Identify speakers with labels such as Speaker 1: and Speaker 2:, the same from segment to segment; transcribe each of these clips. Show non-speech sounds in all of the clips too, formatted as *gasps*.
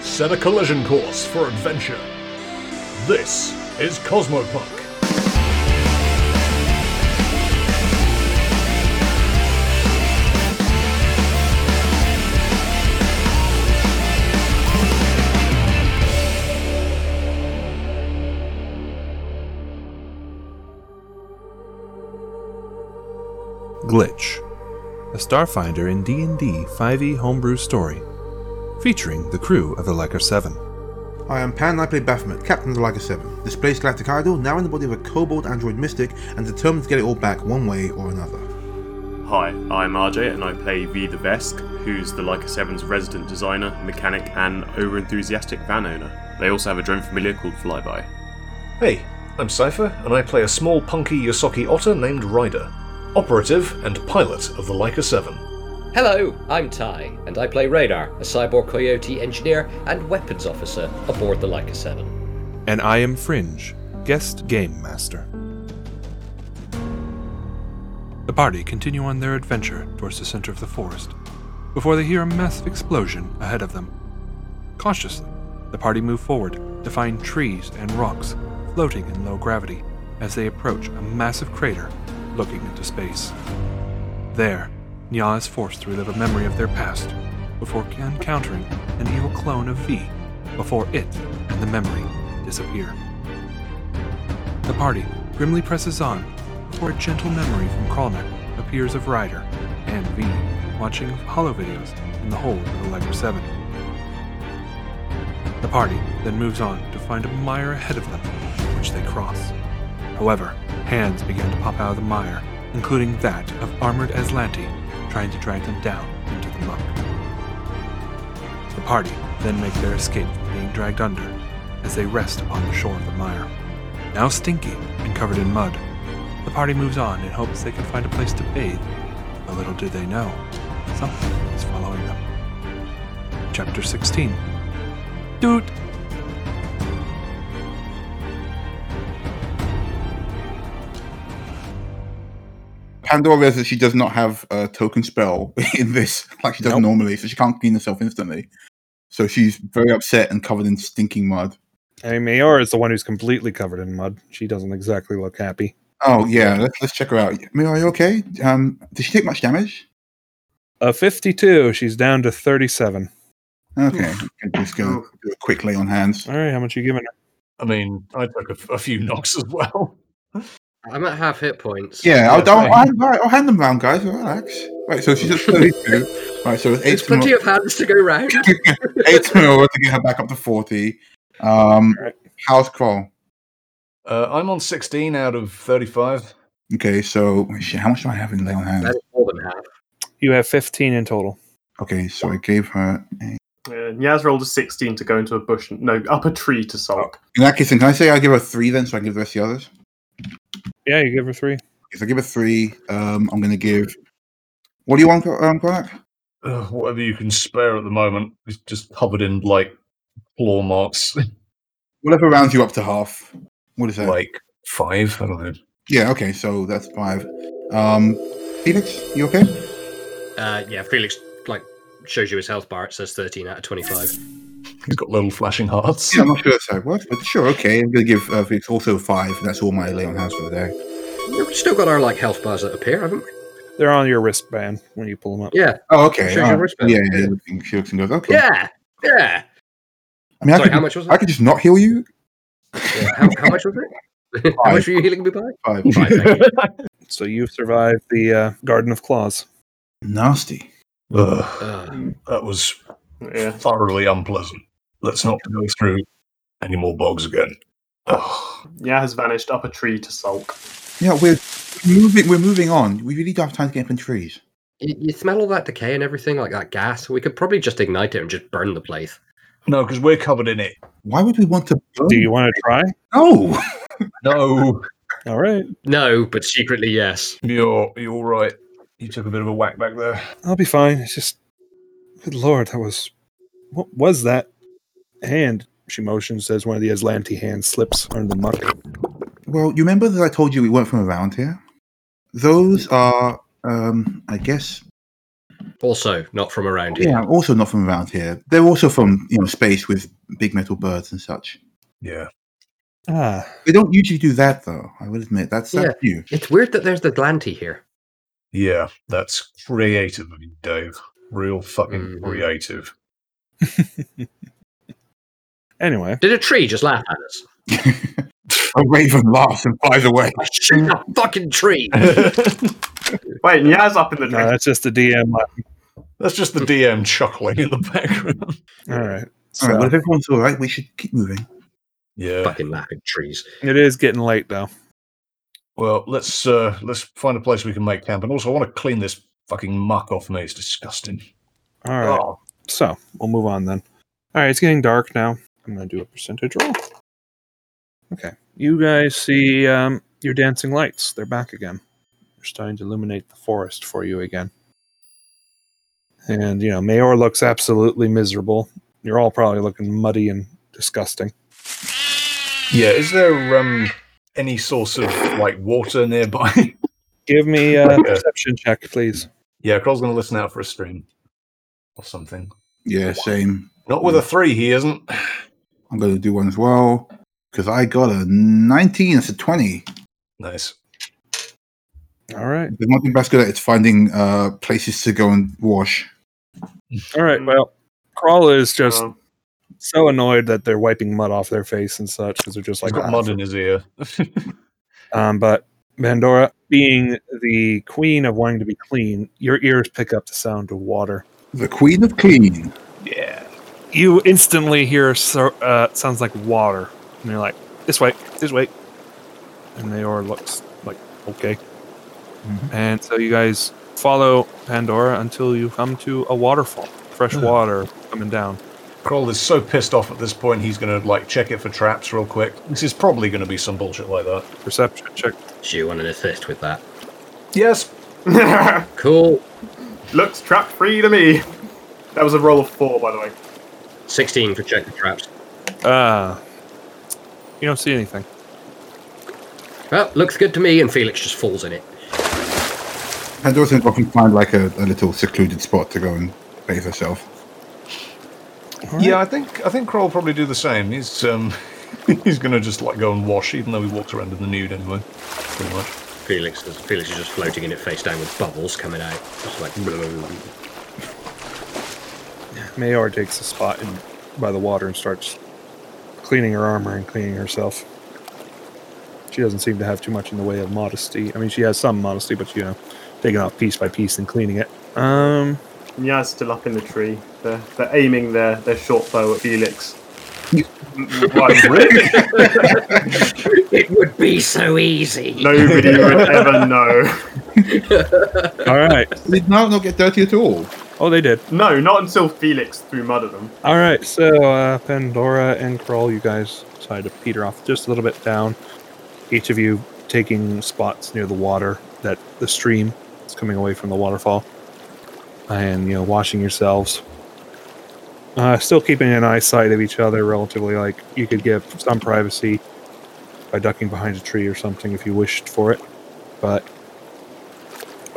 Speaker 1: Set a collision course for adventure. This is Cosmopunk.
Speaker 2: Glitch, a Starfinder in D&D 5e E homebrew story, featuring the crew of the Leica 7.
Speaker 3: I am Pan, I play Baphomet, Captain of the Liger 7. Displaced Galactic Idol, now in the body of a kobold android mystic, and determined to get it all back one way or another.
Speaker 4: Hi, I'm RJ and I play V the Vesk, who's the Leica 7's resident designer, mechanic, and over enthusiastic van owner. They also have a drone familiar called Flyby.
Speaker 1: Hey, I'm Cypher, and I play a small punky Yosoki otter named Ryder, operative and pilot of the Leica 7.
Speaker 5: Hello, I'm Ty, and I play Radar, a cyborg coyote engineer and weapons officer aboard the Leica 7.
Speaker 2: And I am Fringe, guest game master. The party continue on their adventure towards the center of the forest before they hear a massive explosion ahead of them. Cautiously, the party move forward to find trees and rocks floating in low gravity as they approach a massive crater looking into space. There, Nya is forced to relive a memory of their past before encountering an evil clone of V before it and the memory disappear. The party grimly presses on before a gentle memory from Kralnek appears of Ryder and V watching hollow videos in the hold of the Ledger 7. The party then moves on to find a mire ahead of them, which they cross. However, hands began to pop out of the mire, including that of armored Aslanti trying to drag them down into the muck. The party then make their escape from being dragged under as they rest upon the shore of the mire. Now stinky and covered in mud, the party moves on in hopes they can find a place to bathe, but little do they know, something is following them. Chapter 16 Dude!
Speaker 3: Pandora realizes that she does not have a token spell *laughs* in this, like she does
Speaker 2: Nope.
Speaker 3: normally, so she can't clean herself instantly. So she's very upset and covered in stinking mud.
Speaker 6: I mean, Mayor is the one who's completely covered in mud. She doesn't exactly look happy.
Speaker 3: Oh yeah, let's let's check her out. Mira, are you okay? Um, did she take much damage?
Speaker 6: A 52, she's down to 37.
Speaker 3: Okay, I'm just gonna do a quick lay on hands.
Speaker 6: All right, how much you giving her?
Speaker 1: I mean, I took a, a few *laughs* knocks as well.
Speaker 7: I'm at half hit points.
Speaker 3: Yeah, I'll,
Speaker 6: Yeah,
Speaker 3: I'll,
Speaker 5: eh?
Speaker 6: same.
Speaker 3: I'll, right, I'll hand them round, guys. Relax. Right, so she's at thirty-two. right, so it's eight
Speaker 7: There's
Speaker 3: to
Speaker 7: plenty
Speaker 3: nine.
Speaker 7: of hands to go
Speaker 5: *laughs*
Speaker 3: *laughs*
Speaker 7: round.
Speaker 3: eight to zero to get her back up to forty. Um,
Speaker 6: Alright.
Speaker 3: how's Kroll?
Speaker 1: Uh, I'm on 16 out of 35.
Speaker 3: Okay, so shit, how much do I have in lay on hands?
Speaker 5: Uh,
Speaker 7: That is more than half.
Speaker 6: You have 15 in total.
Speaker 3: Okay, so I gave her. a-
Speaker 4: Uh, Nyaz rolled a 16 to go into a bush, no, up a tree to sulk.
Speaker 3: In that case, then can I say I give her three then, so I can give the rest of the others?
Speaker 6: Yeah, you give her three.
Speaker 3: If I give her three, um, I'm going to give. What do you want, um, Kroll?
Speaker 1: Ugh, whatever you can spare at the moment is just covered in like claw marks,
Speaker 3: Whatever rounds you up to half. What is
Speaker 1: *laughs*
Speaker 3: that?
Speaker 1: like five. I don't know.
Speaker 3: Yeah. Okay, so that's five. Um, Felix, you okay?
Speaker 5: Uh, yeah, Felix like shows you his health bar. It says 13 out of 25.
Speaker 1: He's got little flashing hearts.
Speaker 3: Yeah, I'm not sure that's how it works, but sure, okay. I'm going to give uh, Felix also five. and That's all my lay on hands for the day.
Speaker 5: We've still got our like health bars that appear, haven't we?
Speaker 6: They're on your wristband when you pull them up.
Speaker 5: Yeah,
Speaker 3: Oh, okay.
Speaker 5: Shows your
Speaker 3: alright.
Speaker 5: wristband.
Speaker 3: Yeah, yeah. yeah. She looks and goes, okay.
Speaker 5: yeah, yeah.
Speaker 3: I mean, I
Speaker 5: Sorry,
Speaker 3: could,
Speaker 5: how much was
Speaker 3: I
Speaker 5: it?
Speaker 3: could just not heal you.
Speaker 5: Yeah, How, how much was it? *laughs* how much were you healing me by?
Speaker 3: Five.
Speaker 5: Right,
Speaker 3: *laughs*
Speaker 5: thank you.
Speaker 6: So you've survived the uh, Garden of Claws.
Speaker 3: Nasty.
Speaker 1: Ugh,
Speaker 5: Uh,
Speaker 1: that was
Speaker 4: Yeah.
Speaker 1: thoroughly unpleasant. Let's not go through any more bogs again. Ugh.
Speaker 4: Nyaz vanished up a tree to sulk.
Speaker 3: Yeah, we're moving. We're moving on. We really don't have time to get up in trees.
Speaker 5: you, you smell all that decay and everything, like that gas. We could probably just ignite it and just burn the place.
Speaker 1: No, because we're covered in it.
Speaker 3: Why would we want to? Burn?
Speaker 6: Do you want to try?
Speaker 3: No.
Speaker 1: No,
Speaker 6: All right,
Speaker 5: No, but secretly yes.
Speaker 1: you're you're all right. You took a bit of a whack back there.
Speaker 6: I'll be fine. It's just, good lord, that was, what was that hand? She motions as one of the Aslanti hands slips under the muck.
Speaker 3: Well, you remember that I told you we weren't from around here. Those are, um, I Uh, guess,
Speaker 5: Also, not from around here.
Speaker 3: Yeah, also not from around here. They're also from you know space with big metal birds and such.
Speaker 8: Yeah.
Speaker 6: Ah,
Speaker 3: They don't usually do that though. I will admit that's that's new.
Speaker 9: It's weird that there's the Glanty here.
Speaker 8: Yeah, that's creative of you, Dave. Real fucking
Speaker 9: Mhm.
Speaker 8: creative. *laughs*
Speaker 6: anyway,
Speaker 5: Did a tree just laugh at us?
Speaker 3: A raven laughs and
Speaker 5: *laughs*
Speaker 3: flies away.
Speaker 5: I shoot a
Speaker 8: *laughs*
Speaker 5: fucking tree.
Speaker 10: Wait, Nia's up in the
Speaker 6: no,
Speaker 10: tree.
Speaker 6: that's just the DM.
Speaker 8: That's just the DM chuckling in the background.
Speaker 6: All right.
Speaker 3: All right, well,
Speaker 6: So,
Speaker 3: if everyone's all right, we should keep moving.
Speaker 8: Yeah.
Speaker 5: fucking laughing trees.
Speaker 6: it is getting late, though.
Speaker 8: Well, let's uh let's find a place we can make camp, and also I want to clean this fucking muck off me. It's disgusting.
Speaker 6: All right.
Speaker 8: Oh,
Speaker 6: So we'll move on then. All right, it's getting dark now. I'm going to do a percentage roll. Okay. You guys see um, your dancing lights. They're back again. They're starting to illuminate the forest for you again. And, you know, Mayor looks absolutely miserable. You're all probably looking muddy and disgusting.
Speaker 8: yeah. Is there um any source of like water nearby?
Speaker 6: Give me uh, a
Speaker 8: Okay.
Speaker 6: perception check, please.
Speaker 8: yeah, Kroll's gonna listen out for a stream or something.
Speaker 3: Yeah, same.
Speaker 8: Not with a three, he isn't.
Speaker 3: I'm going to do one as well because I got a 19. It's a 20.
Speaker 8: Nice.
Speaker 6: All right.
Speaker 3: There's nothing best good at it's finding uh, places to go and wash.
Speaker 6: All right. Well, Crawl is just
Speaker 11: Oh.
Speaker 10: Um,
Speaker 6: so annoyed that they're wiping mud off their face and such because they're just
Speaker 8: He's
Speaker 6: like,
Speaker 8: got
Speaker 6: "Ah,
Speaker 8: mud in his ear.
Speaker 6: Um, but Vandora, being the queen of wanting to be clean, your ears pick up the sound of water.
Speaker 3: The Queen of Clean.
Speaker 11: *laughs*
Speaker 8: yeah.
Speaker 6: You instantly hear so, uh, sounds like water, and you're like, "This way, this way." And Mayor looks like, "Okay." And so you guys follow Pandora until you come to a waterfall, fresh
Speaker 8: Oh.
Speaker 6: water coming down.
Speaker 8: Kroll is so pissed off at this point. He's gonna like check it for traps real quick. This is probably gonna be some bullshit like that.
Speaker 6: Perception check.
Speaker 5: Do you want an assist with that?
Speaker 8: Yes.
Speaker 5: Cool.
Speaker 10: Looks trap free to me. That was a roll of four, by the way.
Speaker 5: 16 for check the traps.
Speaker 6: Uh, you don't see anything.
Speaker 5: Well, looks good to me, and Felix just falls in it.
Speaker 3: Pandora's going to often find like a, a little secluded spot to go and bathe herself.
Speaker 8: Yeah, I think I think Kroll will probably do the same. He's um, *laughs* he's gonna just like go and wash, even though he walks around in the nude anyway. Pretty much.
Speaker 5: Felix is, Felix is just floating in it face down with bubbles coming out. Just like. *laughs*
Speaker 6: Mayor takes a spot in, by the water and starts cleaning her armor and cleaning herself. She doesn't seem to have too much in the way of modesty. I mean, she has some modesty, but you know, taking off piece by piece and cleaning it. Um,
Speaker 11: Nya's still up in the tree. They're, they're aiming their, their short bow
Speaker 6: *laughs*
Speaker 11: at Felix.
Speaker 10: Why,
Speaker 5: it would be so easy.
Speaker 11: Nobody would ever know.
Speaker 6: all right.
Speaker 3: Did not not get dirty at all.
Speaker 6: Oh, they did.
Speaker 11: No, not until Felix threw mud at them.
Speaker 6: All right. So uh, Pandora and Crawl, you guys decide to peter off just a little bit down. Each of you taking spots near the water that the stream is coming away from the waterfall, and you know washing yourselves. Uh, still keeping an eyesight of each other, relatively. Like you could give some privacy by ducking behind a tree or something if you wished for it, but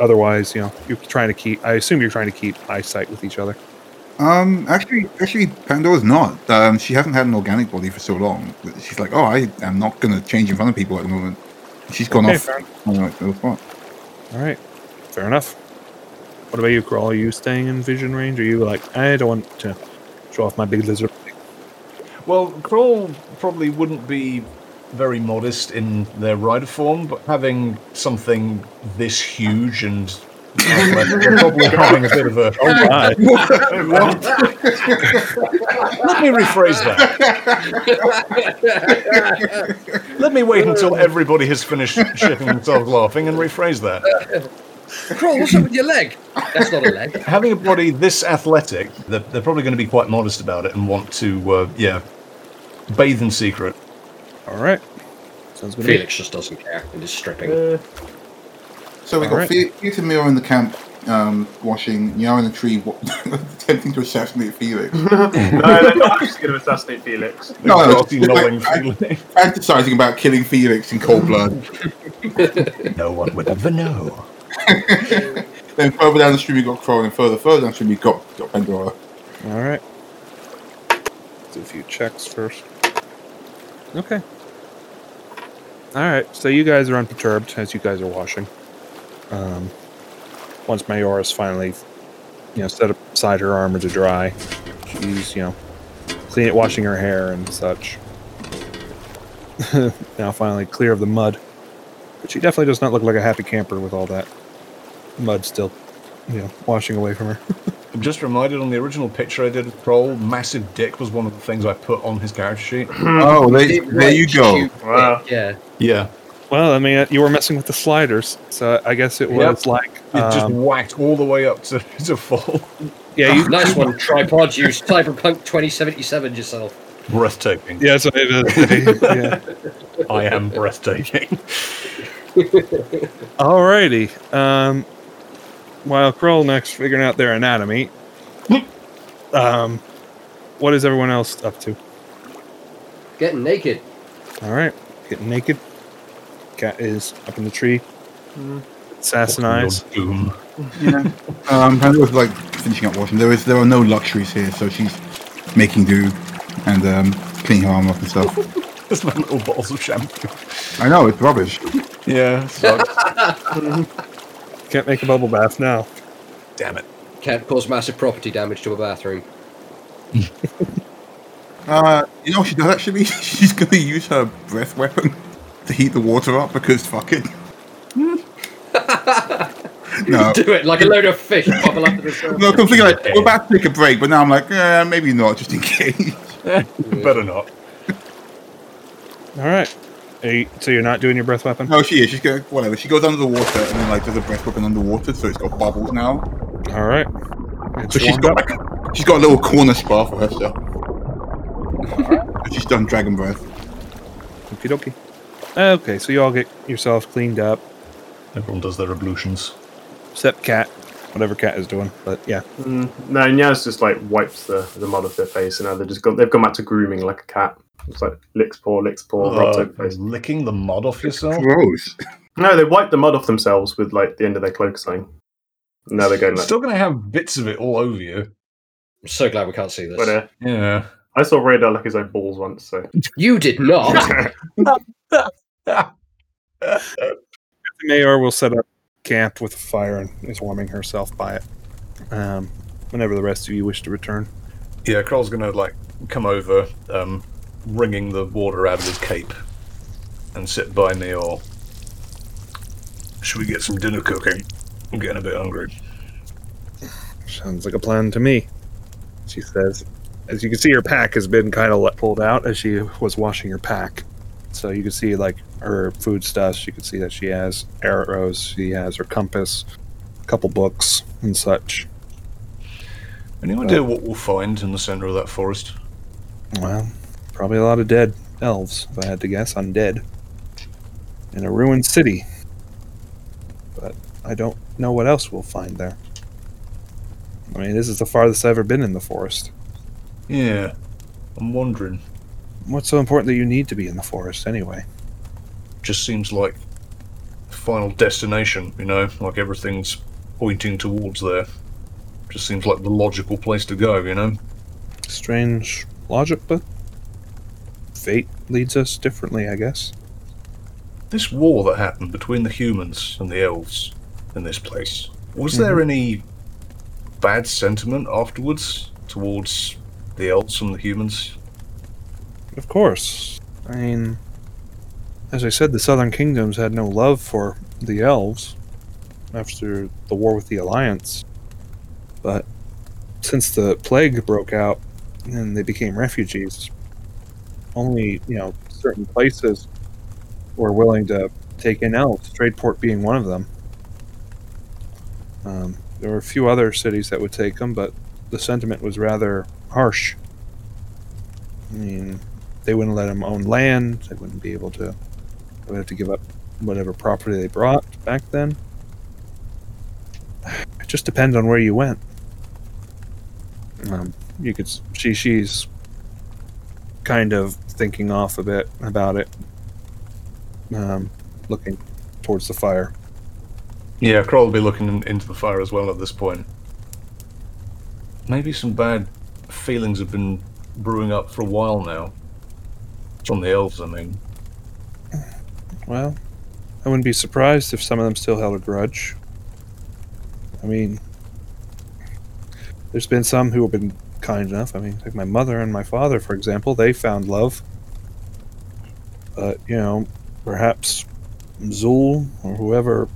Speaker 6: otherwise, you know, you're trying to keep. I assume you're trying to keep eyesight with each other.
Speaker 3: Um, actually, actually, Pandora's not. Um, she hasn't had an organic body for so long. that She's like, oh, I am not going to change in front of people at the moment. She's gone
Speaker 6: Okay,
Speaker 3: off.
Speaker 6: fair
Speaker 3: on her little spot.
Speaker 6: All right, fair enough. What about you, Crawl? Are you staying in vision range? Are you like, I don't want to show off my big lizard?
Speaker 8: Well, Kroll probably wouldn't be very modest in their rider form, but having something this huge and athletic, they're probably having a bit of a.
Speaker 6: Oh
Speaker 8: *laughs*
Speaker 6: my!
Speaker 8: Let me rephrase that. Let me wait until everybody has finished shitting themselves laughing and rephrase that.
Speaker 5: Crawl, what's up with your leg? That's not a leg.
Speaker 8: having a body this athletic, they're, they're probably going to be quite modest about it and want to, uh, yeah, bathe in secret.
Speaker 6: All right, sounds good. to
Speaker 5: *laughs*
Speaker 6: me.
Speaker 5: Felix just doesn't care and is stripping.
Speaker 3: So we
Speaker 6: All
Speaker 3: got
Speaker 6: right.
Speaker 3: Fe- Felix and Mira in the camp um, washing, Nya in the tree wa- *laughs* attempting to assassinate
Speaker 6: *laughs*
Speaker 3: Felix.
Speaker 11: *laughs* No, they're not actually going to assassinate Felix.
Speaker 3: No, no,
Speaker 8: Nasty
Speaker 3: it's like-
Speaker 8: lolling feeling.
Speaker 3: fantasizing about killing
Speaker 6: *laughs*
Speaker 3: Felix in cold blood.
Speaker 8: No one would ever know.
Speaker 3: Then further down the stream, you got Crow, and further, further down the stream, you got, got Pandora.
Speaker 6: All right. Do a few checks first. Okay. All right. So you guys are unperturbed as you guys are washing. Um, once Mayoris finally, you know, set aside her armor to dry, she's you know, clean washing her hair and such. *laughs* now finally clear of the mud, but she definitely does not look like a happy camper with all that mud still, you know, washing away from her.
Speaker 8: I'm just reminded on the original picture I did of Kroll, massive dick was one of the things I put on his character sheet.
Speaker 3: Oh, there, there you go.
Speaker 11: Wow.
Speaker 12: Yeah.
Speaker 8: Yeah.
Speaker 6: Well, I mean, you were messing with the sliders, so I guess it
Speaker 8: Yep.
Speaker 6: was like,
Speaker 8: It just
Speaker 6: um,
Speaker 8: whacked all the way up to, *laughs* to full.
Speaker 5: *laughs*
Speaker 6: yeah, you,
Speaker 5: nice one, tripod. You cyberpunk 2077 yourself.
Speaker 8: Breathtaking.
Speaker 6: yeah, that's what it is. yeah.
Speaker 8: I am breathtaking.
Speaker 6: Alrighty. Um, while Kroll next figuring out their anatomy, um, what is everyone else up to?
Speaker 5: Getting naked.
Speaker 6: All right, getting naked. Cat is up in the tree. Assassin eyes.
Speaker 8: Your doom.
Speaker 3: Yeah. um, Pandora's like finishing up washing. There is there are no luxuries here, so she's making do and um, cleaning her armor off and stuff.
Speaker 8: Just like little bottles of shampoo.
Speaker 3: I know it's rubbish.
Speaker 8: Yeah. sucks.
Speaker 6: Can't make a bubble bath now.
Speaker 8: Damn it.
Speaker 5: Can't cause massive property damage to a bathroom. *laughs*
Speaker 3: Uh, you know what she does actually? *laughs* She's gonna use her breath weapon *laughs* to heat the water up because fuck *laughs* it. no.
Speaker 5: Do it like a load of fish bubble up to the surface.
Speaker 3: No, completely like we're about to take a break, but now I'm like, eh, maybe not, just in *laughs* case.
Speaker 8: Better not.
Speaker 6: All right. Are you- so you're not doing your breath weapon?
Speaker 3: No, she is. She's going whatever. She goes under the water and then like there's a breath weapon underwater, so it's got bubbles now.
Speaker 6: All right. It's
Speaker 3: So she's
Speaker 6: warmed
Speaker 3: got
Speaker 6: up.
Speaker 3: like a- she's got a little corner spa for herself. And she's done dragon breath.
Speaker 6: Okie dokie. Okay, so you all get yourself cleaned up,
Speaker 8: Everyone does their ablutions.
Speaker 6: except Cat, whatever Cat is doing. But yeah,
Speaker 11: Mm, no, Niaz just like wipes the, the mud off their face, and now they're just gone, they've gone back to grooming like a cat. It's like licks paw, licks paw,
Speaker 3: Oh.
Speaker 11: rubs
Speaker 8: Uh,
Speaker 11: over face.
Speaker 8: licking the mud off yourself?
Speaker 3: Gross.
Speaker 11: No, they wiped the mud off themselves with like the end of their cloak or something. Now they're going like,
Speaker 8: Still going to have bits of it all over you.
Speaker 5: I'm so glad we can't see this.
Speaker 11: but, uh,
Speaker 8: Yeah.
Speaker 11: I saw Radar lick his own balls once, so
Speaker 5: You did not.
Speaker 6: the mayor will set up camp with a fire and is warming herself by it. Um, whenever the rest of you wish to return.
Speaker 8: Yeah, Kroll's gonna like come over, um, wringing the water out of his cape, and sit by me. Or should we get some dinner cooking? I'm getting a bit hungry.
Speaker 6: Sounds like a plan to me, she says. As you can see, her pack has been kind of pulled out as she was washing her pack. So you can see like her food stuffs. You can see that she has arrows. She has her compass, a couple books and such.
Speaker 8: Any idea what we'll find in the center of that forest?
Speaker 6: Well, probably a lot of dead elves, if I had to guess, undead. In a ruined city. But I don't know what else we'll find there. I mean, this is the farthest I've ever been in the forest.
Speaker 8: Yeah, I'm wondering.
Speaker 6: What's so important that you need to be in the forest anyway?
Speaker 8: Just seems like final destination. You know, like everything's pointing towards there. Just seems like the logical place to go. You know.
Speaker 6: Strange logic, but fate leads us differently, I guess.
Speaker 8: This war that happened between the humans and the elves in this place, was there
Speaker 1: Mm-hmm.
Speaker 8: any bad sentiment afterwards towards the elves from the humans?
Speaker 6: Of course. I mean, as I said, the Southern Kingdoms had no love for the elves after the war with the Alliance. But since the plague broke out and they became refugees, only, you know, certain places were willing to take in elves, Tradeport being one of them. Um, there were a few other cities that would take them, but the sentiment was rather harsh. I mean, they wouldn't let them own land. They wouldn't be able to. They would have to give up whatever property they brought back then. *sighs* It just depends on where you went. Um, you could. s- She she's kind of thinking off a bit about it. Um, looking towards the fire.
Speaker 1: Yeah, Kroll will be looking in- into the fire as well at this point. Maybe some bad feelings have been brewing up for a while now. From the elves, I mean.
Speaker 6: Well, I wouldn't be surprised if some of them still held a grudge. I mean, there's been some who have been kind enough. I mean, like my mother and my father, for example, they found love. But, you know, perhaps Zul or whoever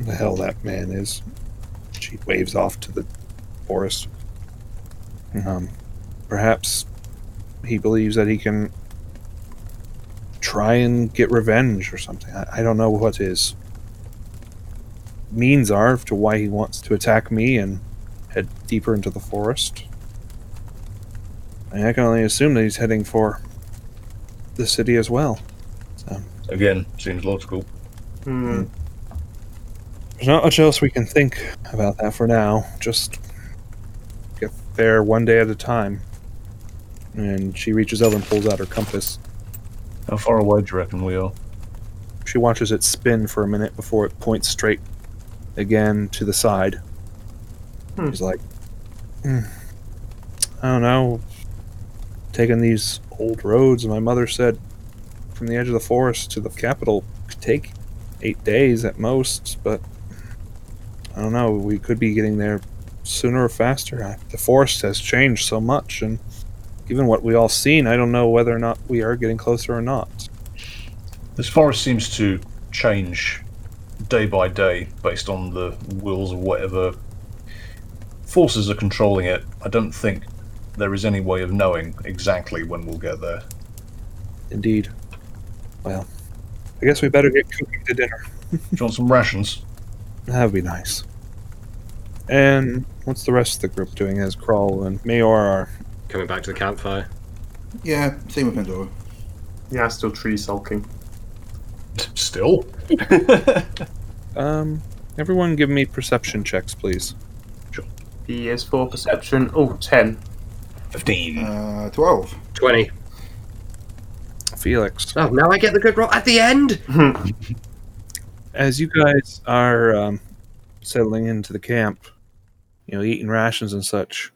Speaker 6: the hell that man is, she waves off to the forest. Um, perhaps he believes that he can try and get revenge or something. I, I don't know what his means are to why he wants to attack me and head deeper into the forest. I, mean, I can only assume that he's heading for the city as well.
Speaker 1: Again, seems logical.
Speaker 11: Hmm.
Speaker 6: There's not much else we can think about that for now. Just get there one day at a time. And she reaches over and pulls out her compass.
Speaker 1: How far away do you reckon we are?
Speaker 6: She watches it spin for a minute before it points straight again to the side.
Speaker 11: Hmm.
Speaker 6: She's like, "Hmm, I don't know. Taking these old roads, my mother said, from the edge of the forest to the capital could take eight days at most, but I don't know. We could be getting there sooner or faster. I, the forest has changed so much, and given what we all seen, I don't know whether or not we are getting closer or not.
Speaker 1: This forest seems to change day by day based on the wills of whatever forces are controlling it. I don't think there is any way of knowing exactly when we'll get there.
Speaker 6: Indeed. Well, I guess we better get cooking to dinner.
Speaker 1: Do you want some rations?
Speaker 6: That would be nice. And what's the rest of the group doing as Crawl and Mayor are?
Speaker 7: Coming back to the campfire.
Speaker 3: Yeah, same with Pandora.
Speaker 11: Yeah, still tree sulking.
Speaker 1: Still?
Speaker 6: Um, everyone give me perception checks, please.
Speaker 11: He is for perception. Oh, 10.
Speaker 1: 15.
Speaker 3: Uh, 12.
Speaker 7: 20.
Speaker 6: Felix.
Speaker 7: Oh, now I get the good roll at the
Speaker 5: *laughs*
Speaker 7: end!
Speaker 6: as you guys are um, settling into the camp, you know, eating rations and such,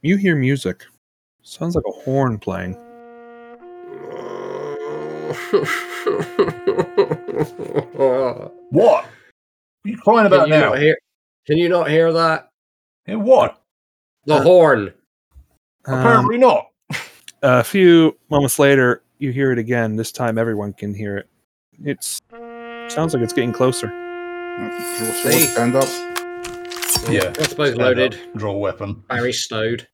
Speaker 6: you hear music. Sounds like a horn playing.
Speaker 1: What? What are you crying
Speaker 5: Can
Speaker 1: about
Speaker 5: you
Speaker 1: now?
Speaker 5: not hear? Can you not hear that?
Speaker 1: Yeah, what?
Speaker 5: The horn.
Speaker 6: Um,
Speaker 1: Apparently not.
Speaker 6: a few moments later, you hear it again. This time, everyone can hear it. It's sounds like it's getting closer.
Speaker 3: Uh, Draw sword,
Speaker 5: See?
Speaker 3: stand up.
Speaker 1: Yeah.
Speaker 5: I suppose loaded.
Speaker 1: Stand up, Draw a weapon.
Speaker 5: Barry stowed.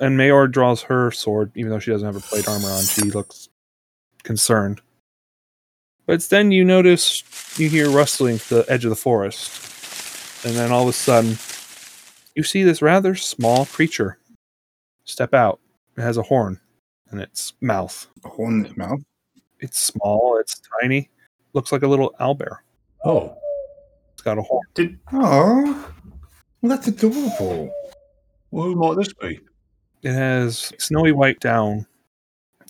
Speaker 6: And Mayor draws her sword, even though she doesn't have her plate armor on. She looks concerned. But it's then you notice you hear rustling to the edge of the forest, and then all of a sudden, you see this rather small creature step out. It has a horn in its mouth.
Speaker 3: A horn in its mouth.
Speaker 6: It's small. It's tiny. Looks like a little owlbear.
Speaker 1: Oh.
Speaker 6: It's got a horn.
Speaker 3: Oh, well, that's adorable.
Speaker 1: Well, who might this be?
Speaker 6: It has snowy white down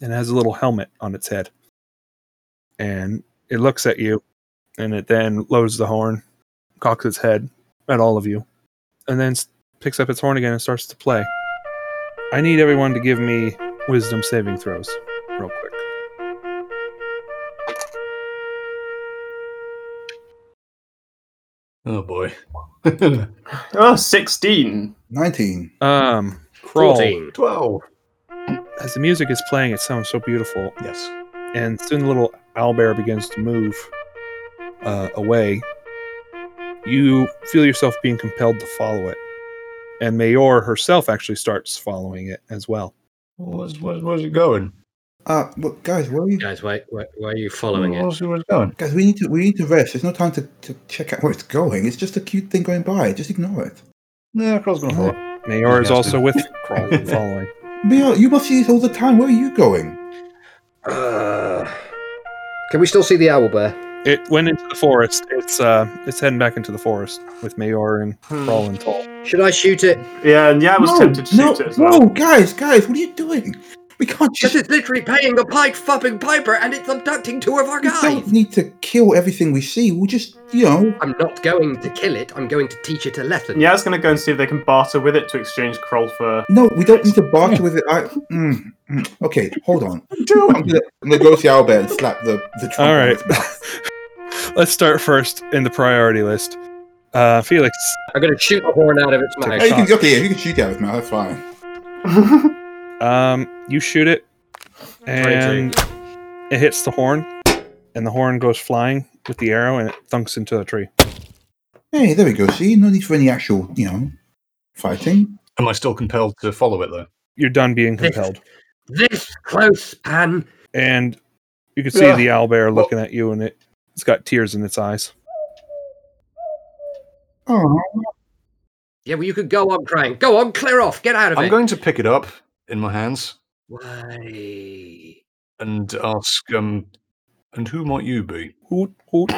Speaker 6: and it has a little helmet on its head. And it looks at you and it then loads the horn, cocks its head at all of you, and then s- picks up its horn again and starts to play. I need everyone to give me wisdom saving throws real quick.
Speaker 1: Oh boy. *laughs*
Speaker 11: Oh, 16.
Speaker 3: 19.
Speaker 6: Um, Crawl,
Speaker 5: 14.
Speaker 1: 12.
Speaker 6: as the music is playing, it sounds so beautiful.
Speaker 1: Yes.
Speaker 6: and soon the little owlbear begins to move uh, away. You feel yourself being compelled to follow it, and Mayor herself actually starts following it as well.
Speaker 1: Where's, where's, where's it going?
Speaker 3: Uh, look, guys, where are you?
Speaker 5: Guys, wait, wait, where are you following it?
Speaker 1: Where's, where's it going?
Speaker 3: Guys, we need to we need to rest. There's no time to, to check out where it's going. It's just a cute thing going by. Just ignore it.
Speaker 1: Yeah, Crow's gonna follow.
Speaker 6: Mayor is
Speaker 1: Yes,
Speaker 6: also with Crawl following.
Speaker 3: Mio, you must see this all the time. Where are you going?
Speaker 5: Uh, can we still see the owl bear?
Speaker 6: It went into the forest. It's uh, it's heading back into the forest with Mayor and Crawl and Tall.
Speaker 5: Should I shoot it?
Speaker 11: Yeah, and yeah, I was tempted to shoot
Speaker 3: no,
Speaker 11: it as well.
Speaker 3: no, guys, guys, what are you doing? We can't just.
Speaker 5: Because it's literally paying a pike fucking piper and it's abducting two of our
Speaker 3: We don't
Speaker 5: guys.
Speaker 3: need to kill everything we see. We'll just, you know,
Speaker 5: I'm not going to kill it. I'm going to teach it a lesson.
Speaker 11: Yeah, I was going to go and see if they can barter with it to exchange Kroll for.
Speaker 3: no, we don't need to barter with it. I, mm, mm. okay, hold on. I'm gonna, I'm gonna go to Albert and slap the the trunk
Speaker 6: All
Speaker 3: on
Speaker 6: right.
Speaker 3: his mouth. *laughs*
Speaker 6: Let's start first in the priority list. Uh, Felix,
Speaker 13: I'm going to shoot the horn out of its
Speaker 3: Oh, you
Speaker 13: mouth.
Speaker 3: can, okay, yeah, you can shoot out his mouth. That's fine.
Speaker 6: um, you shoot it, and it hits the horn, and the horn goes flying with the arrow, and it thunks into the tree.
Speaker 3: Hey, there we go. See, no need for any actual, you know, fighting.
Speaker 8: Am I still compelled to follow it though?
Speaker 6: You're done being compelled,
Speaker 5: This close, pan.
Speaker 6: and you can see
Speaker 8: Yeah.
Speaker 6: the owlbear looking at you, and it, it's got tears in its eyes.
Speaker 3: *laughs* Oh,
Speaker 5: Yeah, well, you could go on crying. Go on, clear off. Get out of
Speaker 8: I'm
Speaker 5: it.
Speaker 8: going to pick it up in my hands
Speaker 5: Why?
Speaker 8: and ask, um, and who might you be?
Speaker 6: Hoot, hoot,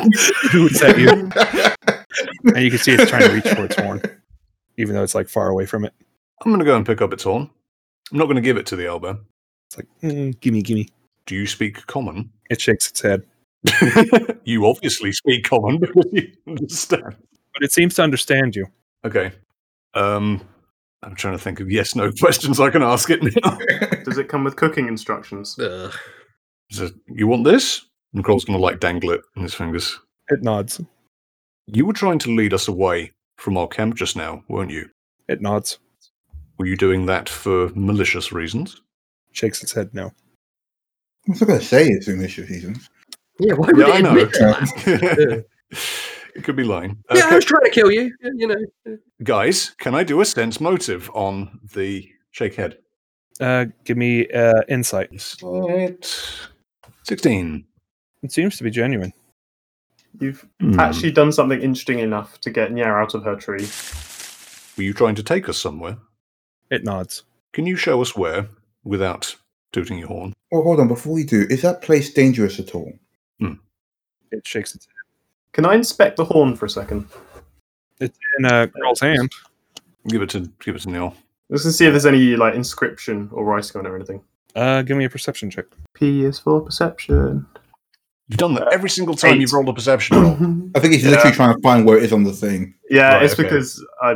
Speaker 6: hoots at
Speaker 3: *laughs*
Speaker 6: you, and you can see it's trying to reach for its horn, even though it's like far away from it.
Speaker 8: I'm going to go and pick up its horn. I'm not going to give it to the elbow.
Speaker 6: It's like, mm, gimme, gimme.
Speaker 8: Do you speak common?
Speaker 6: It shakes its head.
Speaker 8: you obviously speak common *laughs* because you understand.
Speaker 6: but it seems to understand you.
Speaker 8: Okay. Um, I'm trying to think of yes no *laughs* questions I can ask it now. *laughs*
Speaker 11: Does it come with cooking instructions?
Speaker 13: Ugh.
Speaker 8: So, you want this? And Kroll's going to like dangle it in his fingers.
Speaker 6: It nods.
Speaker 8: You were trying to lead us away from our camp just now, weren't you?
Speaker 6: It nods.
Speaker 8: Were you doing that for malicious reasons?
Speaker 6: Shakes its head no.
Speaker 3: what's I gonna say? It's in this season.
Speaker 5: Yeah, why would
Speaker 8: Yeah, I
Speaker 5: it
Speaker 8: know.
Speaker 5: admit
Speaker 8: *laughs*
Speaker 5: to that?
Speaker 8: it could be lying.
Speaker 5: Yeah, I
Speaker 8: Okay,
Speaker 5: was trying to kill you. Yeah, You know.
Speaker 8: *laughs* guys, can I do a sense motive on the shake head?
Speaker 6: Uh, give me uh, insight.
Speaker 8: Insight. 16.
Speaker 6: It seems to be genuine.
Speaker 11: You've
Speaker 8: Hmm.
Speaker 11: actually done something interesting enough to get Nyair out of her tree.
Speaker 8: Were you trying to take us somewhere?
Speaker 6: It nods.
Speaker 8: Can you show us where without tooting your horn?
Speaker 3: Well, hold on. Before we do, is that place dangerous at all?
Speaker 6: It shakes its
Speaker 11: Can I inspect the horn for a second?
Speaker 6: head. It's in uh, Carl's hand.
Speaker 8: Give it to give it to Neil.
Speaker 11: Let's just see if there's any like inscription or writing on it or anything.
Speaker 6: Uh, give me a perception check.
Speaker 11: P is for perception.
Speaker 8: You've done that every single time
Speaker 11: Eight.
Speaker 8: you've rolled a perception
Speaker 11: *laughs*
Speaker 8: roll. *laughs*
Speaker 11: *coughs* yeah,
Speaker 3: I think he's
Speaker 11: Yeah.
Speaker 3: literally trying to find where it is on the thing.
Speaker 8: Right,
Speaker 11: it's
Speaker 8: okay.
Speaker 11: because I.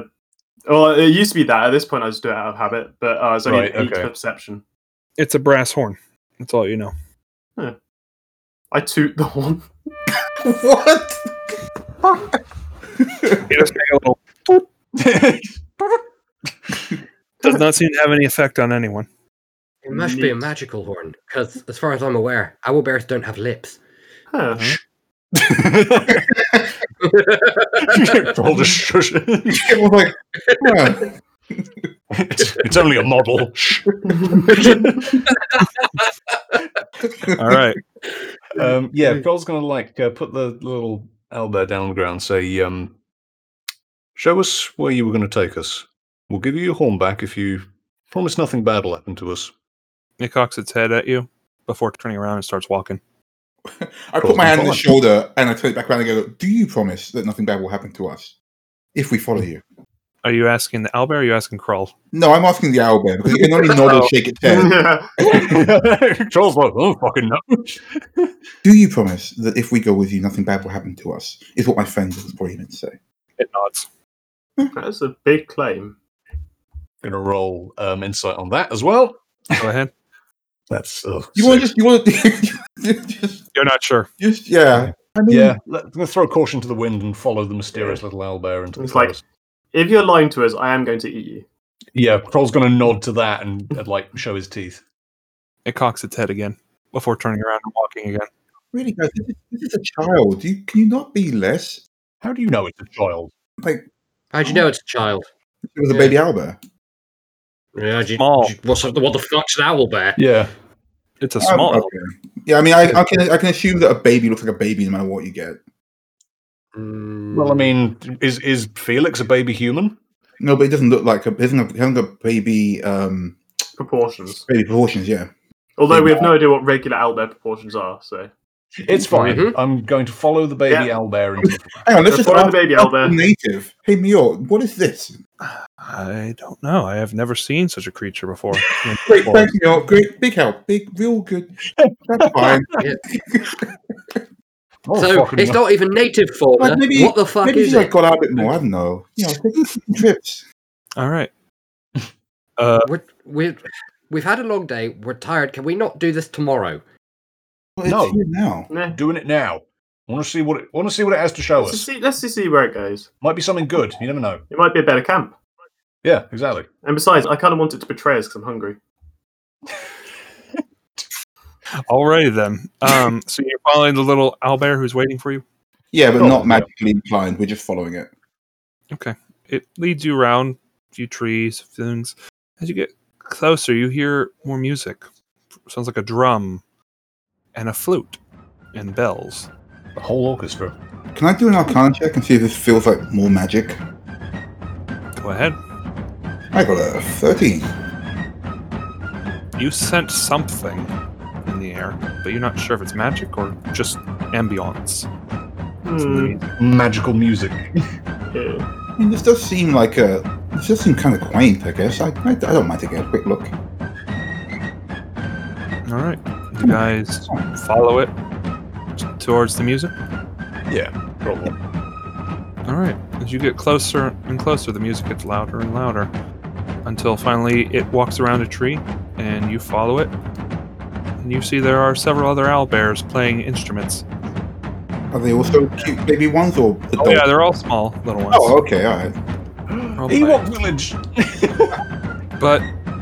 Speaker 11: Well, it used to be that. At this point, I just do it out of habit, but uh, it's only
Speaker 8: Right,
Speaker 11: an eight
Speaker 8: okay.
Speaker 11: for perception.
Speaker 6: It's a brass horn. That's all you know.
Speaker 11: I toot the horn.
Speaker 3: *laughs* What?
Speaker 6: It does make a little- does not seem to have any effect on anyone.
Speaker 5: It must be a
Speaker 11: Neat.
Speaker 5: magical horn, because as far as I'm aware, owlbears don't have lips.
Speaker 11: *laughs* Huh.
Speaker 8: Roll just shush.
Speaker 3: Everyone's like, yeah.
Speaker 8: *laughs* It's, it's only a model.
Speaker 6: All right. *laughs*
Speaker 8: um, yeah, Cole's gonna like uh, put the little elbow down on the ground. Say, um, show us where you were gonna take us. We'll give you your horn back if you promise nothing bad will happen to us. *laughs*
Speaker 6: It cocks its head at you before turning around and starts walking.
Speaker 3: I put
Speaker 8: Golden
Speaker 3: my hand on
Speaker 8: Dawn.
Speaker 3: his shoulder and I turn it back around and go, Do you promise that nothing bad will happen to us if we follow you?
Speaker 6: Are you asking the owlbear or are you asking Crawl?
Speaker 3: No, I'm asking the owl bear because it can only nod or shake its head. *laughs*
Speaker 11: yeah.
Speaker 8: Cole's like, oh fucking no.
Speaker 3: Do you promise that if we go with you, nothing bad will happen to us? Is what my friend was probably meant to say.
Speaker 6: It nods.
Speaker 11: That's a big claim.
Speaker 8: Gonna roll um, insight on that as well.
Speaker 6: Go *laughs* ahead.
Speaker 8: That's ugh,
Speaker 3: You want to
Speaker 8: sick.
Speaker 3: just, you *laughs* want to just,
Speaker 6: You're not sure.
Speaker 3: just, yeah. I mean,
Speaker 8: yeah. let- I'm gonna throw caution to the wind and follow the mysterious little owlbear into the
Speaker 11: It's like-
Speaker 8: forest.
Speaker 11: If you're lying to us, I am going to eat you.
Speaker 8: Yeah, Kroll's gonna nod to that and, and like show his teeth.
Speaker 6: It cocks its head again before turning around and walking again.
Speaker 3: really, guys, this is, this is a child. You, can you not be less?
Speaker 8: How do you know it's a child?
Speaker 3: Like,
Speaker 13: How'd you
Speaker 8: Oh.
Speaker 13: know it's a child?
Speaker 3: it was a baby owl bear.
Speaker 13: Yeah, do you,
Speaker 6: Small.
Speaker 13: do you- what's, what the fuck's an owl bear?
Speaker 8: Yeah.
Speaker 6: It's a
Speaker 3: Um,
Speaker 6: small
Speaker 3: okay. Yeah, I mean, I, I can I can assume that a baby looks like a baby no matter what you get.
Speaker 5: Mm.
Speaker 8: Well, I mean, is is Felix a baby human?
Speaker 3: No, but it doesn't look like a it doesn't have, it hasn't got baby um
Speaker 11: Proportions.
Speaker 3: baby proportions. Yeah,
Speaker 11: Although we have no idea what regular owlbear proportions are, so.
Speaker 8: It's fine.
Speaker 5: Mhm.
Speaker 8: I'm going to follow the baby
Speaker 11: Yeah.
Speaker 8: owl bear
Speaker 5: *laughs*
Speaker 8: into the fly.
Speaker 3: Hang on, let's just
Speaker 11: Follow the
Speaker 3: ask
Speaker 11: baby
Speaker 3: a
Speaker 11: out there.
Speaker 3: native. Hey, Mior, what is this?
Speaker 2: I don't know. I have never seen such a creature before.
Speaker 3: Great, thanks, Mior. Great, big help. Big, real good. That's fine.
Speaker 8: Oh,
Speaker 5: so
Speaker 8: fucking
Speaker 5: it's
Speaker 8: hell.
Speaker 5: not even native fauna.
Speaker 3: Well, maybe-
Speaker 5: what the fuck
Speaker 3: Maybe
Speaker 5: is
Speaker 3: she's like
Speaker 5: it?
Speaker 3: got out a bit more. I don't know. You know, take trips.
Speaker 2: All right. Uh,
Speaker 5: We're, we're, we've had a long day. We're tired. Can we not do this tomorrow?
Speaker 3: Well, it's
Speaker 8: No.
Speaker 3: here now.
Speaker 11: Nah.
Speaker 8: doing it now. want to see what it want to see what it has to show
Speaker 11: Let's, just
Speaker 8: us.
Speaker 11: see, let's just see where it goes.
Speaker 8: Might be something good. You never know.
Speaker 11: It might be a better camp.
Speaker 8: Yeah, exactly.
Speaker 11: And besides, I kind of want it to betray us because I'm hungry.
Speaker 2: alrighty then. Um, so you're following the little owlbear who's waiting for you.
Speaker 3: Yeah, but
Speaker 8: Oh,
Speaker 3: not
Speaker 8: yeah.
Speaker 3: magically inclined. We're just following it.
Speaker 2: It leads you around a few trees, things. As you get closer, you hear more music. Sounds like a drum and a flute and bells.
Speaker 8: The whole orchestra.
Speaker 3: Can I do an arcana check and see if this feels like more magic?
Speaker 2: Go ahead.
Speaker 3: I got a 13.
Speaker 2: You sense something in the air, but you're not sure if it's magic or just ambiance.
Speaker 11: Hmm.
Speaker 8: Magical music. *gasps*
Speaker 11: Yeah.
Speaker 3: I mean, this does seem like a. This does seem kind of quaint, I guess. I, I, I don't mind taking a quick look.
Speaker 2: All right, you guys follow it towards the music.
Speaker 8: Yeah, probably.
Speaker 2: All right, as you get closer and closer, the music gets louder and louder, until finally it walks around a tree, and you follow it. And you see there are several other owl bears playing instruments.
Speaker 3: Are they also cute baby ones or adults?
Speaker 2: Oh yeah, they're all small little ones.
Speaker 3: Oh, okay, all right.
Speaker 5: Oh,
Speaker 2: I'll
Speaker 8: Ewok village.
Speaker 2: but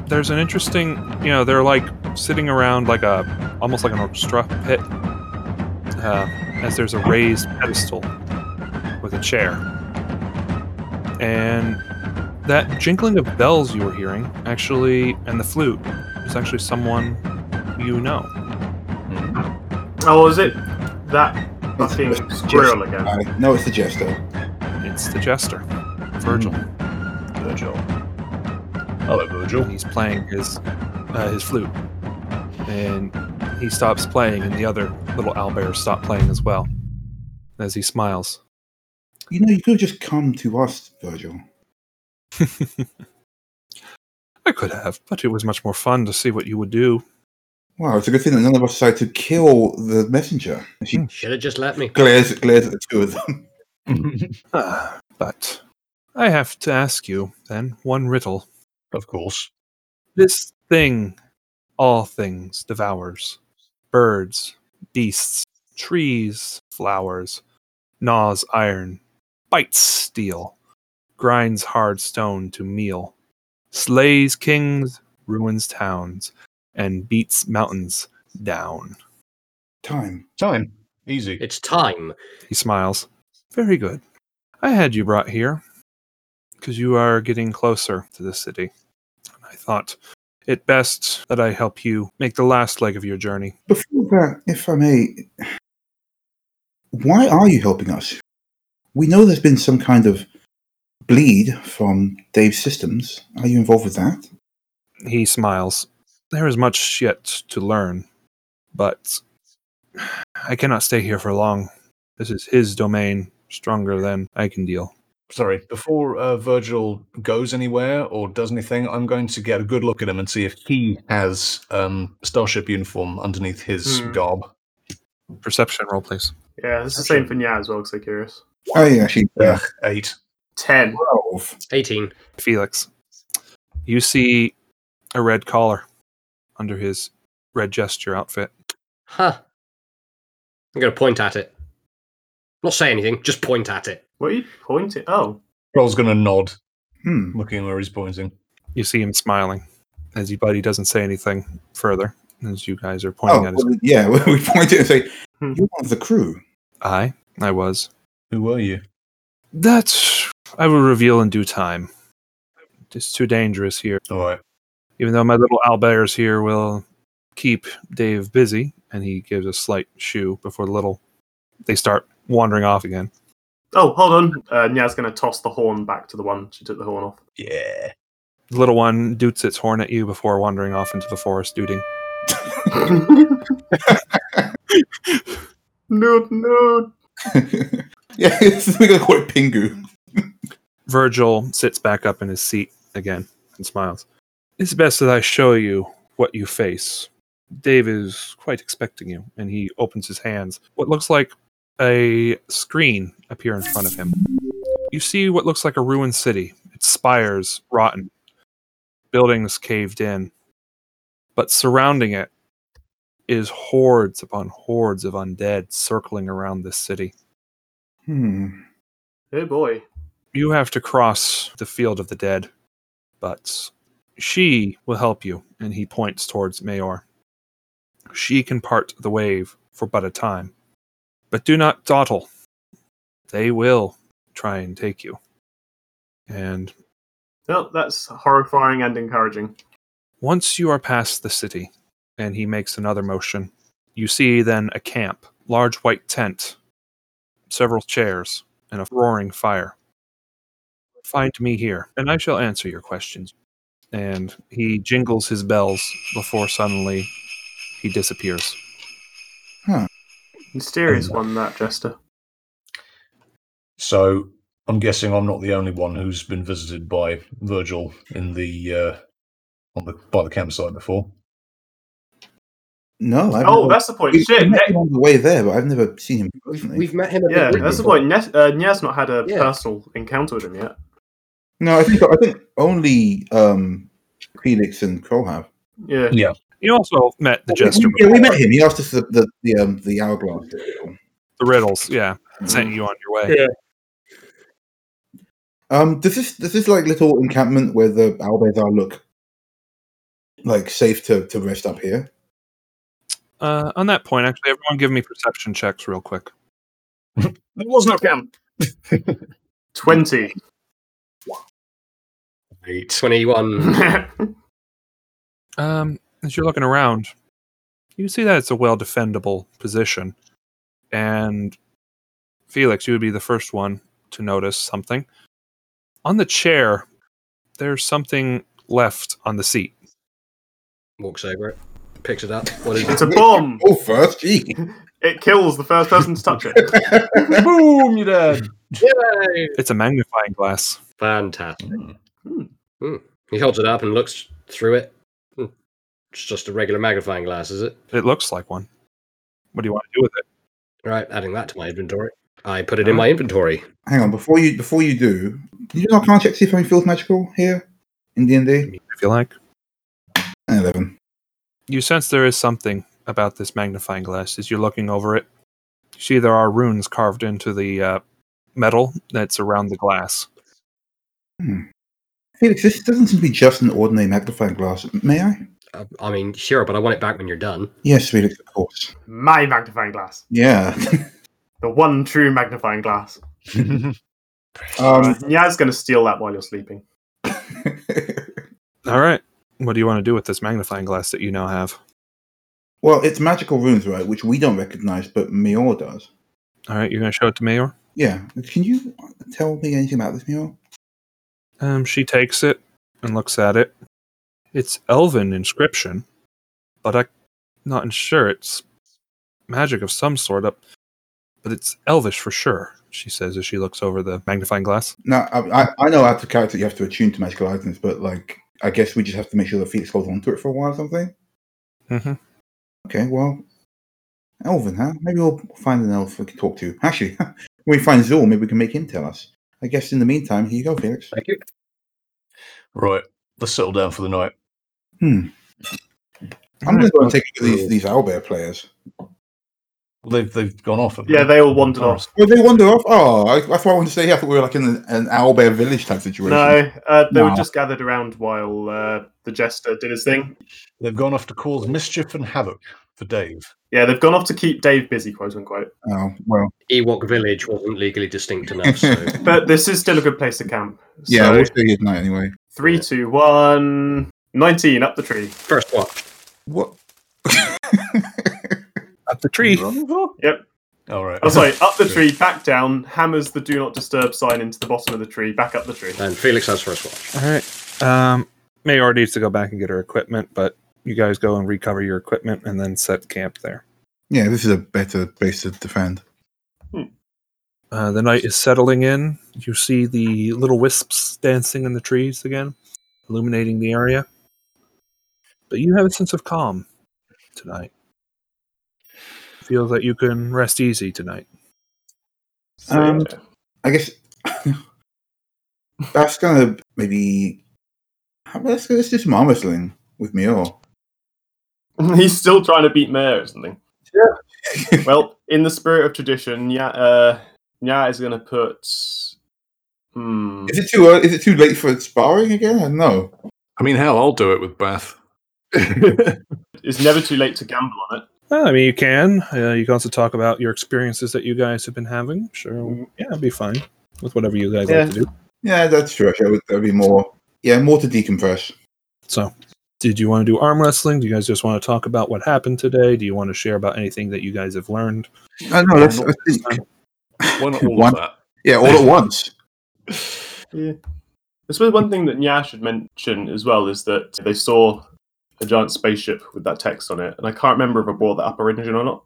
Speaker 2: there's an interesting you know they're like sitting around like a almost like an orchestra pit uh, as there's a raised pedestal with a chair and that jingling of bells you were hearing actually and the flute is actually someone you know
Speaker 8: Hmm.
Speaker 11: Oh, is it that fucking
Speaker 3: It's the jester.
Speaker 11: squirrel again?
Speaker 3: All right. No, it's the jester.
Speaker 2: it's the jester virgil
Speaker 8: Virgil. Hello, Virgil.
Speaker 2: and he's playing his uh, his flute and he stops playing and the other little owlbears stop playing as well as he smiles
Speaker 3: You know, you could have just come to us, Virgil.
Speaker 2: i could have but it was much more fun to see what you would do *sighs*
Speaker 3: Wow, it's a good thing that none of us decided to kill the messenger. And
Speaker 2: Hmm.
Speaker 3: She
Speaker 5: Should have just let me.
Speaker 3: glares, glares at the two of them. *laughs*
Speaker 2: Ah, but i have to ask you then one riddle
Speaker 8: of course.
Speaker 2: this thing all things devours birds beasts trees flowers gnaws iron bites steel grinds hard stone to meal slays kings ruins towns and beats mountains down
Speaker 3: Time.
Speaker 8: Time. Easy.
Speaker 5: It's time.
Speaker 2: he smiles very good i had you brought here because you are getting closer to the city and i thought it best that i help you make the last leg of your journey
Speaker 3: Before that, if I may, why are you helping us? We know there's been some kind of bleed from Dave's systems. Are you involved with that?
Speaker 2: he smiles. There is much yet to learn, but I cannot stay here for long. This is his domain, stronger than I can deal.
Speaker 8: Sorry. Before uh, Virgil goes anywhere or does anything, I'm going to get a good look at him and see if he has um, starship uniform underneath his
Speaker 11: Hmm.
Speaker 8: garb.
Speaker 2: Perception roll, please.
Speaker 11: Yeah, it's the same for Nya as well, because they're curious.
Speaker 3: Oh, yeah, actually, yeah.
Speaker 8: Ugh, eight.
Speaker 11: Ten.
Speaker 3: 12.
Speaker 5: 18.
Speaker 2: Felix, you see a red collar under his red gesture outfit.
Speaker 5: Huh. I'm going to point at it. Not say anything, just point at it.
Speaker 11: What are you pointing? Oh.
Speaker 8: Virgil's going to nod,
Speaker 3: Hmm.
Speaker 8: looking where he's pointing.
Speaker 2: You see him smiling as he, but he doesn't say anything further as you guys are
Speaker 3: Oh,
Speaker 2: pointing at his
Speaker 3: well, yeah, *laughs* we point it and say,
Speaker 11: Hmm.
Speaker 3: You're one of the crew. *laughs*
Speaker 2: eye. I was.
Speaker 8: Who were you?
Speaker 2: That I will reveal in due time. It's too dangerous here.
Speaker 8: All right.
Speaker 2: even though my little owlbears here will keep Dave busy, and he gives a slight shoo before the little they start wandering off again.
Speaker 11: Oh, hold on. Uh, Nya's going to toss the horn back to the one she took the horn off.
Speaker 8: Yeah.
Speaker 2: The little one doots its horn at you before wandering off into the forest, dooting.
Speaker 11: Nude, nude.
Speaker 3: yeah, *laughs* it's, we're gonna call it Pingu.
Speaker 2: Virgil sits back up in his seat again and smiles. It's best that I show you what you face. Dave is quite expecting you, and he opens his hands. What looks like a screen appear in front of him. You see what looks like a ruined city. Its spires rotten, buildings caved in, but surrounding it is hordes upon hordes of undead circling around this city.
Speaker 3: Hmm.
Speaker 11: Hey, Oh, boy.
Speaker 2: you have to cross the field of the dead, but she will help you. And he points towards Mayor. She can part the wave for but a time, but do not dawdle. They will try and take you. And
Speaker 11: No, that's horrifying and encouraging.
Speaker 2: once you are past the city, and he makes another motion, you see then a camp, large white tent, several chairs, and a roaring fire. Find me here, and I shall answer your questions. And he jingles his bells before suddenly he disappears.
Speaker 11: Mysterious one, that jester.
Speaker 8: So I'm guessing I'm not the only one who's been visited by Virgil in the uh, on the by the campsite before.
Speaker 3: No, I've
Speaker 11: Oh,
Speaker 3: never-
Speaker 11: that's the point.
Speaker 3: we- we
Speaker 11: Shit.
Speaker 3: met
Speaker 11: Ne-
Speaker 3: him on the way there, but I've never seen him personally.
Speaker 5: We've met him at
Speaker 11: yeah,
Speaker 5: the
Speaker 11: that's the point. Nes- uh, Nya's not had a
Speaker 5: Yeah.
Speaker 11: personal encounter with him yet.
Speaker 3: No, I think I think only um, Felix and Kroll have.
Speaker 11: Yeah.
Speaker 2: You also met the
Speaker 3: We- we-
Speaker 2: jester,
Speaker 3: yeah, we
Speaker 2: before,
Speaker 3: met him. He asked us the the, the, um, the hourglass.
Speaker 2: the riddles, yeah, sent you on your way.
Speaker 14: Yeah.
Speaker 3: Um, does this does this like little encampment where the Albezar look like safe to, to rest up here?
Speaker 2: Uh, on that point, actually, everyone give me perception checks real quick.
Speaker 8: It was not camp.
Speaker 11: *laughs* 20.
Speaker 14: 21.
Speaker 2: Um, as you're looking around, you see that it's a well defendable position. And Felix, you would be the first one to notice something. On the chair, there's something left on the seat.
Speaker 5: Walks over it, picks it up. What is
Speaker 11: *laughs* it's
Speaker 5: it?
Speaker 11: a bomb.
Speaker 3: Oh, first, gee.
Speaker 11: It kills the first person to touch it.
Speaker 8: Boom, you're dead.
Speaker 5: Yay!
Speaker 2: It's a magnifying glass.
Speaker 5: Fantastic.
Speaker 11: Hmm.
Speaker 5: He holds it up and looks through it. Hmm. It's just a regular magnifying glass, is it?
Speaker 2: It looks like one. What do you want to do with it?
Speaker 5: Right, adding that to my inventory. I put it in my inventory.
Speaker 3: Hang on, before you before you do, can you do an check to see if anything feels magical here in D and D?
Speaker 2: If you like.
Speaker 3: Eleven.
Speaker 2: you sense there is something about this magnifying glass as you're looking over it. You see there are runes carved into the uh, metal that's around the glass.
Speaker 3: Felix, this doesn't seem to be just an ordinary magnifying glass. May I?
Speaker 5: I, I mean, sure, but I want it back when you're done.
Speaker 3: Yes, Felix, of course.
Speaker 11: My magnifying glass.
Speaker 3: Yeah. *laughs*
Speaker 11: The one true magnifying glass.
Speaker 8: Hmm.
Speaker 3: um, *laughs*
Speaker 11: Nya's going to steal that while you're sleeping.
Speaker 2: All right. What do you want to do with this magnifying glass that you now have?
Speaker 3: well, it's magical runes, right? Which we don't recognize, but Mior does.
Speaker 2: All right, you're going to show it to Mayor.
Speaker 3: Yeah. Can you tell me anything about this, Mior?
Speaker 2: Um, she takes it and looks at it. It's elven inscription, but I'm not sure it's magic of some sort. Up, but it's elvish for sure. She says as she looks over the magnifying glass.
Speaker 3: No, I, I, I know out of character you have to attune to magical items, but like, I guess we just have to make sure that Felix holds on to it for a while or something.
Speaker 2: Mhm.
Speaker 3: Okay, well, Elvin, huh? Maybe we'll find an elf we can talk to. Actually, *laughs* when we find Zul, maybe we can make him tell us. I guess in the meantime, here you go, Felix.
Speaker 5: Thank you.
Speaker 8: *laughs* Right, let's settle down for the night.
Speaker 3: I'm going to go and take care of these, these owlbear players.
Speaker 8: They've they've gone off. haven't
Speaker 11: Yeah, they all wandered off.
Speaker 3: Well, they wander off. Oh, I, that's what I wanted to say. I thought we were like in an, an owlbear village type situation.
Speaker 11: No, uh, they were
Speaker 3: No.
Speaker 11: just gathered around while uh, the jester did his thing.
Speaker 8: They've gone off to cause mischief and havoc for Dave.
Speaker 11: Yeah, they've gone off to keep Dave busy, quote unquote.
Speaker 3: Oh, well,
Speaker 5: Ewok Village wasn't legally distinct
Speaker 3: *laughs*
Speaker 5: enough, so
Speaker 11: But this is still a good place to camp.
Speaker 3: yeah,
Speaker 11: So,
Speaker 3: we'll stay here tonight anyway.
Speaker 11: three, two, one. 19 up the tree.
Speaker 5: first watch.
Speaker 3: What?
Speaker 2: up the tree.
Speaker 11: Yep.
Speaker 8: All right.
Speaker 11: Oh, sorry, up
Speaker 8: *laughs*
Speaker 11: the tree, back down, hammers the do not disturb sign into the bottom of the tree, back up the tree.
Speaker 5: And Felix has first watch.
Speaker 2: All right. Um, Mayor needs to go back and get her equipment, but you guys go and recover your equipment and then set camp there.
Speaker 3: Yeah, this is a better place to defend.
Speaker 6: Uh, the night is settling in. You see the little wisps dancing in the trees again, illuminating the area. But you have a sense of calm tonight. Feel that you can rest easy tonight.
Speaker 11: So,
Speaker 3: Um,
Speaker 11: yeah.
Speaker 3: I guess *laughs* that's gonna maybe. how- Let's, let's do some arm wrestling with *laughs* Mior.
Speaker 11: He's still trying to beat Mayor or something. Yeah. well, in the spirit of tradition, yeah, uh, Nya is going to put. Hmm.
Speaker 3: Is it too early, is it too late for sparring again? I don't know.
Speaker 8: I mean, hell, I'll do it with Beth. *laughs*
Speaker 11: It's never too late to gamble on it.
Speaker 6: Well, I mean, you can. Uh, you can also talk about your experiences that you guys have been having. Sure. Yeah, it'd be fine with whatever you guys
Speaker 11: Yeah.
Speaker 6: like to do.
Speaker 3: Yeah, that's true. Actually, I would, that'd be more. Yeah, more to decompress.
Speaker 6: So, did you want to do arm wrestling? Do you guys just want to talk about what happened today? Do you want to share about anything that you guys have learned?
Speaker 3: I know. Let's, let's think.
Speaker 8: Why
Speaker 3: *laughs*
Speaker 8: not all
Speaker 3: One-
Speaker 8: of that?
Speaker 3: Yeah, all at once.
Speaker 11: I suppose one thing that Nya should mention as well is that they saw a giant spaceship with that text on it, and I can't remember if I brought that up originally or not.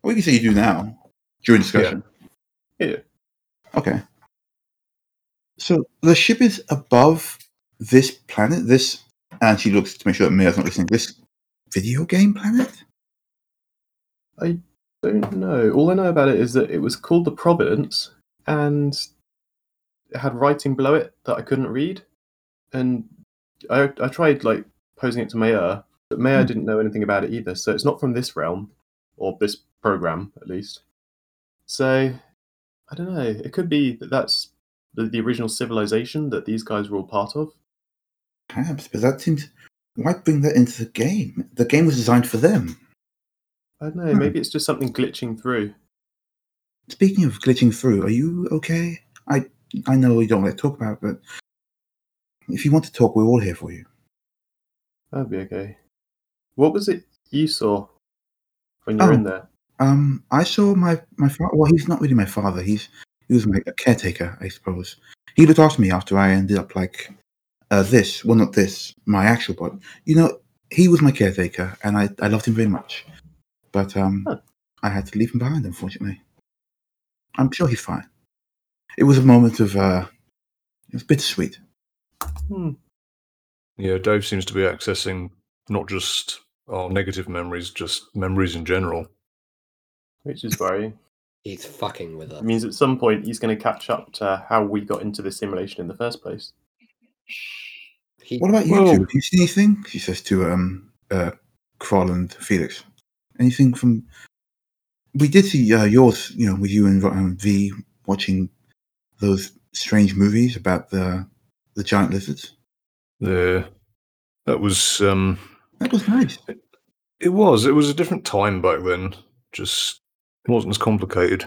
Speaker 3: What do you say you do now during discussion?
Speaker 11: Yeah.
Speaker 3: Okay. So the ship is above this planet. This, and she looks to make sure that Mia's not listening. This video game planet.
Speaker 11: Don't know. All I know about it is that it was called the Providence, and it had writing below it that I couldn't read. And I, I tried like posing it to Mayer, but Mayer
Speaker 3: Hmm.
Speaker 11: didn't know anything about it either. So it's not from this realm, or this program at least. So I don't know. It could be that that's the, the original civilization that these guys were all part of.
Speaker 3: Perhaps, but that seems. Why bring that into the game? The game was designed for them.
Speaker 11: I don't know.
Speaker 3: Hmm.
Speaker 11: Maybe it's just something glitching through.
Speaker 3: Speaking of glitching through, are you okay? I I know we don't like to talk about, it, but if you want to talk, we're all here for you.
Speaker 11: That'd be okay. What was it you saw when you were
Speaker 3: Oh.
Speaker 11: in there?
Speaker 3: Um, I saw my my father. Well, he's not really my father. He's he was my caretaker, I suppose. He looked after me after I ended up like uh, this. Well, not this, my actual body. You know, he was my caretaker, and I I loved him very much. But um,
Speaker 11: Huh.
Speaker 3: I had to leave him behind, unfortunately. I'm sure he's fine. It was a moment of uh, it was bittersweet.
Speaker 11: Hmm.
Speaker 8: Yeah, Dave seems to be accessing not just our negative memories, just memories in general.
Speaker 11: Which is worrying.
Speaker 5: He's fucking with us.
Speaker 11: It means at some point he's going to catch up to how we got into this simulation in the first place.
Speaker 5: He,
Speaker 3: What about you
Speaker 8: Well-
Speaker 3: two? Have you seen anything? She says to um uh Kroll and Felix. Anything from we did see uh, yours, you know, with you and um, V watching those strange movies about the the giant lizards.
Speaker 8: The that was um
Speaker 3: That was nice.
Speaker 8: it was. It was a different time back then. Just it wasn't as complicated.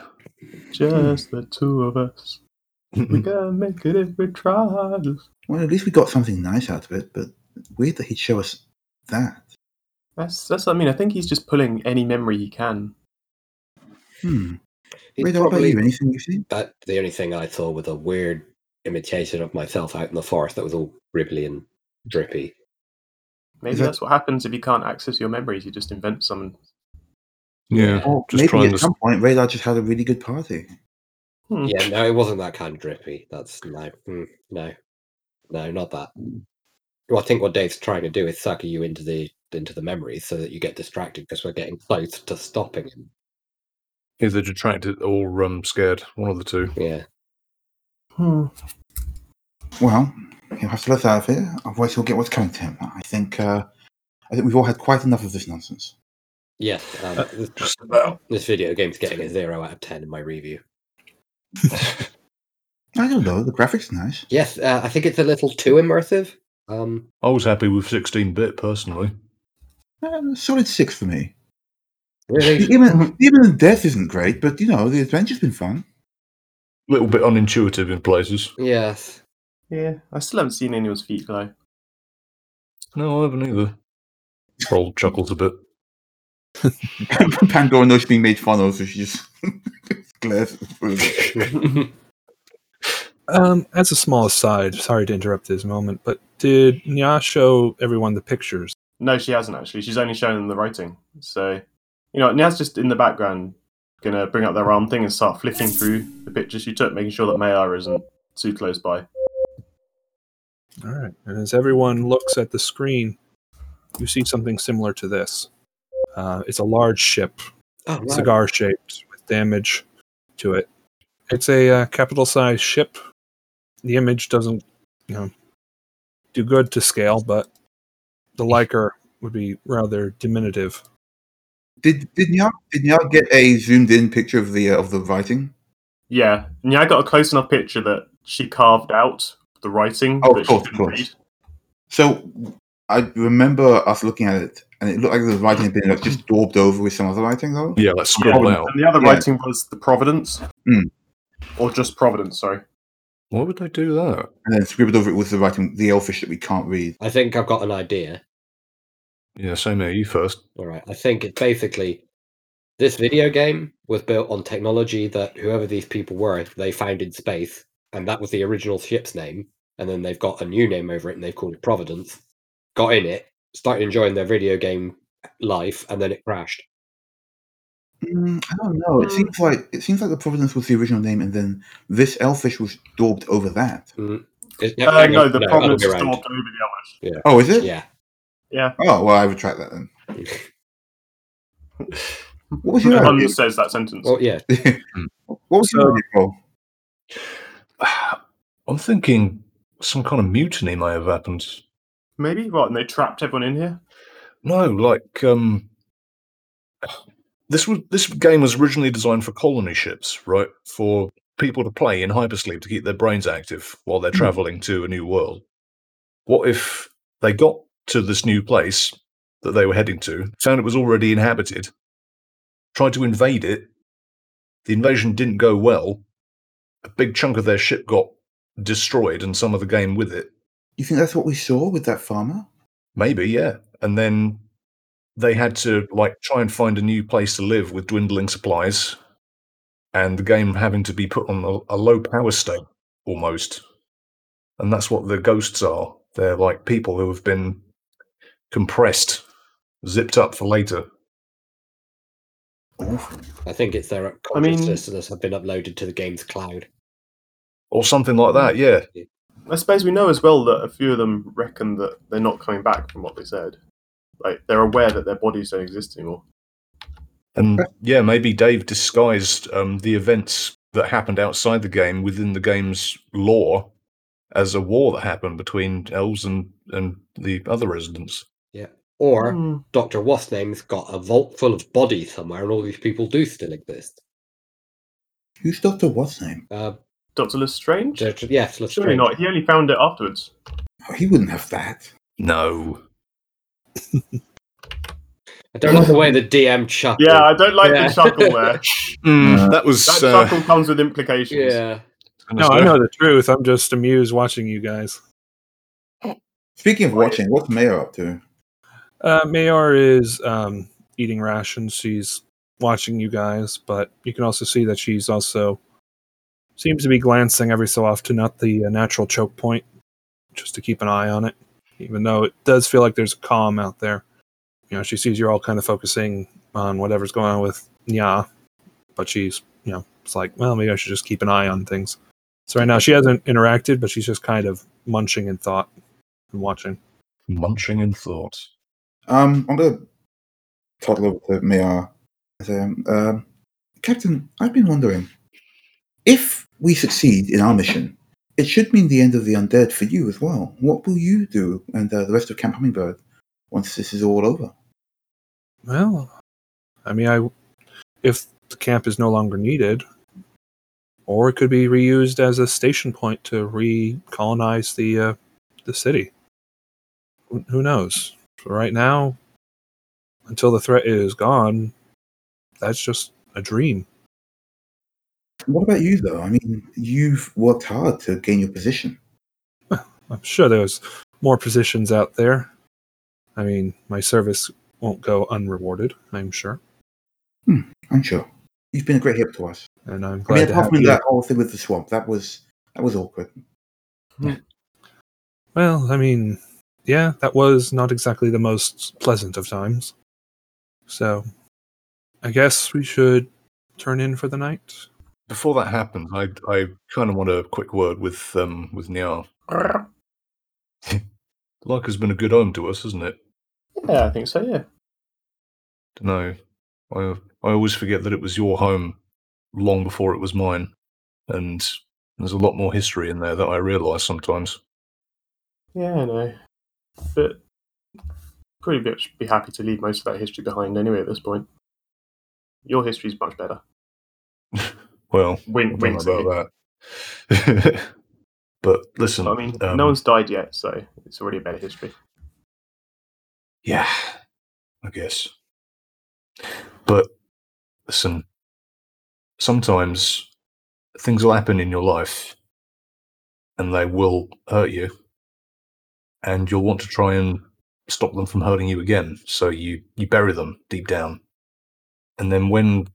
Speaker 11: Just the two of us.
Speaker 3: Hmm.
Speaker 8: Hmm. *laughs*
Speaker 11: We can make it if we try.
Speaker 3: Well, at least we got something nice out of it. But weird that he'd show us that.
Speaker 11: That's that's. what I mean, I think he's just pulling any memory he can.
Speaker 3: Hmm.
Speaker 5: he's
Speaker 3: Wait, what about
Speaker 5: probably-
Speaker 3: you? Anything you've seen?
Speaker 5: that the only thing I saw was a weird imitation of myself out in the forest that was all gribbly and drippy.
Speaker 11: Maybe
Speaker 3: Is that-
Speaker 11: that's what happens if you can't access your memories. You just invent some.
Speaker 8: Yeah. just
Speaker 3: Maybe
Speaker 8: trying
Speaker 3: at
Speaker 8: to
Speaker 3: some point, Radar just had a really good party.
Speaker 11: Hmm.
Speaker 5: Yeah, no, it wasn't that kind of drippy. That's no, mm, no, no, not that. Well, I think what Dave's trying to do is sucker you into the into the memories so that you get distracted because we're getting close to stopping him.
Speaker 8: either detracted or um scared, one of the two.
Speaker 5: Yeah,
Speaker 11: Hmm.
Speaker 3: Well, he'll have to let out of it, otherwise he'll get what's coming to him. I think uh, I think we've all had quite enough of this nonsense.
Speaker 5: yes. Um,
Speaker 11: Uh,
Speaker 5: this,
Speaker 8: Just about.
Speaker 5: this video game's getting a zero out of ten in my review.
Speaker 3: I don't know, the graphics are nice.
Speaker 5: Yes, uh, I think it's a little too immersive. Um,
Speaker 8: I was happy with sixteen bit personally.
Speaker 3: Uh, solid six for me.
Speaker 11: *laughs*
Speaker 5: really,
Speaker 3: Even even the death isn't great, but you know the adventure's been fun. *laughs*
Speaker 8: A little bit unintuitive in places.
Speaker 11: *laughs*
Speaker 5: yes.
Speaker 11: Yeah. I still haven't seen anyone's feet glow.
Speaker 8: No, I haven't either. Roll chuckles a bit.
Speaker 3: Pandora knows she's being made fun of, so she just *laughs* glares. at the-
Speaker 5: Oh,
Speaker 6: Um, as a small aside, sorry to interrupt this moment, but did Nya show everyone the pictures?
Speaker 11: No, she hasn't actually. She's only shown them the writing. So You know, Nia's just in the background, gonna bring up their arm thing and start flicking through the pictures she took, making sure that Mayar isn't too close by.
Speaker 6: All right. And as everyone looks at the screen, you see something similar to this. Uh, it's a large ship,
Speaker 5: Oh, no.
Speaker 6: cigar shaped, with damage to it. It's a uh, capital sized ship. The image doesn't, you know, do good to scale, but the Liker would be rather diminutive.
Speaker 3: Did did Nyar did Nyar get a zoomed in picture of the uh, of the writing?
Speaker 11: Yeah, Nia got a close enough picture that she carved out the writing.
Speaker 3: Oh,
Speaker 11: that
Speaker 3: of
Speaker 11: she
Speaker 3: course, of
Speaker 11: couldn't
Speaker 3: course.
Speaker 11: read.
Speaker 3: So I remember us looking at it, and it looked like the writing had been like, just daubed over with some other writing, though.
Speaker 8: Yeah, let's scribble out.
Speaker 11: And the other
Speaker 3: Yeah.
Speaker 11: writing was the Providence,
Speaker 3: Mm.
Speaker 11: or just Providence. Sorry.
Speaker 8: Why would they do that?
Speaker 3: And then scribbled over it with the writing, the elfish that we can't read.
Speaker 5: I think I've got an idea.
Speaker 8: Yeah, same here. You first. *sighs*
Speaker 5: All right. I think it's basically this video game was built on technology that whoever these people were, they found in space, and that was the original ship's name. And then they've got a new name over it, and they've called it Providence. Got in it, started enjoying their video game life, and then it crashed.
Speaker 3: Mm, I don't know. It seems like it seems like the Providence was the original name, and then this elfish was daubed over that.
Speaker 5: It-
Speaker 11: Uh,
Speaker 5: hang
Speaker 11: no,
Speaker 5: on,
Speaker 11: the
Speaker 5: other
Speaker 11: Providence
Speaker 5: way
Speaker 11: is
Speaker 5: around.
Speaker 11: daubed over the others.
Speaker 3: Oh, is it?
Speaker 5: Yeah.
Speaker 11: Yeah,
Speaker 3: Oh well, I retract that then. What was your
Speaker 11: no one
Speaker 3: idea?
Speaker 11: says that sentence.
Speaker 5: Well, yeah.
Speaker 3: *laughs* what was your
Speaker 6: So-
Speaker 3: idea, Paul?
Speaker 8: I'm thinking some kind of mutiny may have happened.
Speaker 11: Maybe what? And they trapped everyone in here.
Speaker 8: No, like um, this was this game was originally designed for colony ships, right? For people to play in hypersleep to keep their brains active while they're traveling to a new world. What if they got to this new place that they were heading to, found it was already inhabited, tried to invade it? The invasion didn't go well. A big chunk of their ship got destroyed, and some of the game with it.
Speaker 3: You think that's what we saw with that farmer?
Speaker 8: Maybe, yeah. And then they had to like try and find a new place to live with dwindling supplies and the game having to be put on a, a low power state almost. And that's what the ghosts are. They're like people who have been compressed, zipped up for later.
Speaker 5: I think it's their
Speaker 11: I mean-
Speaker 5: consciousness that have been uploaded to the game's cloud.
Speaker 8: Or something like that, yeah.
Speaker 11: I suppose we know as well that a few of them reckon that they're not coming back from what they said. Like they're aware that their bodies don't exist anymore.
Speaker 8: And yeah, maybe Dave disguised um, the events that happened outside the game within the game's lore as a war that happened between elves and, and the other residents.
Speaker 5: Or
Speaker 11: Hmm.
Speaker 5: Dr. What's name's got a vault full of bodies somewhere, and all these people do still exist.
Speaker 3: Who's Doctor What's name?
Speaker 5: Uh,
Speaker 11: Doctor Lestrange?
Speaker 5: they're- yes, let's
Speaker 11: Surely not. He only found it afterwards.
Speaker 3: Oh, he wouldn't have that.
Speaker 8: No.
Speaker 5: I don't like the way the DM chuckled.
Speaker 11: Yeah, I don't like
Speaker 5: Yeah.
Speaker 11: the chuckle there.
Speaker 8: that was.
Speaker 11: That
Speaker 8: uh,
Speaker 11: chuckle comes with implications.
Speaker 5: Yeah.
Speaker 6: No, I know the truth. I'm just amused watching you guys.
Speaker 3: Speaking of watching, what's Mayor up to?
Speaker 6: Uh, Mayor is um, eating rations. She's watching you guys, but you can also see that she's also seems to be glancing every so often at the uh, natural choke point, just to keep an eye on it. Even though it does feel like there's a calm out there, you know, she sees you're all kind of focusing on whatever's going on with Nya, but she's you know, it's like, well, maybe I should just keep an eye on things. So right now she hasn't interacted, but she's just kind of munching in thought and watching.
Speaker 8: Munching in thought.
Speaker 3: Um, I'm gonna toddle over to Mayor. and say, Um, um, Captain, I've been wondering if we succeed in our mission, it should mean the end of the undead for you as well. What will you do and uh, the rest of Camp Hummingbird once this is all over?
Speaker 6: Well, I mean, I if the camp is no longer needed, or it could be reused as a station point to recolonize the uh, the city. Who- Who knows? But right now, until the threat is gone, that's just a dream.
Speaker 3: What about you, though? I mean, you've worked hard to gain your position.
Speaker 6: I'm sure there's more positions out there. I mean, my service won't go unrewarded. I'm sure,
Speaker 3: I'm sure you've been a great help to us.
Speaker 6: and I'm
Speaker 3: I mean,
Speaker 6: glad to
Speaker 3: apart
Speaker 6: have
Speaker 3: from
Speaker 6: you.
Speaker 3: that whole thing with the swamp, that was that was awkward.
Speaker 6: Well, I mean, yeah, that was not exactly the most pleasant of times. So,
Speaker 2: I guess we should turn in for the night.
Speaker 8: Before that happens, I I kind of want a quick word with um with Niar. *laughs* Luck has been a good home to us, hasn't it?
Speaker 11: Yeah, I think so. Yeah.
Speaker 8: Dunno. I I always forget that it was your home long before it was mine, and there's a lot more history in there that I realise sometimes.
Speaker 11: Yeah, I know. But pretty much be happy to leave most of that history behind anyway at this point. Your history's much better.
Speaker 8: Well, I
Speaker 11: Win,
Speaker 8: don't
Speaker 11: win.
Speaker 8: know about that. *laughs* but listen,
Speaker 11: I mean,
Speaker 8: um,
Speaker 11: no one's died yet, so it's already a better history.
Speaker 8: Yeah, I guess. But listen, sometimes things will happen in your life and they will hurt you. And you'll want to try and stop them from hurting you again. So you, you bury them deep down. And then when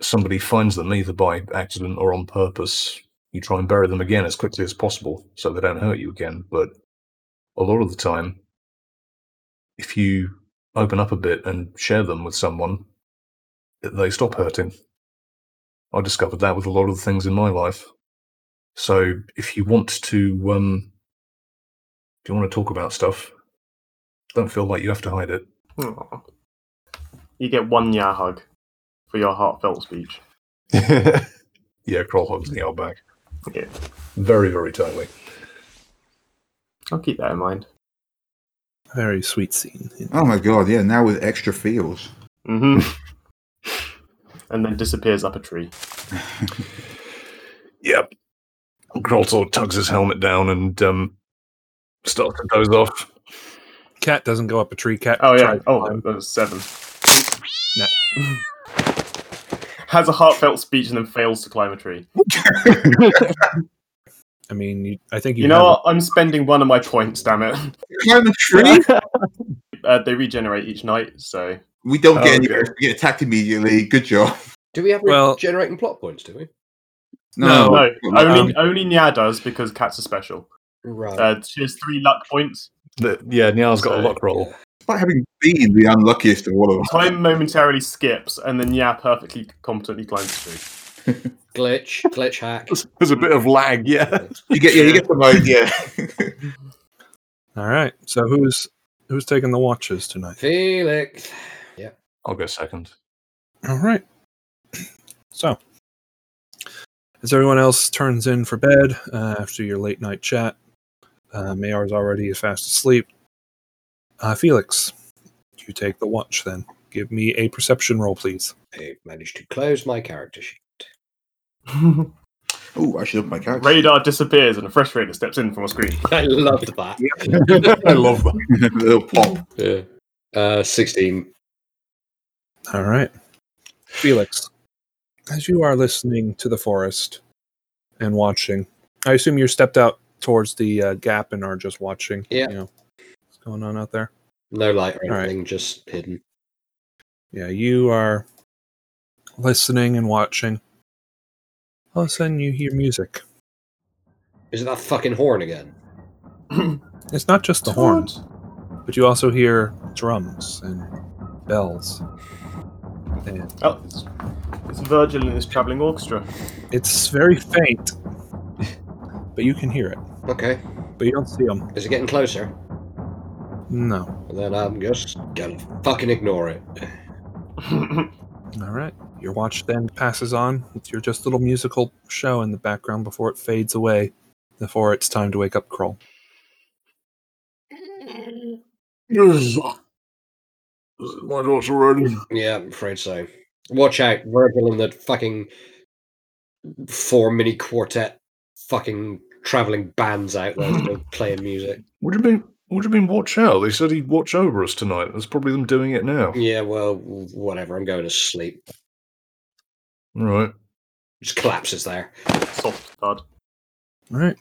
Speaker 8: somebody finds them, either by accident or on purpose, you try and bury them again as quickly as possible so they don't hurt you again. But a lot of the time, if you open up a bit and share them with someone, they stop hurting. I discovered that with a lot of the things in my life. So if you want to, um, if you want to talk about stuff, don't feel like you have to hide it.
Speaker 11: Aw. You get one yah hug for your heartfelt speech.
Speaker 8: *laughs* yeah, Kroll hugs the outback.
Speaker 11: Yeah.
Speaker 8: Very, very tightly.
Speaker 11: I'll keep that in mind.
Speaker 6: Very sweet scene.
Speaker 3: Oh my god, yeah, now with extra feels.
Speaker 2: *laughs*
Speaker 11: hmm and then disappears up a tree.
Speaker 8: Yep. Kroll sort of tugs his helmet down and um, starts to doze off.
Speaker 2: Cat doesn't go up a tree. Cat.
Speaker 11: Oh yeah.
Speaker 2: tried to
Speaker 11: Oh,
Speaker 2: climb.
Speaker 11: that was seven.
Speaker 2: No.
Speaker 11: *laughs* Has a heartfelt speech and then fails to climb a tree.
Speaker 2: I mean, you, I think you,
Speaker 11: You know what? I'm spending one of my points. Damn it. *laughs*
Speaker 3: Climb a tree?
Speaker 11: Uh, they regenerate each night, so
Speaker 3: We don't
Speaker 8: Oh, Okay.
Speaker 3: get anywhere. We get attacked immediately. Good
Speaker 8: *laughs*
Speaker 3: job.
Speaker 5: Do we have
Speaker 2: Well-
Speaker 5: generating plot points? Do we?
Speaker 2: No.
Speaker 11: no.
Speaker 2: um,
Speaker 3: I,
Speaker 11: Only only Nya does because cats are special.
Speaker 5: Right.
Speaker 11: Uh, she has three luck points.
Speaker 8: The, yeah, Nial's got a luck roll.
Speaker 3: despite having been the unluckiest of all of us.
Speaker 11: Time momentarily skips, and then Nya perfectly competently climbs the tree.
Speaker 5: glitch, glitch
Speaker 11: *laughs*
Speaker 5: hack.
Speaker 8: There's a bit of lag, yeah.
Speaker 3: You get yeah, you get the
Speaker 8: *laughs*
Speaker 3: mode, yeah.
Speaker 2: All right. So who's who's taking the watches tonight?
Speaker 5: Felix.
Speaker 8: I'll go second. *laughs*
Speaker 2: All right. *clears throat* So, as everyone else turns in for bed uh, after your late night chat, uh, Mayor's already fast asleep. Uh, Felix, you take the watch then. Give me a perception roll, please.
Speaker 5: I managed to close my
Speaker 2: *laughs*
Speaker 5: character sheet.
Speaker 3: Oh, I should open my character.
Speaker 11: Radar disappears, and a fresh radar steps in from a screen.
Speaker 5: I loved that.
Speaker 8: *laughs*
Speaker 3: *laughs*
Speaker 8: I love that.
Speaker 3: Little plop.
Speaker 5: *laughs* Yeah. Uh, 16.
Speaker 2: All right. Felix, as you are listening to the forest and watching, I assume you stepped out towards the uh, gap and are just watching.
Speaker 5: Yeah.
Speaker 2: You know, what's going on out there?
Speaker 5: No light or
Speaker 2: All right.
Speaker 5: anything, just hidden.
Speaker 2: yeah, you are listening and watching. All of a sudden, you hear music.
Speaker 5: Is it that fucking horn again?
Speaker 2: It's not just the horn, but you also hear drums and bells. And
Speaker 11: Oh, it's, it's Virgil and his traveling orchestra.
Speaker 2: it's very faint, but you can hear it.
Speaker 5: Okay.
Speaker 2: But you don't see them.
Speaker 5: Is it getting closer?
Speaker 2: No.
Speaker 5: Then I'm just gonna fucking ignore it.
Speaker 2: All right. Your watch then passes on with your just little musical show in the background before it fades away, before it's time to wake up Kroll.
Speaker 8: My daughter Roden.
Speaker 5: Yeah, I'm afraid so. Watch out, Virgil and the fucking four mini quartet fucking traveling bands out
Speaker 2: *laughs*
Speaker 5: there still playing music.
Speaker 8: What do you mean? What do you mean? Watch out! They said he'd watch over us tonight. That's probably them doing it now.
Speaker 5: Yeah, well, w- whatever. I'm going to sleep.
Speaker 8: Right.
Speaker 5: Just collapses there.
Speaker 11: Soft thud.
Speaker 2: All right.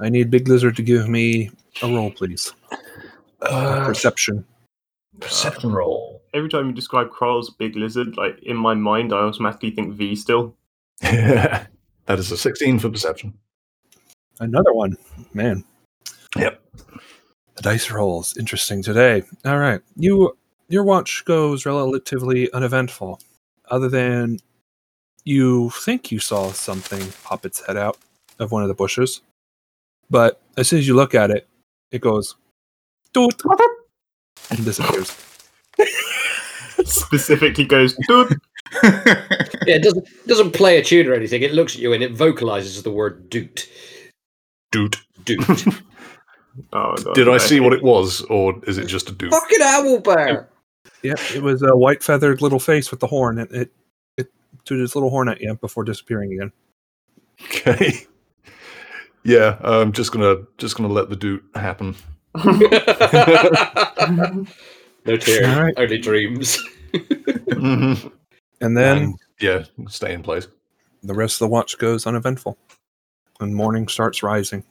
Speaker 2: I need Big Lizard to give me a roll, please.
Speaker 8: Uh,
Speaker 2: Perception.
Speaker 8: perception roll.
Speaker 11: Every time you describe Quarrel's big lizard, like in my mind, I automatically think V still.
Speaker 8: *laughs* that is a sixteen for perception.
Speaker 2: Another one. Man.
Speaker 8: Yep.
Speaker 2: The dice rolls. Interesting today. All right. You your watch goes relatively uneventful other than you think you saw something pop its head out of one of the bushes. But as soon as you look at it, it goes doot and disappears.
Speaker 11: Specifically goes, dude.
Speaker 15: Yeah, it doesn't doesn't play a tune or anything. It looks at you and it vocalizes the word doot.
Speaker 8: Dude.
Speaker 15: Doot.
Speaker 11: Oh, God,
Speaker 8: Did I
Speaker 11: no.
Speaker 8: see what it was, or is it just a dude?
Speaker 15: Fucking owl
Speaker 5: *laughs*
Speaker 15: bear.
Speaker 2: Yeah, it was a white feathered little face with the horn and it it tooted its little horn at you before disappearing again.
Speaker 8: Okay. *laughs* Yeah, I'm just gonna just gonna let the dude happen. *laughs*
Speaker 15: no tears,
Speaker 2: All right.
Speaker 15: only dreams.
Speaker 8: Mhm.
Speaker 2: And then
Speaker 8: And, yeah, stay in place.
Speaker 2: the rest of the watch goes uneventful. And morning starts rising.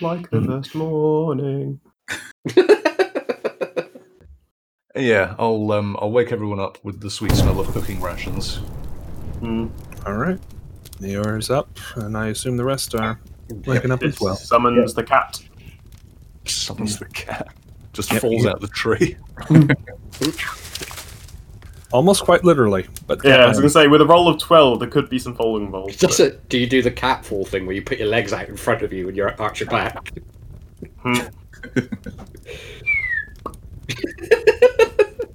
Speaker 11: Like the first morning.
Speaker 8: Yeah, I'll um I'll wake everyone up with the sweet smell of cooking rations.
Speaker 11: Mm.
Speaker 2: All right. Neor is up, and I assume the rest are waking up
Speaker 11: It
Speaker 2: as well.
Speaker 11: summons the cat.
Speaker 8: Summons the cat. Just falls out the tree.
Speaker 2: Almost quite literally, but
Speaker 11: Yeah, I was going to say, with a roll of 12, there could be some falling involved.
Speaker 5: Does
Speaker 11: but-
Speaker 5: it? Do you do the catfall thing where you put your legs out in front of you and you're arch your back?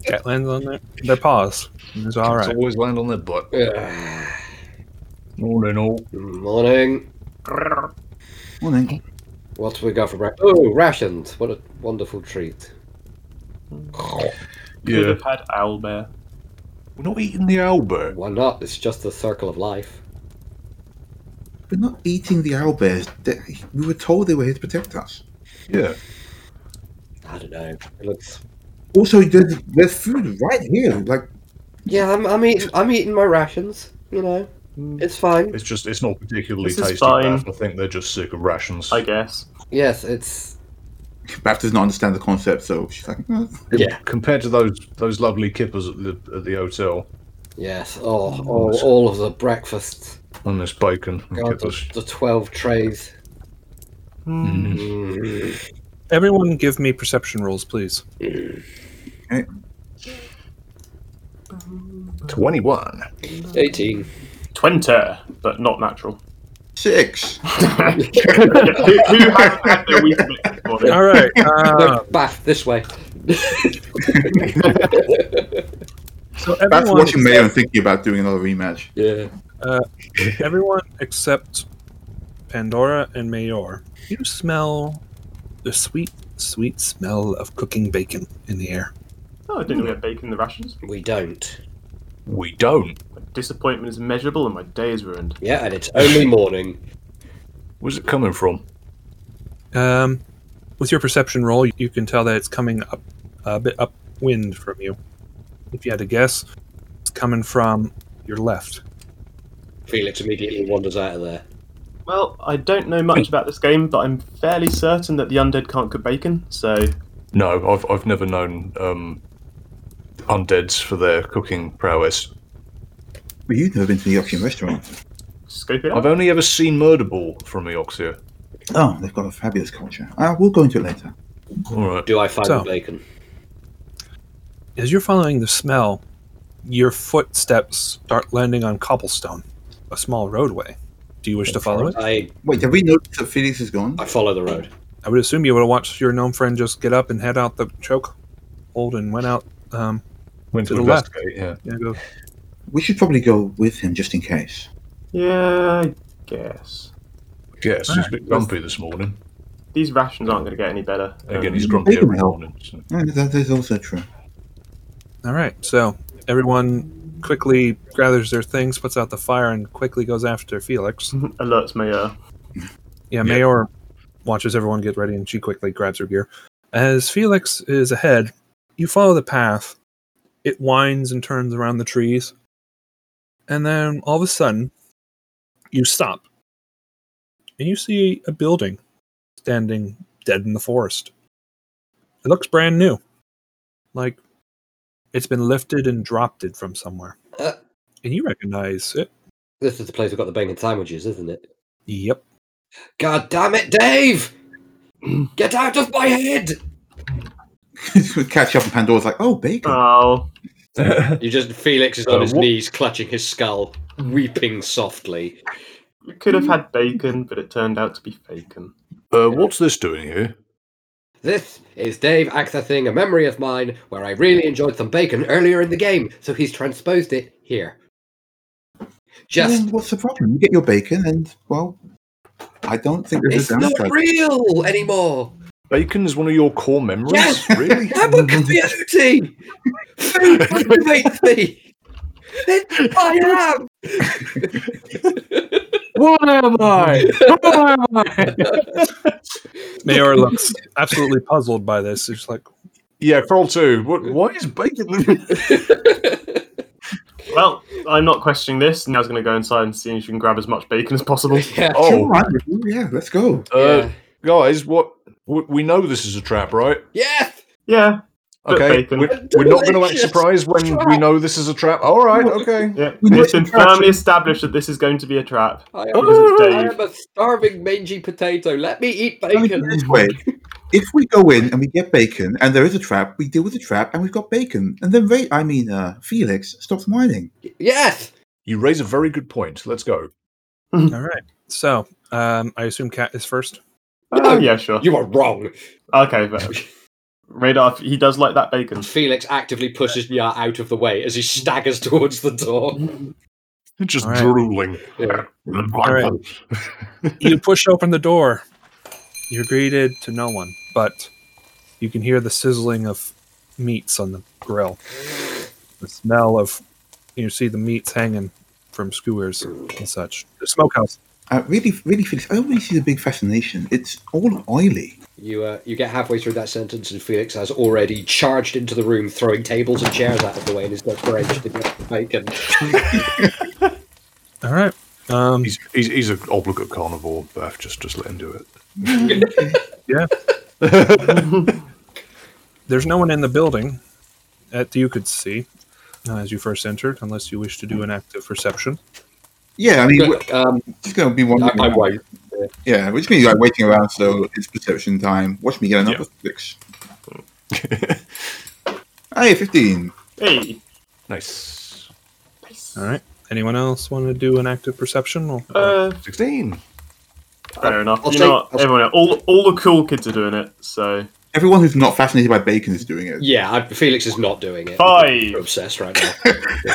Speaker 2: cat lands on their, their paws. and It's all
Speaker 8: Cats
Speaker 2: right.
Speaker 8: always land on their butt.
Speaker 5: Yeah.
Speaker 8: All in all.
Speaker 5: *sighs* Morning.
Speaker 3: Morning.
Speaker 5: What we got for breakfast? Oh, rations! What a wonderful treat.
Speaker 11: Could
Speaker 8: Yeah.
Speaker 11: have had owl bear.
Speaker 8: We're not eating the owlbear.
Speaker 5: Why not? It's just the circle of life.
Speaker 3: We're not eating the owl bears. They- We were told they were here to protect us.
Speaker 8: Yeah.
Speaker 5: I don't know. It looks.
Speaker 3: Also, there's, there's food right here. Like,
Speaker 5: Yeah, I'm, I'm eating. I'm eating my rations. You know, it's fine.
Speaker 8: It's just it's not particularly
Speaker 11: This is
Speaker 8: tasty.
Speaker 11: fine.
Speaker 8: but I think they're just sick of rations.
Speaker 11: I
Speaker 8: *laughs*
Speaker 11: guess.
Speaker 5: Yes, it's.
Speaker 3: Beth does not understand the concept, so she's like, "Uh,
Speaker 5: Yeah.
Speaker 8: Compared to those those lovely kippers at the at the hotel
Speaker 5: Yes. Oh, oh all of the breakfast.
Speaker 8: on this bacon and
Speaker 5: God,
Speaker 8: kippers.
Speaker 5: the, the twelve trays.
Speaker 11: Mm.
Speaker 5: Mm.
Speaker 2: Everyone give me perception rolls, please.
Speaker 8: Twenty one.
Speaker 5: Mm. Eighteen.
Speaker 11: Twenty, but not natural.
Speaker 3: six.
Speaker 11: who, who hasn't had their week of it before?
Speaker 8: *laughs*
Speaker 2: All right. Uh,
Speaker 5: Look, Bath this way. *laughs*
Speaker 2: so
Speaker 3: Beth's
Speaker 2: everyone,
Speaker 3: watching Mayo and thinking about doing another rematch.
Speaker 5: Yeah.
Speaker 2: everyone except Pandora and Mayor, you smell the sweet, sweet smell of cooking bacon in the air.
Speaker 11: Oh, I didn't know we had bacon in the rations.
Speaker 5: We don't.
Speaker 8: We don't.
Speaker 11: My disappointment is measurable and my day is ruined.
Speaker 5: Yeah, and it's only morning.
Speaker 8: Where's it coming from?
Speaker 2: Um, with your perception roll, you can tell that it's coming up a bit upwind from you. If you had to guess, it's coming from your left.
Speaker 5: Felix immediately wanders out of there.
Speaker 11: Well, I don't know much about this game, but I'm fairly certain that the undead can't cook bacon, so
Speaker 8: No, I've I've never known um, undeads for their cooking prowess.
Speaker 3: But you've never been to the Yorkshire restaurant.
Speaker 11: scope it
Speaker 8: I've
Speaker 11: out.
Speaker 8: only ever seen murder ball from Eoxia.
Speaker 3: Oh, they've got a fabulous culture. Uh, we'll go into it later.
Speaker 8: All right.
Speaker 5: Do I find
Speaker 2: So-
Speaker 5: the bacon?
Speaker 2: As you're following the smell, your footsteps start landing on cobblestone, a small roadway. Do you wish to follow it?
Speaker 5: I,
Speaker 3: Wait, have we noticed that Felix is gone?
Speaker 5: I follow the road.
Speaker 2: I would assume you would have watched your gnome friend just get up and head out the choke hold and went out. Um,
Speaker 8: Went
Speaker 2: to
Speaker 8: to,
Speaker 2: the left.
Speaker 8: investigate. Yeah.
Speaker 2: you know, go,
Speaker 3: We should probably go with him just in case.
Speaker 11: Yeah, I guess.
Speaker 8: Yes, he's a bit grumpy this morning.
Speaker 11: These rations aren't going to get any better.
Speaker 8: Again,
Speaker 11: Um,
Speaker 8: he's grumpy
Speaker 3: Bacon
Speaker 8: every
Speaker 3: help.
Speaker 8: morning. so-
Speaker 3: Uh, that is also true. *laughs*
Speaker 2: All right, so everyone quickly gathers their things, puts out the fire, and quickly goes after Felix.
Speaker 11: alerts Mayor.
Speaker 2: Yeah, Mayor watches everyone get ready and she quickly grabs her gear. As Felix is ahead, you follow the path. It winds and turns around the trees. And then all of a sudden, you stop. And you see a building standing dead in the forest. It looks brand new. Like it's been lifted and dropped it from somewhere.
Speaker 5: Uh.
Speaker 2: and you recognize it.
Speaker 5: This is the place we've got the bacon sandwiches, isn't it?
Speaker 2: Yep.
Speaker 5: God damn it, Dave! Get out of my head! Uh,
Speaker 3: we catch up, and Pandora's like, "Oh, bacon."
Speaker 11: Oh,
Speaker 5: You just Felix is on
Speaker 6: Uh,
Speaker 5: his
Speaker 6: what-
Speaker 5: knees, clutching his skull, weeping softly.
Speaker 11: You could have had bacon, but it turned out to be bacon.
Speaker 8: Uh, what's this doing here?
Speaker 5: This is Dave accessing a memory of mine where I really enjoyed some bacon earlier in the game, so he's transposed it here. Just
Speaker 3: Then what's the problem? You get your bacon, and well, I don't think there's
Speaker 5: it's
Speaker 3: a
Speaker 5: not
Speaker 3: downside.
Speaker 5: real anymore.
Speaker 6: Bacon is one of your core memories?
Speaker 5: Yes.
Speaker 6: Really?
Speaker 5: I'm
Speaker 3: *laughs*
Speaker 5: a community. Food motivates me. It's what
Speaker 3: *laughs*
Speaker 5: I am.
Speaker 6: what am I? What am I?
Speaker 2: Mayor looks absolutely puzzled by this. He's like,
Speaker 6: yeah, Crawl 2. What, why is bacon.
Speaker 11: Well, I'm not questioning this. Now's going to go inside and see if you can grab as much bacon as
Speaker 3: *laughs*
Speaker 11: possible.
Speaker 5: yeah.
Speaker 3: Sure,
Speaker 6: oh,
Speaker 3: I'm with you, yeah, let's go.
Speaker 6: uh, guys, what? w- We know this is a trap, right?
Speaker 5: Yes.
Speaker 11: Yeah, But
Speaker 6: Okay,
Speaker 11: bacon.
Speaker 6: we're, we're not going to act surprised when we know this is a trap. All right, okay.
Speaker 11: yeah.
Speaker 3: We know
Speaker 11: It's been
Speaker 3: it's a trap.
Speaker 11: firmly established that this is going to be a trap.
Speaker 5: I am,
Speaker 3: Oh,
Speaker 11: Because it's
Speaker 5: I
Speaker 11: Dave.
Speaker 5: am a starving, mangy potato. Let me eat
Speaker 3: Let me put it
Speaker 5: bacon.
Speaker 3: This way, if we go in and we get bacon, and there is a trap, we deal with the trap, and we've got bacon, and then Ray, I mean uh, Felix, stops whining.
Speaker 5: Yes.
Speaker 6: You raise a very good point. Let's go.
Speaker 2: all right. So um, I assume Cat is first.
Speaker 11: Oh, yeah, sure.
Speaker 5: You are wrong.
Speaker 11: Okay, but Radar, he does like that bacon.
Speaker 5: Felix actively pushes Nya out of the way as he staggers towards the door.
Speaker 8: Just
Speaker 2: All right.
Speaker 8: drooling.
Speaker 5: Yeah.
Speaker 2: right. you push open the door. You're greeted to no one, but you can hear the sizzling of meats on the grill. The smell of you see the meats hanging from skewers and such. The smokehouse.
Speaker 3: Uh, really, really, Felix, I always see the big fascination. It's all
Speaker 5: *laughs*
Speaker 3: oily.
Speaker 5: You uh, you get halfway through that sentence and Felix has already charged into the room, throwing tables and chairs out of the way in his desperation to get the bacon.
Speaker 2: All right. Um,
Speaker 8: He's, he's, he's an obligate carnivore, Beth. Just, just let him do it.
Speaker 2: there's no one in the building that you could see uh, as you first entered, unless you wish to do an active perception.
Speaker 3: Yeah, I mean, we're
Speaker 5: um,
Speaker 3: just going to be one.
Speaker 5: I, I won't.
Speaker 3: Yeah, we're just going to be like waiting around, so it's perception time. Watch me get another Felix. *laughs* hey, 15.
Speaker 11: Hey,
Speaker 8: Nice.
Speaker 2: All right. Anyone else want to do an active perception? Or,
Speaker 11: uh,
Speaker 8: 16.
Speaker 11: fair enough.
Speaker 5: I'll
Speaker 11: you
Speaker 5: take-
Speaker 11: know what?
Speaker 5: I'll-
Speaker 11: Everyone, all all the cool kids are doing it. So
Speaker 3: Everyone who's not fascinated by bacon is doing it.
Speaker 5: Yeah, I, Felix is not doing it.
Speaker 11: Five.
Speaker 5: I'm obsessed right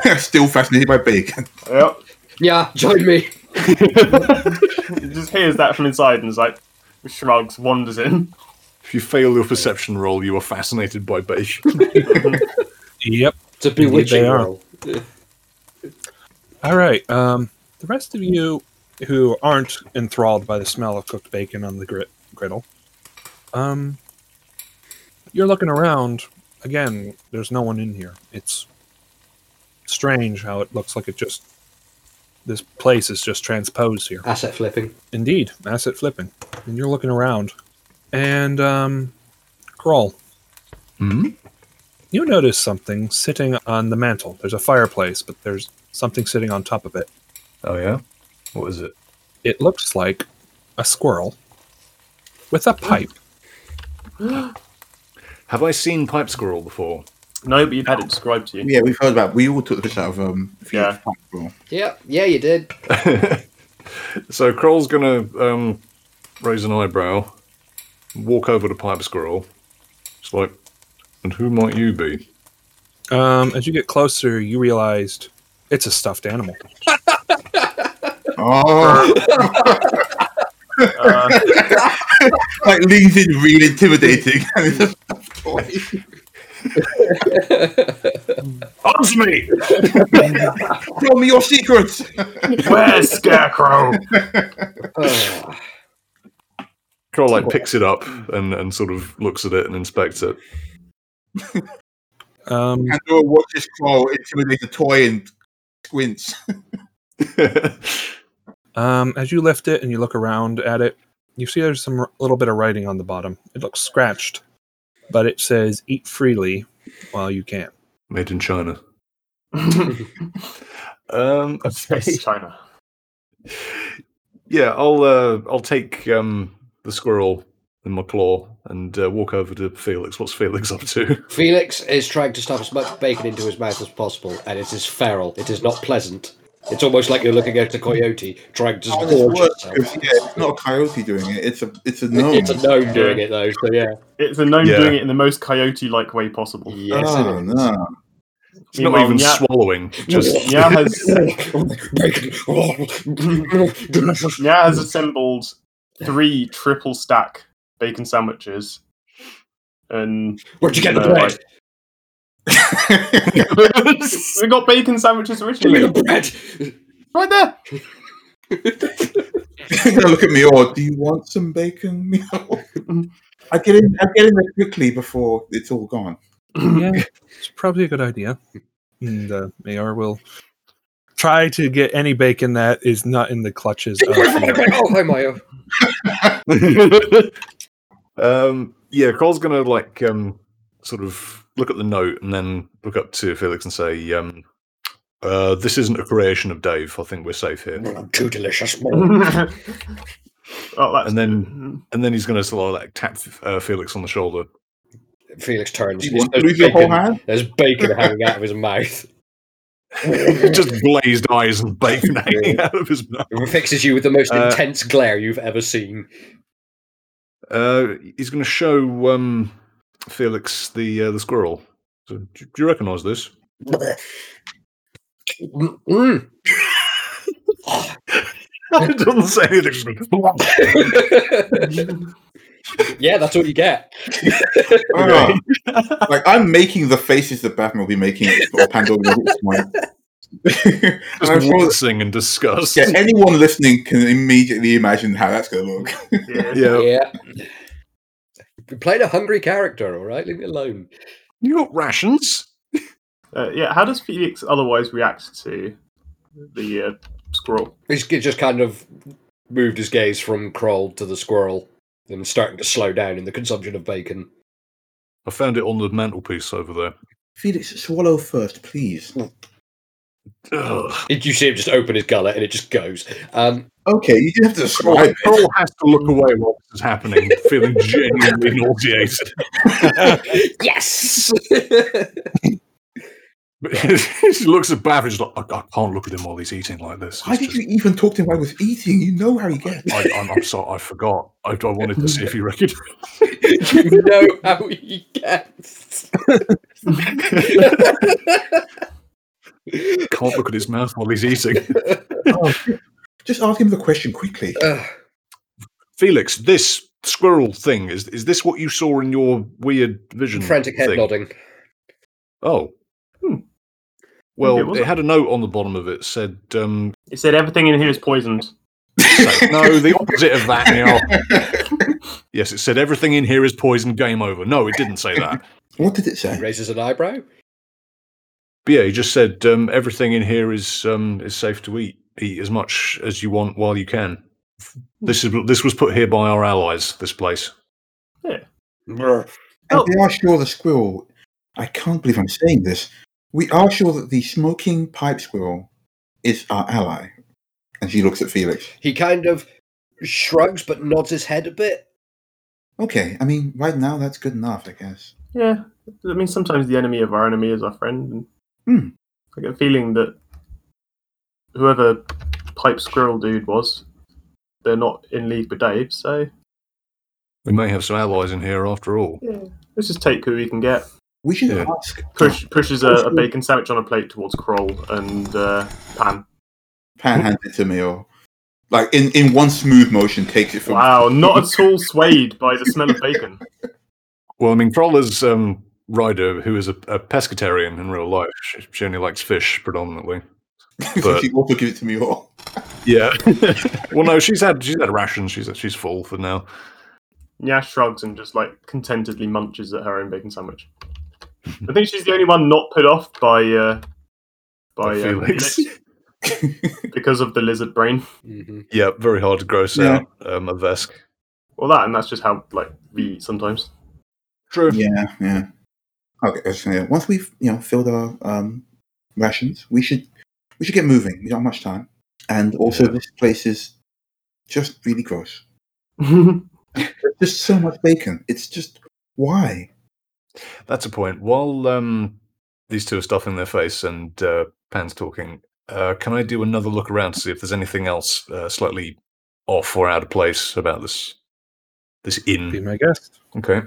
Speaker 5: now. *laughs*
Speaker 3: *laughs* Still fascinated by bacon.
Speaker 11: yep,
Speaker 5: Yeah, join me.
Speaker 11: he just hears that from inside and is like shrugs, wanders in.
Speaker 8: If you fail your perception roll, you are fascinated by bacon.
Speaker 2: yep.
Speaker 5: It's a bewitching
Speaker 2: they are.
Speaker 5: role.
Speaker 2: All right. Um, the rest of you who aren't enthralled by the smell of cooked bacon on the grit- griddle, um, you're looking around. Again, there's no one in here. It's strange how it looks like it just. This place is just transposed here.
Speaker 5: Asset flipping.
Speaker 2: Indeed, asset flipping. And you're looking around. And, um, Crawl,
Speaker 8: Hmm?
Speaker 2: you notice something sitting on the mantle. There's a fireplace, but there's something sitting on top of it.
Speaker 8: Oh, yeah? What is it?
Speaker 2: It looks like a squirrel with a pipe.
Speaker 8: Have I seen pipe squirrel before?
Speaker 11: No, but you've had it described to you.
Speaker 3: *laughs* Yeah, we've heard about We all took the piss out of um, Felix. Yeah.
Speaker 5: Yep, yeah, you did.
Speaker 8: So Kroll's gonna um, raise an eyebrow, walk over to Pipe Squirrel. It's like, and who might you be?
Speaker 2: Um, as you get closer, you realized it's a stuffed animal.
Speaker 3: *laughs* Oh,
Speaker 11: Uh,
Speaker 3: like leans in really intimidating. *laughs*
Speaker 5: Ah.
Speaker 8: Answer me!
Speaker 3: Tell me your secrets.
Speaker 11: where's Scarecrow?
Speaker 5: Ah,
Speaker 8: Kroll like picks it up and, and sort of looks at it and inspects it. *laughs*
Speaker 2: Um,
Speaker 3: Pandora watches Crow intimidate the toy and squints.
Speaker 2: um, as you lift it and you look around at it, you see there's some r- little bit of writing on the bottom. It looks scratched, but it says "Eat freely while you can."
Speaker 8: Made in China.
Speaker 5: *laughs*
Speaker 11: It's
Speaker 8: Um, okay.
Speaker 11: China.
Speaker 8: Yeah, I'll uh, I'll take um, the squirrel in my claw and uh, walk over to Felix. What's Felix up to?
Speaker 5: Felix is trying to stuff as much bacon into his mouth as possible, and it is feral. It is not pleasant. It's almost like you're looking at a coyote trying to
Speaker 3: How this
Speaker 5: gorge
Speaker 3: works
Speaker 5: itself.
Speaker 3: is, yeah, it's not a coyote doing it. It's a it's a gnome.
Speaker 5: It's a gnome doing it though, so yeah.
Speaker 11: It's a gnome
Speaker 8: Yeah.
Speaker 11: doing it in the most coyote-like way possible.
Speaker 5: Yes,
Speaker 3: oh, no.
Speaker 8: It's not
Speaker 11: Meanwhile,
Speaker 8: even
Speaker 11: Nya-
Speaker 8: swallowing. Just
Speaker 11: Nya has
Speaker 5: it is. Delicious.
Speaker 11: Nya has assembled three triple stack bacon sandwiches,
Speaker 5: *laughs*
Speaker 11: and uh,
Speaker 5: Where'd you get the
Speaker 11: No,
Speaker 5: bread?
Speaker 11: *laughs* we got bacon sandwiches
Speaker 5: Give me the
Speaker 11: originally
Speaker 5: bread.
Speaker 11: right there.
Speaker 3: *laughs* You're gonna look at me or do you want some bacon? *laughs* I get in I get in there quickly before it's all gone.
Speaker 6: yeah, it's probably a good idea.
Speaker 2: hmm,
Speaker 6: And uh, Mayor will try to get any bacon that is not in the clutches.
Speaker 5: Get
Speaker 6: of
Speaker 5: away from my
Speaker 6: Mayor.
Speaker 5: bread. Oh, hi, Mayo.
Speaker 8: *laughs* um, yeah, Carl's gonna like um, sort of look at the note and then look up to Felix and say, um, uh, "This isn't a creation of Dave. I think we're safe here."
Speaker 5: Well, I'm too delicious.
Speaker 11: *laughs* oh,
Speaker 5: *laughs*
Speaker 11: that's
Speaker 8: And then and then he's gonna sort of like tap uh, Felix on the shoulder. *laughs*
Speaker 5: Felix turns.
Speaker 3: Do you want to
Speaker 5: There's
Speaker 3: lose your whole
Speaker 5: bacon-
Speaker 3: hand?
Speaker 5: There's bacon hanging out of his mouth.
Speaker 3: *laughs*
Speaker 8: just glazed eyes and bacon hanging out of his mouth.
Speaker 5: It fixes you with the most
Speaker 8: Uh,
Speaker 5: intense glare you've ever seen.
Speaker 8: Uh, he's going to show um, Felix the uh, the squirrel. So, do, do you recognise this? *laughs*
Speaker 5: Mm.
Speaker 8: it doesn't say anything.
Speaker 5: *laughs* yeah, that's all you get.
Speaker 3: Oh. *laughs* like I'm making the faces that Batman will be making or Pandora will be smiling. *laughs* And I'm
Speaker 8: Just
Speaker 3: sure that-
Speaker 8: wincing in disgust.
Speaker 3: yeah, anyone listening can immediately imagine how that's gonna look.
Speaker 11: yeah.
Speaker 8: *laughs* Yeah.
Speaker 5: Yeah. You played a hungry character, all right? Leave me alone.
Speaker 8: You got rations?
Speaker 11: Uh, yeah. How does Felix otherwise react to the uh, squirrel?
Speaker 5: He's he just kind of moved his gaze from Kroll to the squirrel and starting to slow down in the consumption of bacon.
Speaker 8: I found it on the mantelpiece over there.
Speaker 3: Felix, swallow first, please.
Speaker 8: Ugh.
Speaker 5: It, you see him just open his gullet and it just goes. Um,
Speaker 3: Okay, you didn't have to
Speaker 8: Carl
Speaker 3: describe it.
Speaker 8: Carl has to look away while this is happening, feeling genuinely nauseated.
Speaker 5: yes! *laughs*
Speaker 8: But *laughs* he looks at Bav and he's like, I, I can't look at him while he's eating like this.
Speaker 3: Why
Speaker 8: It's
Speaker 3: did
Speaker 8: just-
Speaker 3: you even talk to him while I was eating? You know how he *laughs* gets.
Speaker 8: I, I'm, I'm sorry, I forgot. I, I wanted to see if you recognised.
Speaker 5: you know how he gets.
Speaker 8: *laughs* Can't look at his mouth while he's eating. *laughs*
Speaker 3: Just ask him the question *laughs* quickly.
Speaker 5: Ugh.
Speaker 8: Felix, this squirrel thing is is this what you saw in your weird vision?
Speaker 5: frantic head
Speaker 8: thing?
Speaker 5: *laughs* nodding.
Speaker 8: Oh.
Speaker 11: Hmm.
Speaker 8: Well,
Speaker 11: Okay,
Speaker 8: it,
Speaker 11: was it-
Speaker 8: had a note on the bottom of it said, um,
Speaker 11: It said everything in here is poisoned.
Speaker 8: no, *laughs*
Speaker 3: *laughs*
Speaker 8: the opposite of that. Neil. yes, it said everything in here is poison. Game over. No, it didn't say that.
Speaker 3: What did it say?
Speaker 5: Raises an eyebrow.
Speaker 8: But yeah, he just said um, everything in here is um, is safe to eat. Eat as much as you want while you can. This is this was put here by our allies. This place.
Speaker 11: Oh.
Speaker 3: And we are sure the squirrel. I can't believe I'm saying this. We are sure that the smoking pipe squirrel is our ally. And she looks at Felix.
Speaker 5: He kind of shrugs but nods his head a bit.
Speaker 3: Okay, I mean, right now that's good enough, I guess.
Speaker 11: Yeah. I mean, sometimes the enemy of our enemy is our friend. And
Speaker 3: Hmm.
Speaker 11: I get a feeling that whoever Pipe Squirrel dude was, they're not in league with Dave, so
Speaker 8: We may have some allies in here after all.
Speaker 11: let's just take who we can get.
Speaker 3: We should
Speaker 8: Yeah.
Speaker 3: ask
Speaker 11: Push, pushes a, a bacon sandwich on a plate towards Kroll and uh, Pan.
Speaker 3: Panhand it to me or like in, in one smooth motion takes it from
Speaker 11: Wow, not at all swayed by the smell of bacon.
Speaker 8: Well, I mean, Crawler's um, rider, who is a, a pescatarian in real life, she, she only likes fish predominantly. but-
Speaker 3: *laughs* she also gives it to me all. *laughs*
Speaker 8: Yeah. *laughs* well, no, she's had she's had rations. She's she's full for now.
Speaker 11: Nya shrugs and just like contentedly munches at her own bacon sandwich. I think she's the only one not put off by uh, by
Speaker 8: By
Speaker 11: uh,
Speaker 8: Felix.
Speaker 11: *laughs* because of the lizard brain.
Speaker 5: Mm-hmm.
Speaker 8: Yeah, very hard to gross
Speaker 3: Yeah.
Speaker 8: out um, a Vesk.
Speaker 11: Well, that and that's just how like we eat sometimes.
Speaker 8: True.
Speaker 3: Yeah, yeah. Okay, that's- yeah. once we've you know filled our um, rations, we should we should get moving. We don't have much
Speaker 11: *laughs*
Speaker 3: time, and also this place is just really gross.
Speaker 11: and
Speaker 3: There's just so much bacon. It's just why?
Speaker 8: That's a point. While um, these two are stuffing their face and uh, Pan's talking, uh, can I do another look around to see if there's anything else uh, slightly off or out of place about this this
Speaker 6: Be
Speaker 8: inn?
Speaker 6: my guest.
Speaker 8: Okay.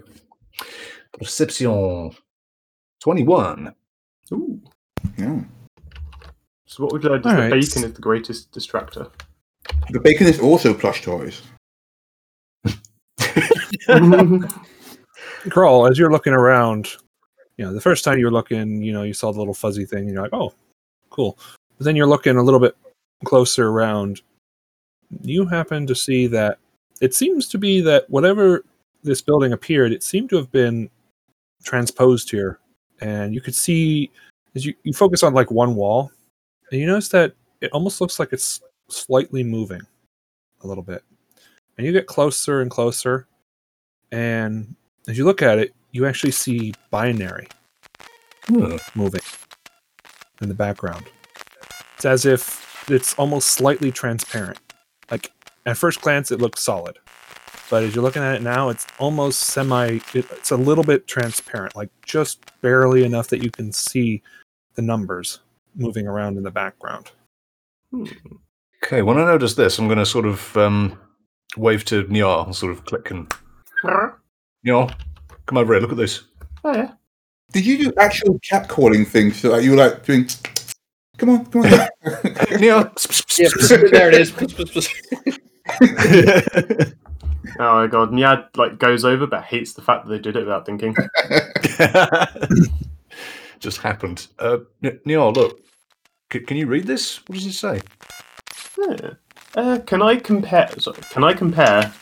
Speaker 8: Perception twenty-one.
Speaker 11: Ooh.
Speaker 3: Yeah.
Speaker 11: So what we've learned is
Speaker 6: Alright.
Speaker 11: that bacon is the greatest distractor.
Speaker 3: The bacon is also plush toys.
Speaker 6: Crawl, as you're looking around, you know, the first time you were looking, you know, you saw the little fuzzy thing and you're like, oh, cool. But then you're looking a little bit closer around. You happen to see that it seems to be that whatever this building appeared, it seemed to have been transposed here. And you could see, as you, you focus on like one wall, and you notice that it almost looks like it's slightly moving a little bit. And you get closer and closer. And as you look at it, you actually see binary
Speaker 8: Hmm.
Speaker 6: moving in the background. It's as if it's almost slightly transparent. Like at first glance, it looks solid, but as you're looking at it now, it's almost semi. It, it's a little bit transparent, like just barely enough that you can see the numbers moving around in the background.
Speaker 8: Okay. When I notice this, I'm going to sort of um, wave to Nyar and sort of click and
Speaker 11: oh
Speaker 8: Nyar, come over here. Look at this.
Speaker 11: yeah.
Speaker 3: Did you do actual cat calling things so that you were like doing? Come on, come
Speaker 11: *laughs*
Speaker 3: on.
Speaker 8: *laughs* Nyar.
Speaker 5: Yeah, *laughs* there it is.
Speaker 11: Oh my god. Nyad like goes over but hates the fact that they did it without thinking.
Speaker 8: *laughs* Just happened. Uh, N- Nyar, look. C- can you read this? What does it say?
Speaker 11: Yeah. Uh, can I compare? Sorry, can I compare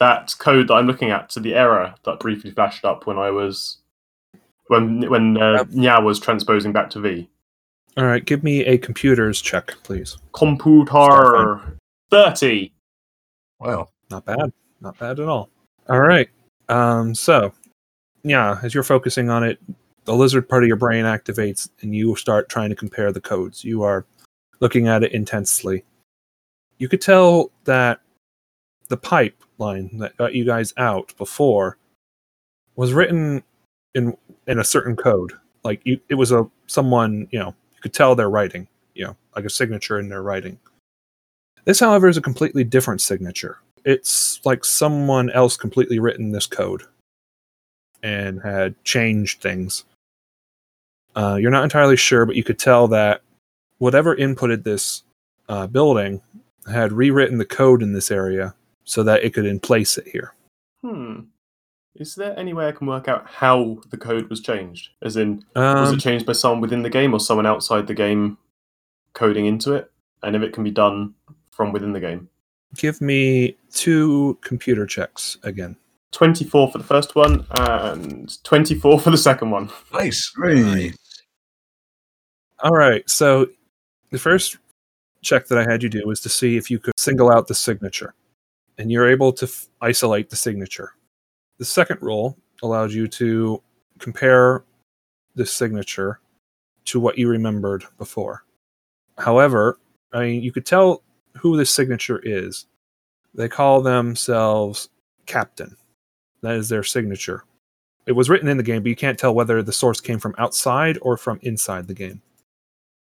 Speaker 11: that code that I'm looking at to the error that briefly flashed up when I was when when uh,
Speaker 6: Yep.
Speaker 11: Nya was transposing back to V?
Speaker 6: All right, give me a computer's check, please.
Speaker 8: Um,
Speaker 11: Computer thirty.
Speaker 8: Wow.
Speaker 6: Not bad. Not bad at all. All right. Um, so, yeah, as you're focusing on it, the lizard part of your brain activates and you start trying to compare the codes. You are looking at it intensely. You could tell that the pipeline that got you guys out before was written in in a certain code. Like you, it was a someone, you know, you could tell their writing, you know, like a signature in their writing. This, however, is a completely different signature it's like someone else completely written this code and had changed things. Uh, you're not entirely sure, but you could tell that whatever inputted this uh, building had rewritten the code in this area so that it could in place it here.
Speaker 11: Hmm. Is there any way I can work out how the code was changed? As in, was
Speaker 6: Um,
Speaker 11: it changed by someone within the game or someone outside the game coding into it? And if it can be done from within the game.
Speaker 6: give me two computer checks again.
Speaker 11: 24 for the first one and 24 for the second one.
Speaker 8: Nice.
Speaker 3: Really?
Speaker 6: All right. So the first check that I had you do was to see if you could single out the signature, and you're able to f- isolate the signature. The second roll allowed you to compare the signature to what you remembered before. However, I mean, you could tell who this signature is. They call themselves Captain. That is their signature. It was written in the game, but you can't tell whether the source came from outside or from inside the game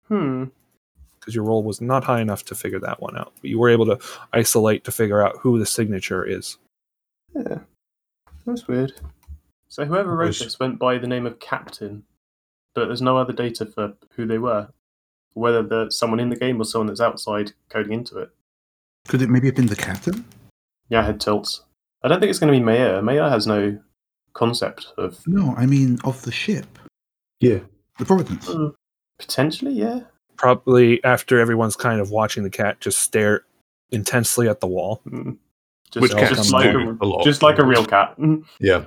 Speaker 11: Hmm.
Speaker 6: because your roll was not high enough to figure that one out. But you were able to isolate to figure out who the signature is.
Speaker 11: Yeah. That's weird. So whoever wrote
Speaker 8: Wish.
Speaker 11: this went by the name of Captain, but there's no other data for who they were. Whether the someone in the game or someone that's outside coding into it.
Speaker 3: Could it maybe have been the captain?
Speaker 11: Yeah, head tilts. I don't think it's going to be Mayer. Mayer has no concept of.
Speaker 3: No, I mean of the ship.
Speaker 8: Yeah.
Speaker 3: The Providence.
Speaker 11: Hmm. Potentially, yeah.
Speaker 6: Probably after everyone's kind of watching the cat just stare intensely at the wall.
Speaker 11: Hmm. Just,
Speaker 8: Which
Speaker 6: cats
Speaker 11: just, like
Speaker 8: do
Speaker 11: a,
Speaker 8: a lot.
Speaker 11: just like a real cat. *laughs*
Speaker 8: Yeah.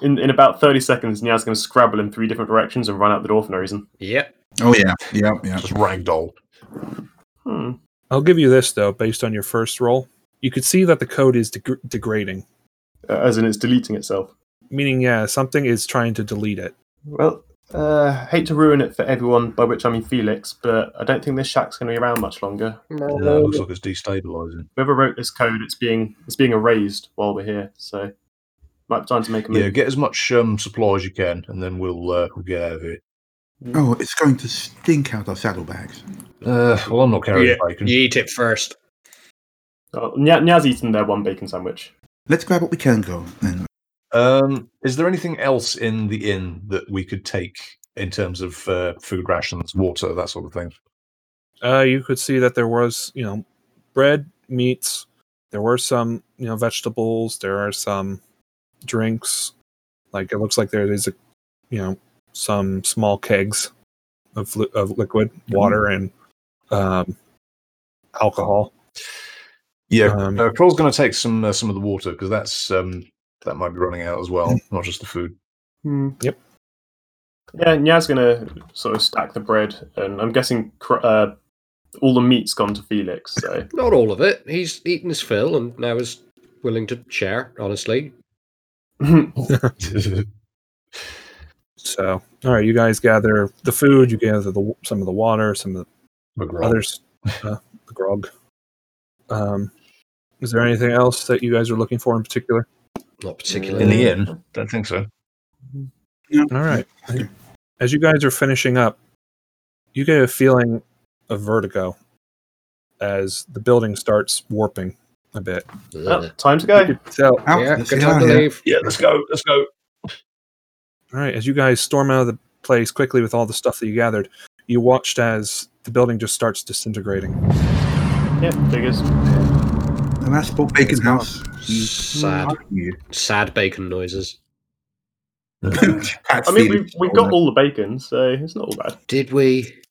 Speaker 11: In, in about 30 seconds, Nia's going to scrabble in three different directions and run out the door for no reason.
Speaker 7: Yep.
Speaker 3: Oh yeah, yeah, yeah.
Speaker 8: *laughs* Just ragdoll.
Speaker 11: Hmm.
Speaker 6: I'll give you this though, based on your first roll, you could see that the code is deg- degrading,
Speaker 11: Uh, as in, it's deleting itself.
Speaker 6: meaning yeah, something is trying to delete it.
Speaker 11: Well, Uh, hate to ruin it for everyone, by which I mean Felix, but I don't think this shack's going to be around much longer.
Speaker 8: No, it looks like it's destabilizing.
Speaker 11: Whoever wrote this code, it's being it's being erased while we're here, so might be time to make a move.
Speaker 8: Yeah, get as much um, supply as you can, and then we'll uh, we'll get out of it.
Speaker 3: Oh, it's going to stink out our saddlebags.
Speaker 8: Uh, well, I'm not carrying bacon.
Speaker 5: You eat it first.
Speaker 11: Oh, Nya- Nyaz eaten their one bacon sandwich.
Speaker 3: Let's grab what we can go. Then
Speaker 8: Um, is there anything else in the inn that we could take in terms of uh, food rations, water, that sort of thing?
Speaker 6: Uh, you could see that there was, you know, bread, meats. There were some, you know, vegetables. There are some drinks. Like it looks like there is a, you know, some small kegs of li- of liquid water and um, alcohol.
Speaker 8: Yeah,
Speaker 6: Um,
Speaker 8: uh, Kroll's going to take some uh, some of the water because that's um, that might be running out as well, not just the food.
Speaker 11: Hmm.
Speaker 6: Yep.
Speaker 11: Yeah, Nyaz gonna sort of stack the bread, and I'm guessing cr- uh, all the meat's gone to Felix. So *laughs*
Speaker 5: Not all of it. He's eaten his fill and now is willing to share, honestly.
Speaker 6: So, all right, you guys gather the food. You gather the w- some of the water, some of the
Speaker 8: McGraw.
Speaker 6: others, uh, the grog. Um, is there anything else that you guys are looking for in particular?
Speaker 5: Not
Speaker 8: in
Speaker 5: particularly.
Speaker 8: the inn, don't think so.
Speaker 6: All right. As you guys are finishing up, you get a feeling of vertigo as the building starts warping a bit.
Speaker 11: Oh,
Speaker 5: Ugh.
Speaker 11: time to go.
Speaker 6: So,
Speaker 3: out.
Speaker 5: yeah,
Speaker 3: let's
Speaker 5: good
Speaker 3: get
Speaker 5: time
Speaker 3: out
Speaker 5: to
Speaker 3: of here.
Speaker 5: leave.
Speaker 8: Yeah, let's go. Let's go.
Speaker 6: All right, as you guys storm out of the place quickly with all the stuff that you gathered, you watched as the building just starts disintegrating.
Speaker 11: Yeah, figures.
Speaker 3: The last Bob Bacon House.
Speaker 5: Sad, sad bacon noises.
Speaker 11: I mean, we've, we've got all the bacon, so it's not all bad.
Speaker 5: Did we?
Speaker 8: *laughs*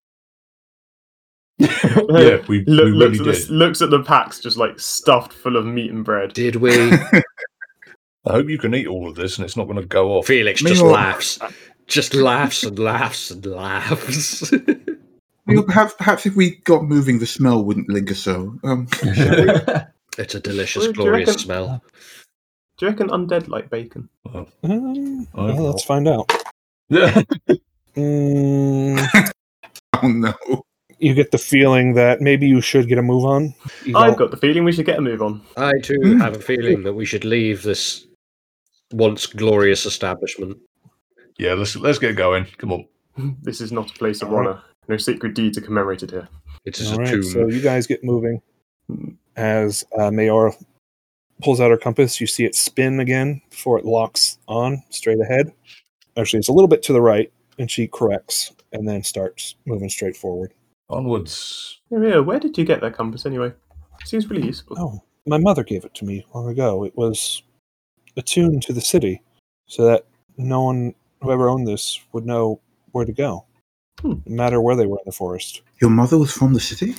Speaker 8: Yeah,
Speaker 11: *laughs*
Speaker 8: we, we
Speaker 11: Look, looks,
Speaker 8: really
Speaker 11: at
Speaker 8: did.
Speaker 11: the, looks at the packs just like stuffed full of meat and bread.
Speaker 5: Did we?
Speaker 8: I hope you can eat all of this and it's not going to go
Speaker 5: *laughs*
Speaker 8: off.
Speaker 5: Felix just
Speaker 3: Meanwhile-
Speaker 5: laughs. Just laughs and laughs and laughs. *laughs*
Speaker 3: You know, perhaps, perhaps if we got moving, the smell wouldn't linger so. Um, *laughs*
Speaker 5: it's a delicious,
Speaker 11: Well, do you
Speaker 5: glorious
Speaker 11: reckon-
Speaker 5: smell.
Speaker 11: Do you reckon undead like bacon?
Speaker 6: Mm,
Speaker 8: I
Speaker 6: well,
Speaker 8: don't
Speaker 6: let's find out.
Speaker 8: know.
Speaker 6: Mm,
Speaker 3: oh no!
Speaker 6: you get the feeling that maybe you should get a move on. You
Speaker 11: I've
Speaker 6: don't-
Speaker 11: got the feeling we should get a move on.
Speaker 5: I too
Speaker 3: Hmm.
Speaker 5: have a feeling that we should leave this once glorious establishment.
Speaker 8: yeah, let's let's get going. Come on.
Speaker 11: This is not a place of honor. No sacred deeds are commemorated here.
Speaker 5: It is
Speaker 6: All
Speaker 5: a
Speaker 6: right,
Speaker 5: tomb.
Speaker 6: so you guys get moving as uh, Mayor pulls out her compass. You see it spin again before it locks on straight ahead. Actually, it's a little bit to the right, and she corrects and then starts moving straight forward.
Speaker 8: Onwards.
Speaker 11: Yeah, yeah, where did you get that compass anyway? Seems really useful.
Speaker 6: Oh, my mother gave it to me long ago. It was attuned to the city so that no one, whoever owned this, would know where to go,
Speaker 11: Hmm.
Speaker 6: no matter where they were in the forest.
Speaker 3: Your mother was from the city.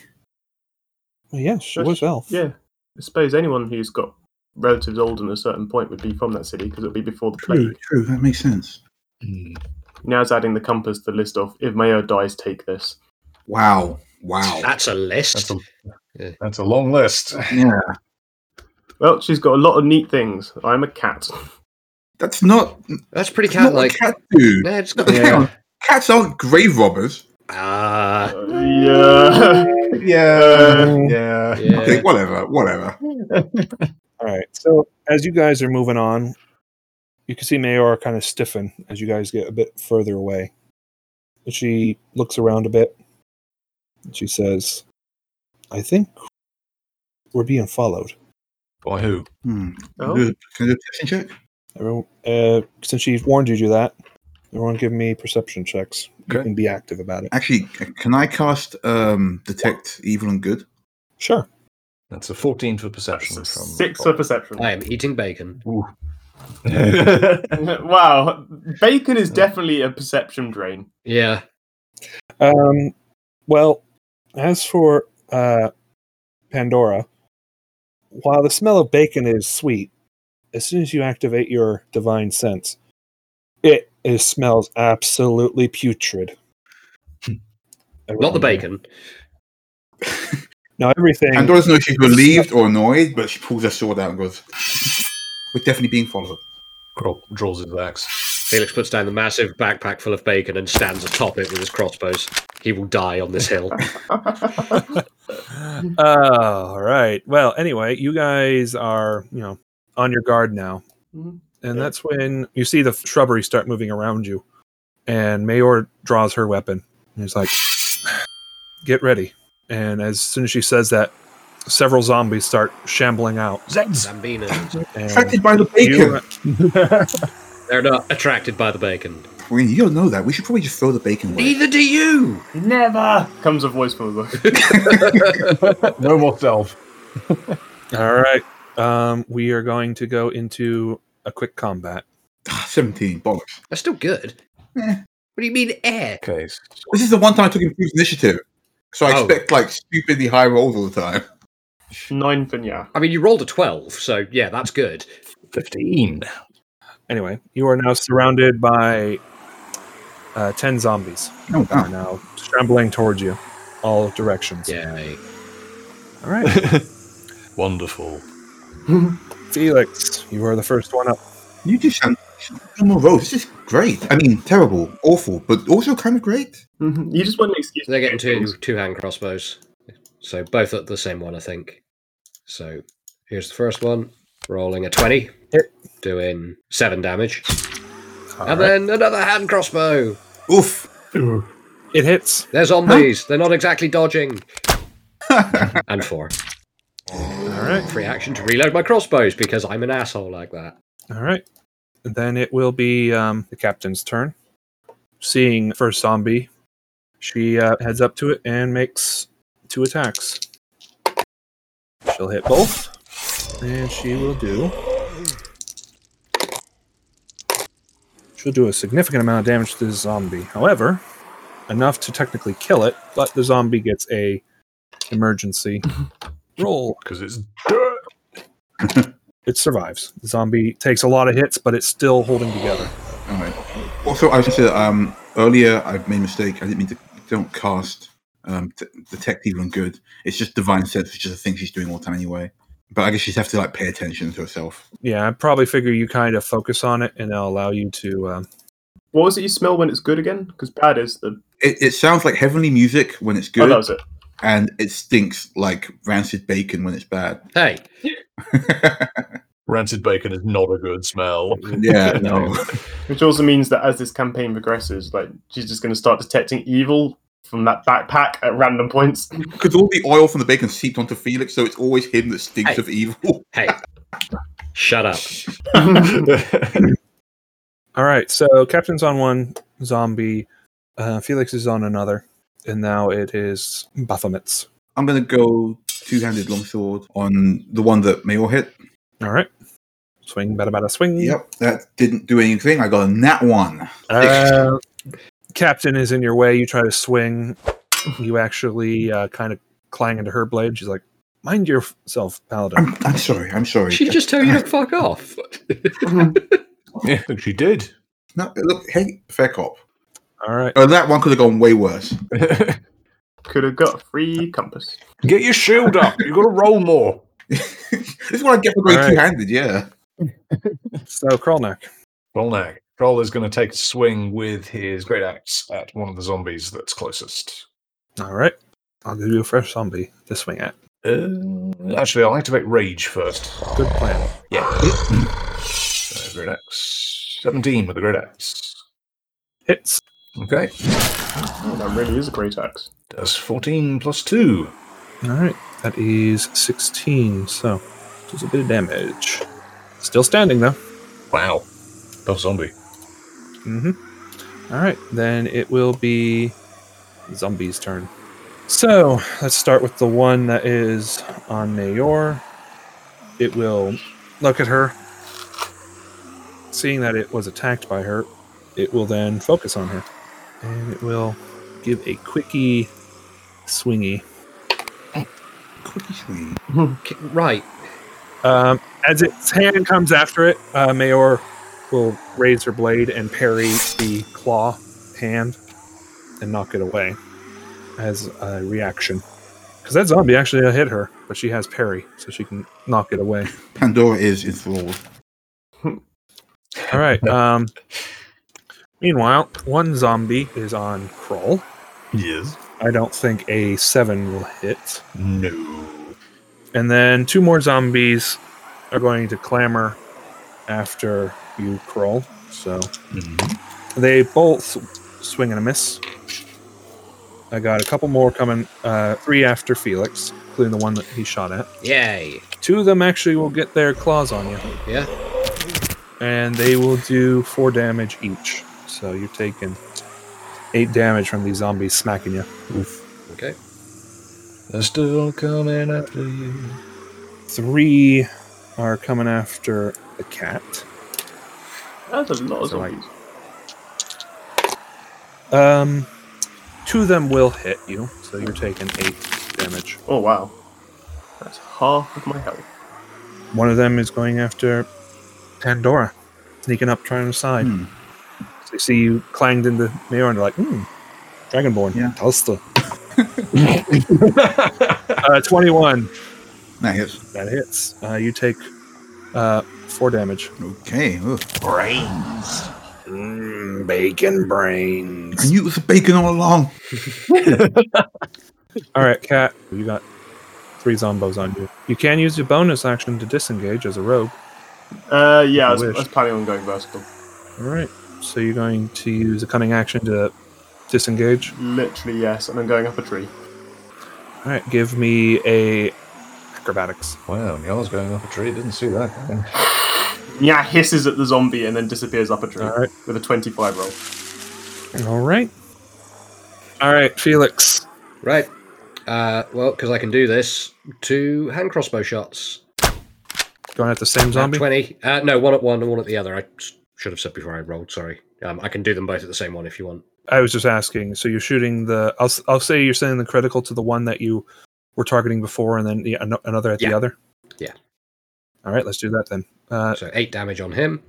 Speaker 6: Well, yes, she
Speaker 11: That's-
Speaker 6: was elf.
Speaker 11: Yeah, I suppose anyone who's got relatives old at a certain point would be from that city because it'll be before the
Speaker 3: True,
Speaker 11: plague.
Speaker 3: true. That makes sense.
Speaker 8: Hmm,
Speaker 11: Now it's adding the compass to the list of if Mayo dies, take this.
Speaker 3: Wow, wow.
Speaker 5: That's a list.
Speaker 8: That's a
Speaker 5: Yeah.
Speaker 8: that's a long list. *laughs*
Speaker 3: Yeah,
Speaker 11: Well, she's got a lot of neat things. I'm a cat. *laughs*
Speaker 3: that's not,
Speaker 5: That's pretty cat
Speaker 3: that's not what
Speaker 5: like.
Speaker 3: cats do.
Speaker 5: Yeah, it's
Speaker 3: No,
Speaker 5: got
Speaker 3: *laughs* hang on. Cats aren't grave robbers.
Speaker 11: *laughs*
Speaker 5: Ah.
Speaker 11: Uh, yeah.
Speaker 8: Yeah. Yeah.
Speaker 5: yeah.
Speaker 3: Okay, whatever, whatever.
Speaker 6: All right. So as you guys are moving on, you can see Mayor kind of stiffen as you guys get a bit further away. And she looks around a bit. And she says, "I think we're being followed."
Speaker 8: By who?
Speaker 3: Hmm. Can,
Speaker 11: Oh.
Speaker 3: I do, can I do a perception check?
Speaker 6: Everyone, uh, since she's warned you that, everyone give me perception checks. You
Speaker 8: Okay.
Speaker 6: can be active about it.
Speaker 3: Actually, c- can I cast um, detect evil and good?
Speaker 6: Sure.
Speaker 8: That's a 14 for perception.
Speaker 11: S-
Speaker 8: from
Speaker 11: *laughs* Six for perception.
Speaker 5: I am eating bacon.
Speaker 11: *laughs* wow, bacon is definitely a perception drain.
Speaker 5: Yeah.
Speaker 6: Um, well, as for uh, Pandora, while the smell of bacon is sweet, as soon as you activate your divine sense, it, it smells absolutely putrid.
Speaker 5: Not the bacon.
Speaker 6: No, everything.
Speaker 3: And doesn't know if she's relieved or annoyed, but she *laughs* pulls her sword out and goes, "We're definitely being followed."
Speaker 8: Kroll draws his axe.
Speaker 7: Felix puts down the massive backpack full of bacon and stands atop it with his crossbows. He will die on this hill.
Speaker 6: *gasps* all Oh, right. Well, anyway, you guys are, you know, on your guard now.
Speaker 11: Mhm.
Speaker 6: And that's when you see the shrubbery start moving around you. And Mayor draws her weapon. And he's like, get ready. And as soon as she says that, several zombies start shambling out.
Speaker 1: Zeds.
Speaker 7: Zambinos.
Speaker 6: And
Speaker 3: Attracted by the bacon.
Speaker 6: you,
Speaker 7: They're not attracted by the bacon.
Speaker 3: Well, you don't know that. We should probably just throw the bacon away.
Speaker 7: Neither do you.
Speaker 11: Never comes a voice from the book.
Speaker 1: No more self.
Speaker 6: all right. Um, we are going to go into a quick combat.
Speaker 3: Ah, Seventeen bollocks.
Speaker 7: That's still good.
Speaker 3: Eh.
Speaker 7: What do you mean, air?
Speaker 1: Okay.
Speaker 3: This is the one time I took improved initiative, so I
Speaker 7: Oh.
Speaker 3: expect like stupidly high rolls all the time.
Speaker 11: Nine Vinya.
Speaker 7: I mean, you rolled a 12, so yeah, that's good.
Speaker 1: 15.
Speaker 6: Anyway, you are now surrounded by uh, 10 zombies.
Speaker 3: No,
Speaker 6: are now scrambling towards you, all directions.
Speaker 7: Yay.
Speaker 6: All right,
Speaker 8: Wonderful.
Speaker 6: *laughs* Felix, you are the first one up.
Speaker 3: you just sound no more rolls. This is great. I mean, terrible, awful, but also kind of great.
Speaker 11: Mhm. *laughs* you just want an excuse.
Speaker 7: They're getting two two hand crossbows. So both at the same one, I think. So here's the first one. Rolling a 20.
Speaker 6: Hit.
Speaker 7: Doing seven damage.
Speaker 6: All
Speaker 7: and
Speaker 6: right.
Speaker 7: then another hand crossbow.
Speaker 3: Oof.
Speaker 6: It hits.
Speaker 7: They're zombies. They're not exactly
Speaker 6: *laughs*
Speaker 7: dodging. and four.
Speaker 6: All right,
Speaker 7: Free action to reload my crossbows because I'm an asshole like that.
Speaker 6: all right. And then it will be um, the captain's turn. Seeing the first zombie, she uh, heads up to it and makes two attacks. She'll hit both, and she will do. She'll do a significant amount of damage to the zombie. However, enough to technically kill it, but the zombie gets a emergency roll.
Speaker 8: Because it's
Speaker 6: It survives. The zombie takes a lot of hits, but it's still holding together.
Speaker 3: All right. Also, I should say um, earlier I made a mistake. I didn't mean to. Don't cast um, t- detect evil and good. It's just divine sense, which is a thing she's doing all the time anyway. But I guess she'd have to like pay attention to herself.
Speaker 6: Yeah, I probably figure you kind of focus on it, and it'll allow you to. Um,
Speaker 11: What was it you smell when it's good again? Because bad is the.
Speaker 3: It, it sounds like heavenly music when it's
Speaker 11: Oh,
Speaker 3: good,
Speaker 11: that was it.
Speaker 3: and it stinks like rancid bacon when it's bad.
Speaker 5: *laughs*
Speaker 3: *laughs*
Speaker 7: Hey,
Speaker 8: rancid bacon is not a good smell. *laughs*
Speaker 3: yeah, no.
Speaker 11: Which also means that as this campaign progresses, like she's just going to start detecting evil from that backpack at random points. *laughs*
Speaker 3: Because all the oil from the bacon seeped onto Felix, so it's always him that stinks
Speaker 7: Hey.
Speaker 3: of evil.
Speaker 6: *laughs*
Speaker 7: hey. Shut up.
Speaker 6: all right, so Captain's on one zombie, uh, Felix is on another, and now it is Baphomet's.
Speaker 3: I'm gonna go two-handed longsword on the one that Mayor hit.
Speaker 6: All right, swing, bada bada, swing.
Speaker 7: Mm.
Speaker 3: Yep, that didn't do anything. I got a nat one.
Speaker 6: Uh, Captain is in your way. You try to swing. You actually uh, kind of clang into her blade. She's like, "Mind yourself, Paladin."
Speaker 3: I'm, I'm sorry. I'm sorry.
Speaker 7: She just told
Speaker 6: *laughs*
Speaker 7: you to fuck off.
Speaker 8: yeah, I think she did. *laughs*
Speaker 3: No, look, hey, fair cop.
Speaker 6: All right.
Speaker 3: Oh, that one could have gone way worse. *laughs*
Speaker 8: Get
Speaker 11: Could have got a free compass.
Speaker 8: your shield up. You've got to roll more.
Speaker 3: this is what I get for going
Speaker 6: All right.
Speaker 3: two-handed. Yeah.
Speaker 6: So Krolnak.
Speaker 8: Well, now, Troll is going to take a swing with his great axe at one of the zombies that's closest.
Speaker 6: All right. I'll give you a fresh zombie to swing at.
Speaker 8: Uh, actually, I'll activate Rage first.
Speaker 6: Good plan.
Speaker 8: Yeah. *clears throat* so, great axe. 17 with the great axe.
Speaker 6: Hits.
Speaker 8: Okay.
Speaker 11: Oh, that really is a great axe.
Speaker 8: That's 14 plus 2.
Speaker 6: All right. That is 16. So just a bit of damage. Still standing though.
Speaker 8: Wow. Tough zombie.
Speaker 6: Mm-hmm. All right. Then it will be zombie's turn. So let's start with the one that is on Mayor. It will look at her. Seeing that it was attacked by her, it will then focus on her. And it will give a quickie swingy.
Speaker 3: Cookie swing.
Speaker 7: K- Right.
Speaker 6: Um, as its hand comes after it, uh, Mayor will raise her blade and parry the claw hand and knock it away as a reaction. Because that zombie actually hit her, but she has parry, so she can knock it away.
Speaker 3: Pandora is enthralled.
Speaker 6: All right. Um, Meanwhile, one zombie is on crawl.
Speaker 8: Yes.
Speaker 6: I don't think a seven will hit.
Speaker 8: No.
Speaker 6: And then two more zombies are going to clamor after you crawl. So they both swing and a miss. I got a couple more coming, uh, three after Felix, including the one that he shot at.
Speaker 7: Yay!
Speaker 6: Two of them actually will get their claws on you,
Speaker 7: Yeah.
Speaker 6: and they will do four damage each. So you're taking eight damage from these zombies smacking you.
Speaker 7: Okay.
Speaker 8: They're still coming after you.
Speaker 6: Three are coming after the cat.
Speaker 11: That's a lot of
Speaker 6: So, like-
Speaker 11: zombies.
Speaker 6: Um, two of them will hit you, so you're taking eight damage.
Speaker 11: Oh wow, that's half of my health.
Speaker 6: One of them is going after Pandora, sneaking up, trying to side.
Speaker 3: Hmm.
Speaker 6: They see you clanged into Mayor and they're like, hmm, Dragonborn,
Speaker 3: Yeah.
Speaker 6: Tulsta. uh, 21.
Speaker 3: That hits.
Speaker 6: That hits. Uh, you take uh, four damage.
Speaker 3: Okay. ugh.
Speaker 16: Brains. Mm, bacon
Speaker 3: I
Speaker 16: brains.
Speaker 3: knew it was the bacon all along.
Speaker 6: All right, Cat, you got three zombos on you. You can use your bonus action to disengage as a rogue.
Speaker 11: Uh, yeah, I was, I
Speaker 6: Wish.
Speaker 11: was planning on going vertical.
Speaker 6: All right. So you're going to use a cunning action to disengage.
Speaker 11: Literally yes, and I'm going up a tree.
Speaker 6: All right. Give me a acrobatics.
Speaker 8: Wow, Niall's going up a tree. Didn't see that. coming.
Speaker 11: Yeah, *laughs* hisses at the zombie and then disappears up a tree
Speaker 6: All right.
Speaker 11: with a 25 roll.
Speaker 6: All right. All right, Felix.
Speaker 7: Right. Uh, well, because I can do this, two hand crossbow shots.
Speaker 6: Going at the same
Speaker 7: Nat
Speaker 6: zombie.
Speaker 7: Twenty. Uh, no, one at one and one at the other. I s- should have said before I rolled. Sorry. Um, I can do them both at the same one if you want.
Speaker 6: I was just asking. So you're shooting the. I'll, s- I'll say you're sending the critical to the one that you were targeting before, and then the, ano- another at the
Speaker 7: Yeah.
Speaker 6: other.
Speaker 7: Yeah.
Speaker 6: All right. Let's do that then. Uh,
Speaker 7: So eight damage on him.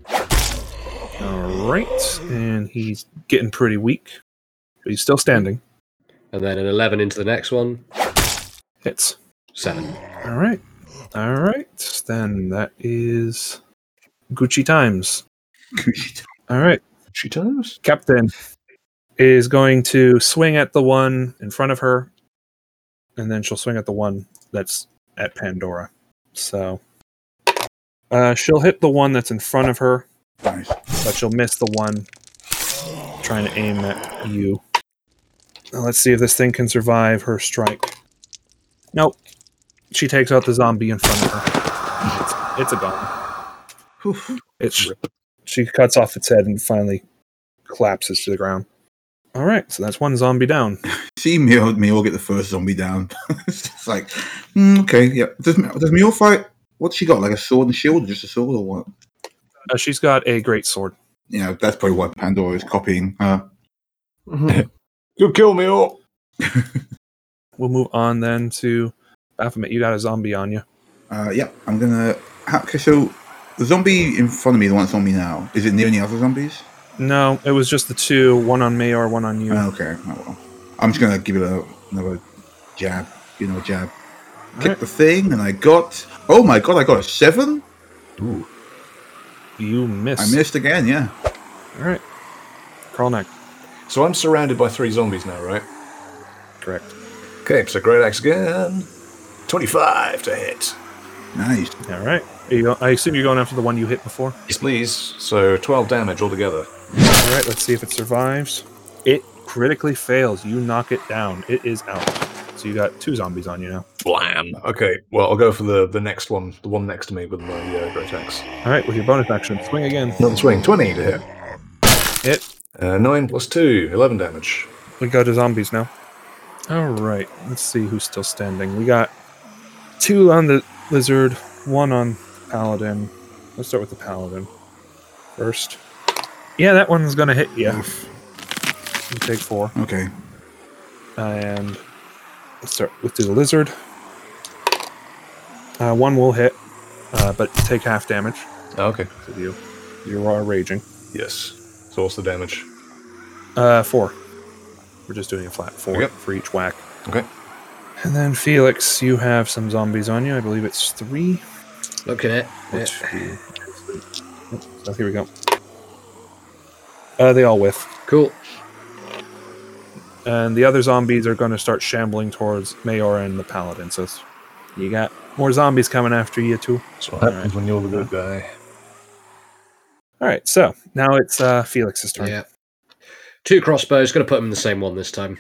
Speaker 6: all right. And he's getting pretty weak, but he's still standing.
Speaker 7: and then an 11 into the next one.
Speaker 6: Hits.
Speaker 7: Seven.
Speaker 6: All right. All right. Then that is Gucci times. All right.
Speaker 8: She does.
Speaker 6: Captain is going to swing at the one in front of her, and then she'll swing at the one that's at Pandora. So uh, she'll hit the one that's in front of her,
Speaker 3: nice.
Speaker 6: but she'll miss the one trying to aim at you. Now let's see if this thing can survive her strike. Nope. She takes out the zombie in front of her. It's, it's a gone.
Speaker 3: Whew.
Speaker 6: It's she cuts off its head and finally collapses to the ground. All right, so that's one zombie down.
Speaker 3: See, me or me will get the first zombie down. *laughs* it's just like, mm, okay, yeah. Does does Mio fight? What's she got? Like a sword and shield, or just a sword, or what?
Speaker 6: Uh, she's got a great sword.
Speaker 3: You know, that's probably why Pandora is copying her.
Speaker 8: You kill me all.
Speaker 6: We'll move on then to Baphomet. You got a zombie on you.
Speaker 3: Uh, yeah, I'm gonna. ha- Okay, so the zombie in front of me, the one that's on me now, is it near any other zombies?
Speaker 6: No, it was just the two. One on Mayor, one on you.
Speaker 3: Oh, okay, oh well. I'm just gonna give it a, another jab. You know, jab. Kick
Speaker 6: Alright.
Speaker 3: the thing, and I got. Oh my god, I got a seven.
Speaker 6: You miss.
Speaker 3: I missed again. Yeah.
Speaker 6: All right. Carl neck.
Speaker 8: So I'm surrounded by three zombies now, right?
Speaker 6: Correct.
Speaker 8: Okay, so great axe again. 25 to hit.
Speaker 3: Nice.
Speaker 6: All right. Are you go- I assume you're going after the one you hit before.
Speaker 8: Yes, please. So 12 damage altogether.
Speaker 6: All right. Let's see if it survives. It critically fails. You knock it down. It is out. So you got two zombies on you now.
Speaker 8: Blam. Okay, well, I'll go for the, the next one, the one next to me with my uh, great axe.
Speaker 6: All right. With your bonus action, swing again.
Speaker 8: Another swing, 20 to hit.
Speaker 6: Hit.
Speaker 8: Uh, 9 plus 2, 11 damage.
Speaker 6: We go to zombies now. All right, let's see who's still standing. We got two on the lizard, one on paladin. Let's start with the paladin first. Yeah, that one's gonna hit you.
Speaker 3: Oof.
Speaker 6: You take four,
Speaker 3: Okay.
Speaker 6: and let's start with the lizard. Uh, one will hit, uh, but take half damage.
Speaker 8: Oh, okay.
Speaker 6: So you you are raging.
Speaker 8: Yes. So what's the damage?
Speaker 6: Uh, four. We're just doing a flat four
Speaker 8: Yep.
Speaker 6: for each whack.
Speaker 8: Okay.
Speaker 6: And then Felix, you have some zombies on you. I believe it's three.
Speaker 7: Looking at
Speaker 6: Or
Speaker 7: it.
Speaker 6: two. Oh, here we go. Uh, they all whiff.
Speaker 7: Cool.
Speaker 6: And the other zombies are going to start shambling towards Mayor and the Paladin. So it's- you got more zombies coming after you, too.
Speaker 8: That's what happens when you're the good guy.
Speaker 6: All right, so now it's uh, Felix's turn.
Speaker 7: Yeah. Two crossbows. Going to put them in the same one this time.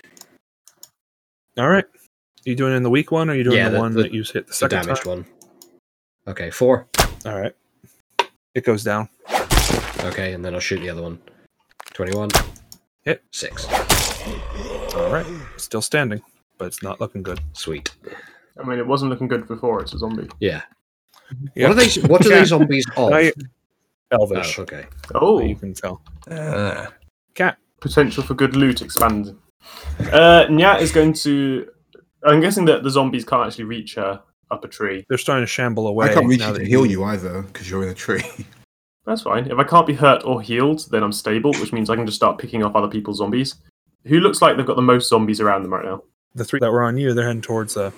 Speaker 6: All right. you doing it in the weak one or you doing
Speaker 7: Yeah,
Speaker 6: the,
Speaker 7: the-
Speaker 6: one
Speaker 7: the-
Speaker 6: that you hit the
Speaker 7: The
Speaker 6: second time?
Speaker 7: damaged one. Okay, four.
Speaker 6: All right. It goes down.
Speaker 7: Okay, and then I'll shoot the other one. Twenty-one.
Speaker 6: Hit.
Speaker 7: Six.
Speaker 6: All right. Still standing, but it's not looking good.
Speaker 7: Sweet.
Speaker 11: I mean, it wasn't looking good before. It's a zombie.
Speaker 7: Yeah.
Speaker 6: Yeah.
Speaker 7: What are they? What are
Speaker 6: *laughs* Yeah.
Speaker 7: these zombies of?
Speaker 6: I-
Speaker 7: Oh,
Speaker 6: Elvish.
Speaker 7: okay.
Speaker 11: Oh,
Speaker 6: You can tell.
Speaker 8: Ah,
Speaker 6: Cat.
Speaker 11: potential for good loot expanded. Uh, Nyat is going to. I'm guessing that the zombies can't actually reach her up a tree.
Speaker 6: They're starting to shamble away.
Speaker 3: I can't reach
Speaker 6: now
Speaker 3: you
Speaker 6: that
Speaker 3: to heal you either because you're in a tree. *laughs*
Speaker 11: That's fine. If I can't be hurt or healed, then I'm stable, which means I can just start picking off other people's zombies. Who looks like they've got the most zombies around them right now?
Speaker 6: The three that were on you, they're heading towards uh,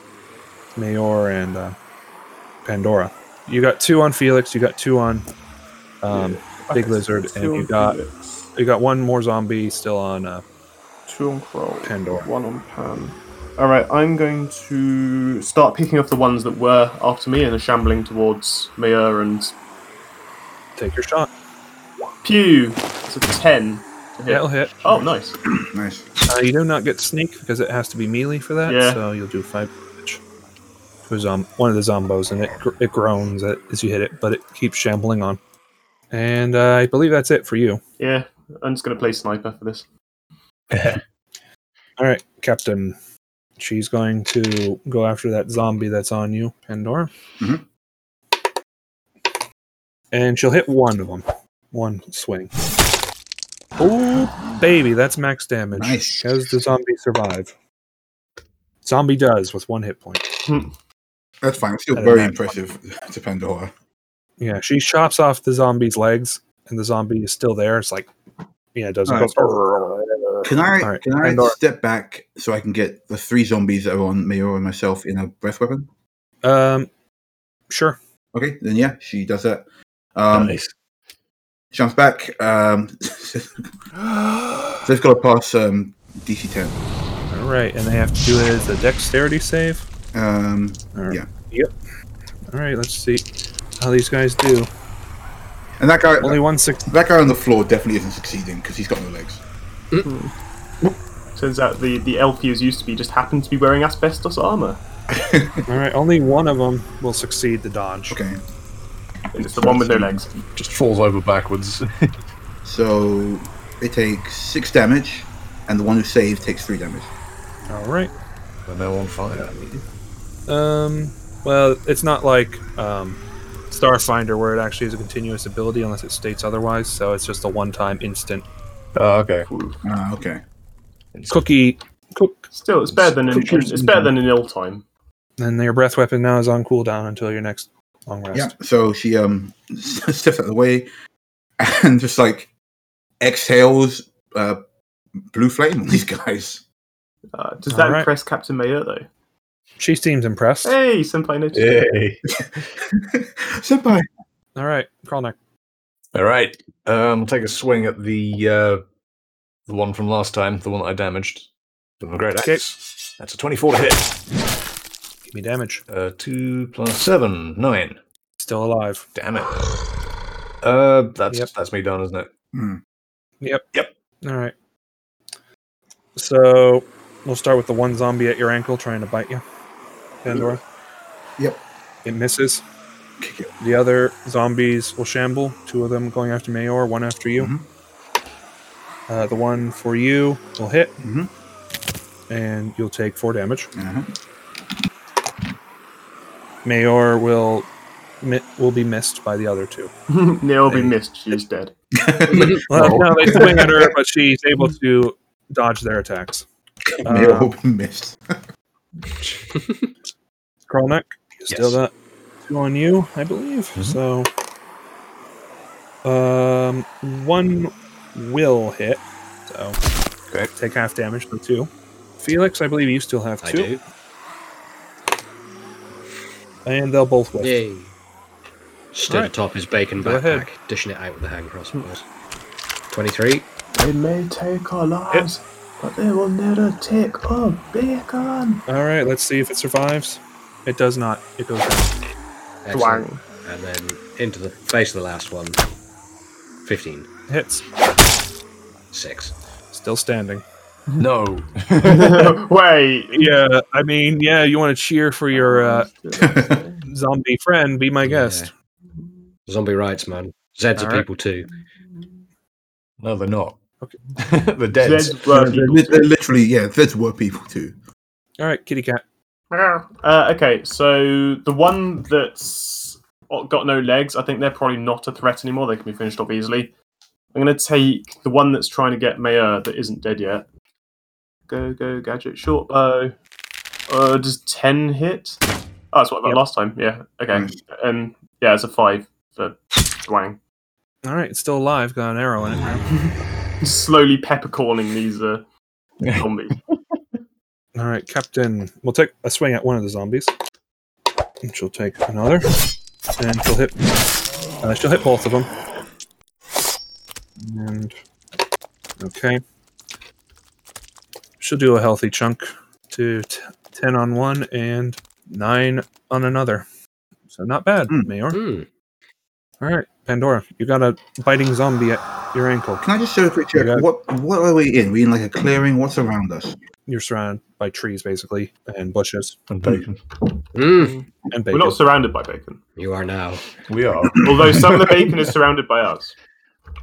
Speaker 6: Mayor and uh, Pandora. You got two on Felix. You got two on um, Big Lizard, and you got you got one more zombie still on. Uh,
Speaker 11: Two on Crow.
Speaker 6: Pandora.
Speaker 11: One on Pan. All right, I'm going to start picking off the ones that were after me and are shambling towards Mayor and
Speaker 6: take your shot.
Speaker 11: Pew. It's a ten. to hit.
Speaker 6: That'll hit.
Speaker 11: Oh, nice.
Speaker 3: nice.
Speaker 6: Uh, you do not get sneak because it has to be melee for that.
Speaker 11: Yeah.
Speaker 6: So you'll do five damage. To a zom- one of the zombos, and it gr- it groans at- as you hit it, but it keeps shambling on. And uh, I believe that's it for you.
Speaker 11: Yeah, I'm just gonna play sniper for this.
Speaker 6: All right, Captain. She's going to go after that zombie that's on you, Pandora.
Speaker 3: Mhm.
Speaker 6: And she'll hit one of them. One swing. Oh, baby, that's max damage.
Speaker 3: Nice.
Speaker 6: Does the zombie survive? Zombie does with one hit point.
Speaker 3: That's fine. It's still
Speaker 6: I don't
Speaker 3: very
Speaker 6: know.
Speaker 3: impressive *laughs* to Pandora.
Speaker 6: Yeah, she chops off the zombie's legs, and the zombie is still there. It's like, yeah, it doesn't
Speaker 3: Nice.
Speaker 6: go.
Speaker 3: Can I
Speaker 6: All right,
Speaker 3: can I
Speaker 6: Pandora.
Speaker 3: step back so I can get the three zombies that are on Mayor and myself in a breath weapon?
Speaker 6: Um, sure.
Speaker 3: Okay, then yeah, she does that. Um,
Speaker 8: nice.
Speaker 3: Jumps back. Um, so it's got to pass um, DC 10.
Speaker 6: All right, and they have to do it as a dexterity save.
Speaker 3: Um,
Speaker 6: All right.
Speaker 3: Yeah.
Speaker 6: Yep. All right. Let's see how these guys do.
Speaker 3: and that guy,
Speaker 6: Only one six.
Speaker 3: that guy on the floor definitely isn't succeeding because he's got no legs.
Speaker 11: Turns out the the elf he was used to be just happened to be wearing asbestos armor,
Speaker 6: All right. Only one of them will succeed the dodge.
Speaker 3: Okay,
Speaker 11: and it's the one with no legs.
Speaker 8: Just falls over *laughs* backwards.
Speaker 3: so it takes six damage, and the one who saved takes three damage.
Speaker 6: All right.
Speaker 8: They're now on fire.
Speaker 6: Um. Well, it's not like um, Starfinder where it actually is a continuous ability unless it states otherwise. So it's just a one-time instant
Speaker 8: Oh, okay.
Speaker 3: Ah, okay.
Speaker 6: cookie. Cook.
Speaker 11: Still, it's better than an, it's better than an ill time.
Speaker 6: And your breath weapon now is on cooldown until your next long rest.
Speaker 3: Yeah. So she um *laughs* steps out of the way and just like exhales uh, blue flame on these guys. *laughs*
Speaker 11: Uh, does that
Speaker 6: Alright.
Speaker 11: impress Captain Mayor though?
Speaker 6: She seems impressed.
Speaker 11: Hey, Senpai noticed. *laughs*
Speaker 8: Yay.
Speaker 3: Senpai.
Speaker 6: All right. Crawl neck.
Speaker 8: All right. Um, I'll take a swing at the uh, the one from last time, the one that I damaged. With my great
Speaker 6: Okay.
Speaker 8: axe. That's a 24 to hit.
Speaker 6: Give me damage.
Speaker 8: Uh, 2 plus 7, 9.
Speaker 6: Still alive.
Speaker 8: Damn it. Uh, that's
Speaker 6: Yep.
Speaker 8: that's me done, isn't it?
Speaker 6: All right. So we'll start with the one zombie at your ankle trying to bite you, Pandora.
Speaker 3: Yep.
Speaker 6: It misses.
Speaker 3: Kick it.
Speaker 6: The other zombies will shamble. Two of them going after Mayor, one after you.
Speaker 3: Mhm.
Speaker 6: Uh, the one for you will hit,
Speaker 3: Mhm.
Speaker 6: and you'll take four damage.
Speaker 3: Uh-huh.
Speaker 6: Mayor will mi- will be missed by the other two.
Speaker 11: Nail be missed. She is dead.
Speaker 6: Well, Uh, no, *laughs* they swing at her, but she's able to dodge their attacks.
Speaker 3: They
Speaker 6: Uh,
Speaker 3: all *laughs* missed.
Speaker 6: Krolnik, still that two on you, I believe.
Speaker 7: Mm-hmm.
Speaker 6: So, um, one will hit. So,
Speaker 8: Okay.
Speaker 6: take half damage for two. Felix, I believe you still have
Speaker 7: I
Speaker 6: two,
Speaker 7: do.
Speaker 6: and they'll both whiff.
Speaker 7: Yay. Stood
Speaker 6: Right.
Speaker 7: atop his bacon
Speaker 6: Go ahead.
Speaker 7: backpack, dishing it out with the hand crossbows. Twenty-three.
Speaker 11: They may take our lives, but they will never take our bacon.
Speaker 6: All right, let's see if it survives. It does not. It goes down.
Speaker 5: Excellent. And then into the face of the last one. 15.
Speaker 6: Hits.
Speaker 5: 6.
Speaker 6: Still standing.
Speaker 11: *laughs*
Speaker 8: No.
Speaker 11: Wait.
Speaker 6: *laughs* Yeah, I mean, yeah, you want to cheer for your uh, zombie friend, be my guest.
Speaker 5: Zombie rights, man. Zeds are
Speaker 6: Alright.
Speaker 5: people too.
Speaker 8: No, they're not.
Speaker 6: Okay.
Speaker 8: *laughs* they're dead.
Speaker 11: Zeds were
Speaker 3: They're
Speaker 11: people
Speaker 3: lit- they're literally, yeah, those were people too.
Speaker 6: All right, kitty cat.
Speaker 11: Uh, okay, so the one that's got no legs, I think they're probably not a threat anymore. They can be finished off easily. I'm going to take the one that's trying to get Mayor that isn't dead yet. Go, go, gadget, short bow. Uh, does 10 hit? Oh, that's what I got last time. Yeah, okay.
Speaker 6: Mm.
Speaker 3: Nice.
Speaker 11: Um, yeah, it's a 5 for Dwang.
Speaker 6: All right, it's still alive. Got an arrow in it. now.
Speaker 11: Slowly peppercorning
Speaker 6: *laughs*
Speaker 11: these uh, zombies.
Speaker 6: All right, Captain. We'll take a swing at one of the zombies. And she'll take another. And she'll hit. Uh, she'll hit both of them. And okay, she'll do a healthy chunk to t- ten on one and nine on another. So not bad,
Speaker 3: Hmm.
Speaker 6: Mayor.
Speaker 5: Hmm.
Speaker 6: All right, Pandora, you got a biting zombie at your ankle.
Speaker 3: Can I just show a quick check?
Speaker 6: Yeah.
Speaker 3: What what are we in? We in like a clearing? What's around us?
Speaker 6: You're surrounded by trees, basically, and bushes
Speaker 8: And bacon.
Speaker 5: Mm,
Speaker 6: and
Speaker 11: We're
Speaker 6: bacon.
Speaker 11: not surrounded by bacon.
Speaker 5: you are now.
Speaker 8: We are.
Speaker 11: Although some
Speaker 8: *laughs*
Speaker 11: of the bacon is surrounded by us.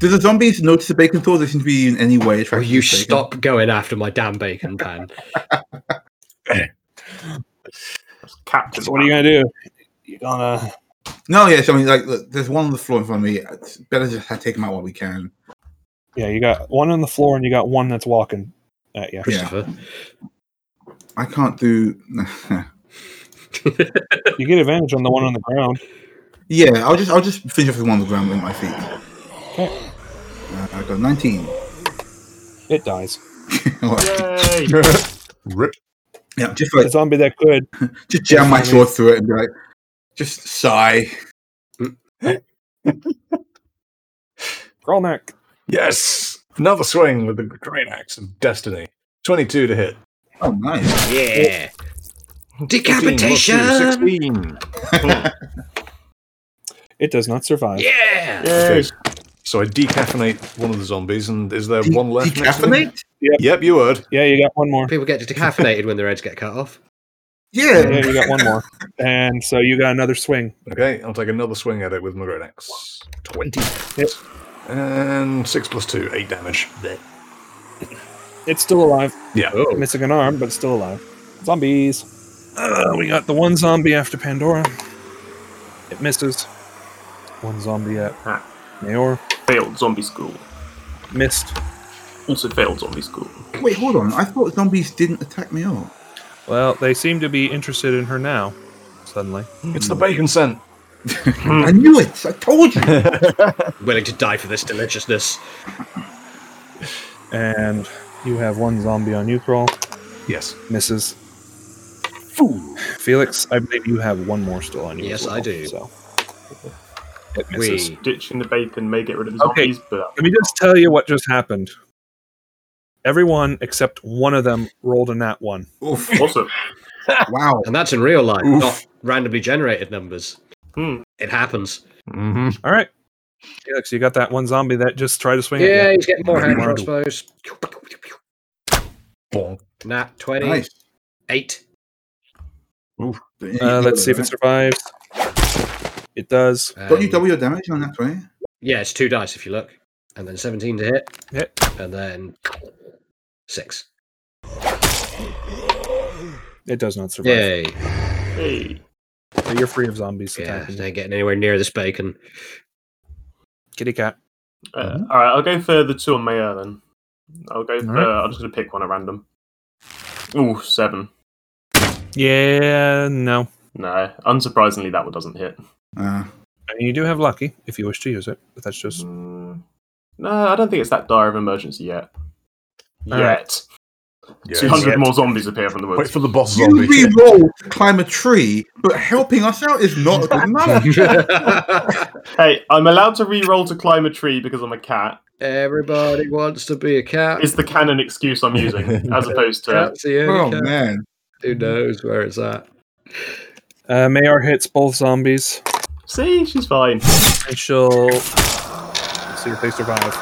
Speaker 3: Do the zombies notice the bacon thought? They seem to be in any way
Speaker 5: Will
Speaker 3: attracted
Speaker 5: you
Speaker 3: to bacon.
Speaker 5: stop going after my damn bacon
Speaker 6: *laughs*
Speaker 5: pan?
Speaker 11: Captain.
Speaker 6: So what are you gonna do? You gonna
Speaker 3: No, yes. I mean, like, look, there's one on the floor in front of me. It's better just ha- take them out while we can.
Speaker 6: Yeah, you got one on the floor and you got one that's walking at you.
Speaker 5: Christopher.
Speaker 3: I can't do. *laughs*
Speaker 6: You get advantage on the one on the ground.
Speaker 3: yeah, I'll just I'll just finish off the one on the ground with my feet. Uh, I got *laughs* 19.
Speaker 6: It dies.
Speaker 3: All right.
Speaker 11: Yay!
Speaker 8: Rip.
Speaker 3: Yeah, just
Speaker 6: The
Speaker 3: like
Speaker 6: zombie that could.
Speaker 3: just jam my sword through it and be like, just sigh.
Speaker 6: Grolnak.
Speaker 8: Yes. Another swing with the great axe of destiny. 22 to hit.
Speaker 3: Oh, nice.
Speaker 5: yeah.
Speaker 8: 15
Speaker 5: Decapitation.
Speaker 8: plus two, 16.
Speaker 6: It does not survive.
Speaker 5: Yeah.
Speaker 11: Yay!
Speaker 8: So I decaffeinate one of the zombies, and is there one left? next to me?
Speaker 3: Decaffeinate?
Speaker 8: Yep, you would.
Speaker 6: Yeah, you got one more.
Speaker 5: People get decaffeinated when their heads get cut off.
Speaker 3: Yeah.
Speaker 6: Yeah, you got one more. And so you got another swing.
Speaker 8: Okay, I'll take another swing at it with my great axe. 20.
Speaker 6: Yep.
Speaker 8: And 6 plus 2, 8 damage.
Speaker 6: It's still alive.
Speaker 8: Yeah.
Speaker 2: Oh.
Speaker 6: Missing an arm, but still alive. Zombies. Uh, we got the one zombie after Pandora. It misses. One zombie at
Speaker 11: Ah.
Speaker 6: Mayor.
Speaker 11: Failed zombie school.
Speaker 6: Missed.
Speaker 11: Also failed zombie school.
Speaker 3: Wait, hold on. I thought zombies didn't attack me Oh, all.
Speaker 6: Well, they seem to be interested in her now. Suddenly.
Speaker 8: It's the bacon scent.
Speaker 6: Hmm.
Speaker 3: I knew it. I told you.
Speaker 5: Willing to die for this deliciousness.
Speaker 6: And you have one zombie on you, Crawl.
Speaker 8: Yes.
Speaker 6: Misses. Felix, I believe you have one more still on you. as
Speaker 5: Yes, I
Speaker 6: well,
Speaker 5: do.
Speaker 6: So. It misses.
Speaker 5: We.
Speaker 11: Ditching the bacon may get rid of the
Speaker 6: Okay.
Speaker 11: zombies, but
Speaker 6: Let me just tell you what just happened. Everyone except one of them rolled a nat one.
Speaker 3: Oof.
Speaker 6: *laughs*
Speaker 11: awesome.
Speaker 3: Wow.
Speaker 5: And that's in real life,
Speaker 8: Oof.
Speaker 5: not randomly generated numbers.
Speaker 11: Hmm.
Speaker 5: It happens.
Speaker 8: Mm-hmm.
Speaker 6: All right. Felix, you got that one zombie that just tried to swing
Speaker 5: Yeah,
Speaker 6: at
Speaker 5: he's getting more hand
Speaker 6: Marvel.
Speaker 5: crossbows.
Speaker 8: Bonk.
Speaker 5: Nat 20.
Speaker 3: Nice.
Speaker 5: 8.
Speaker 6: you. Uh, let's see if it survives. It does.
Speaker 5: Um,
Speaker 3: Don't you double your damage on that 20?
Speaker 5: Yeah, it's two dice if you look. And then 17 to hit.
Speaker 6: Hit.
Speaker 5: And then 6.
Speaker 6: It does not survive.
Speaker 5: Yay.
Speaker 11: Hey.
Speaker 6: So you're free of zombies.
Speaker 5: Yeah,
Speaker 6: attacking you.
Speaker 5: they ain't getting anywhere near this
Speaker 3: *laughs*
Speaker 5: bacon. *laughs*
Speaker 6: Kitty cat.
Speaker 11: Uh, all right, I'll go for the two on Mayor then. I'll go for.
Speaker 6: All right.
Speaker 11: I'm just going to pick one at random. Ooh, seven.
Speaker 6: Yeah, no.
Speaker 11: No, unsurprisingly, that one doesn't hit.
Speaker 3: Uh,
Speaker 6: And you do have lucky if you wish to use it, but that's just
Speaker 11: Mm. No, I don't think it's that dire of an emergency yet.
Speaker 6: All
Speaker 11: Yet.
Speaker 8: Yes.
Speaker 11: 200 more zombies appear from the
Speaker 8: Wait
Speaker 11: woods.
Speaker 8: for the boss
Speaker 3: you
Speaker 8: zombie.
Speaker 3: re-roll to climb a tree, but helping us out is not good enough.
Speaker 11: Hey, I'm allowed to re roll to climb a tree because I'm a cat.
Speaker 7: Everybody wants to be a cat.
Speaker 4: It's the canon excuse I'm using, as opposed to
Speaker 7: Cat's the only
Speaker 3: Oh
Speaker 7: cat.
Speaker 3: man,
Speaker 7: Who knows where it's at?
Speaker 6: Uh, Mayar hits both zombies,
Speaker 4: see, she's fine.
Speaker 6: and she'll let's see if they survive.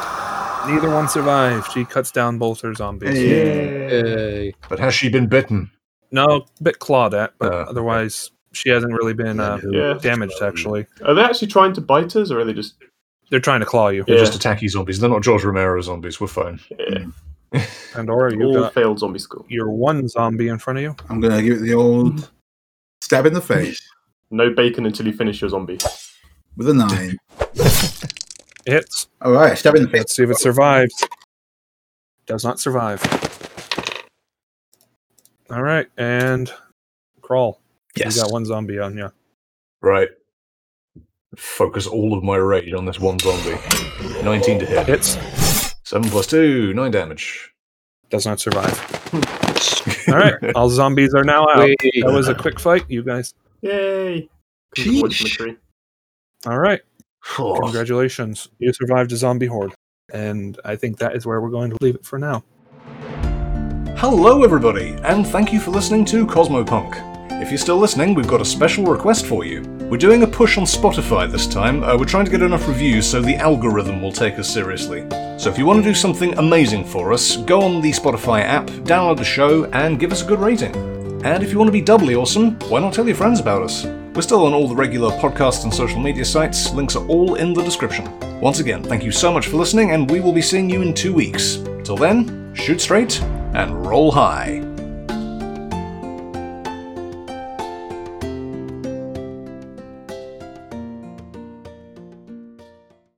Speaker 6: Neither one survived. She cuts down both her zombies.
Speaker 7: Yay.
Speaker 8: But has she been bitten?
Speaker 6: No, a bit clawed at, but
Speaker 8: Oh, okay.
Speaker 6: otherwise she hasn't really been uh,
Speaker 4: Yeah.
Speaker 6: damaged. Actually,
Speaker 4: Are they actually trying to bite us, or are they just?
Speaker 6: they're trying to claw you.
Speaker 4: Yeah,
Speaker 8: Just attacky zombies. They're not George Romero zombies. We're fine.
Speaker 4: yeah.
Speaker 6: Pandora, you've
Speaker 4: all
Speaker 6: got
Speaker 4: failed zombie school.
Speaker 6: your one zombie in front of you.
Speaker 3: I'm gonna give it the old stab in the face
Speaker 4: No bacon until you finish your zombie.
Speaker 3: with a nine.
Speaker 6: It hits.
Speaker 3: All right, stab in the face.
Speaker 6: Let's see if it survives. Does not survive. All right, and crawl. You got one zombie on you.
Speaker 8: Right. Focus all of my rage on this one zombie. 19 to hit.
Speaker 6: Hits.
Speaker 8: 7 plus 2, 9 damage.
Speaker 6: Does not survive. All right, all zombies are now out.
Speaker 7: Whee!
Speaker 6: That was a quick fight, you guys.
Speaker 4: Yay!
Speaker 3: Sheesh.
Speaker 4: Woodsmanry.
Speaker 6: All right,
Speaker 8: Oh,
Speaker 6: congratulations. You survived a zombie horde. And I think that is where we're going to leave it for now.
Speaker 8: Hello, everybody, and thank you for listening to Cosmopunk. If you're still listening, we've got a special request for you. We're doing a push on Spotify this time. Uh, we're trying to get enough reviews so the algorithm will take us seriously. So if you want to do something amazing for us, go on the Spotify app, download the show, and give us a good rating. And if you want to be doubly awesome, why not tell your friends about us? We're still on all the regular podcast and social media sites. Links are all in the description. Once again, thank you so much for listening, and we will be seeing you in two weeks. Till then, shoot straight and roll high.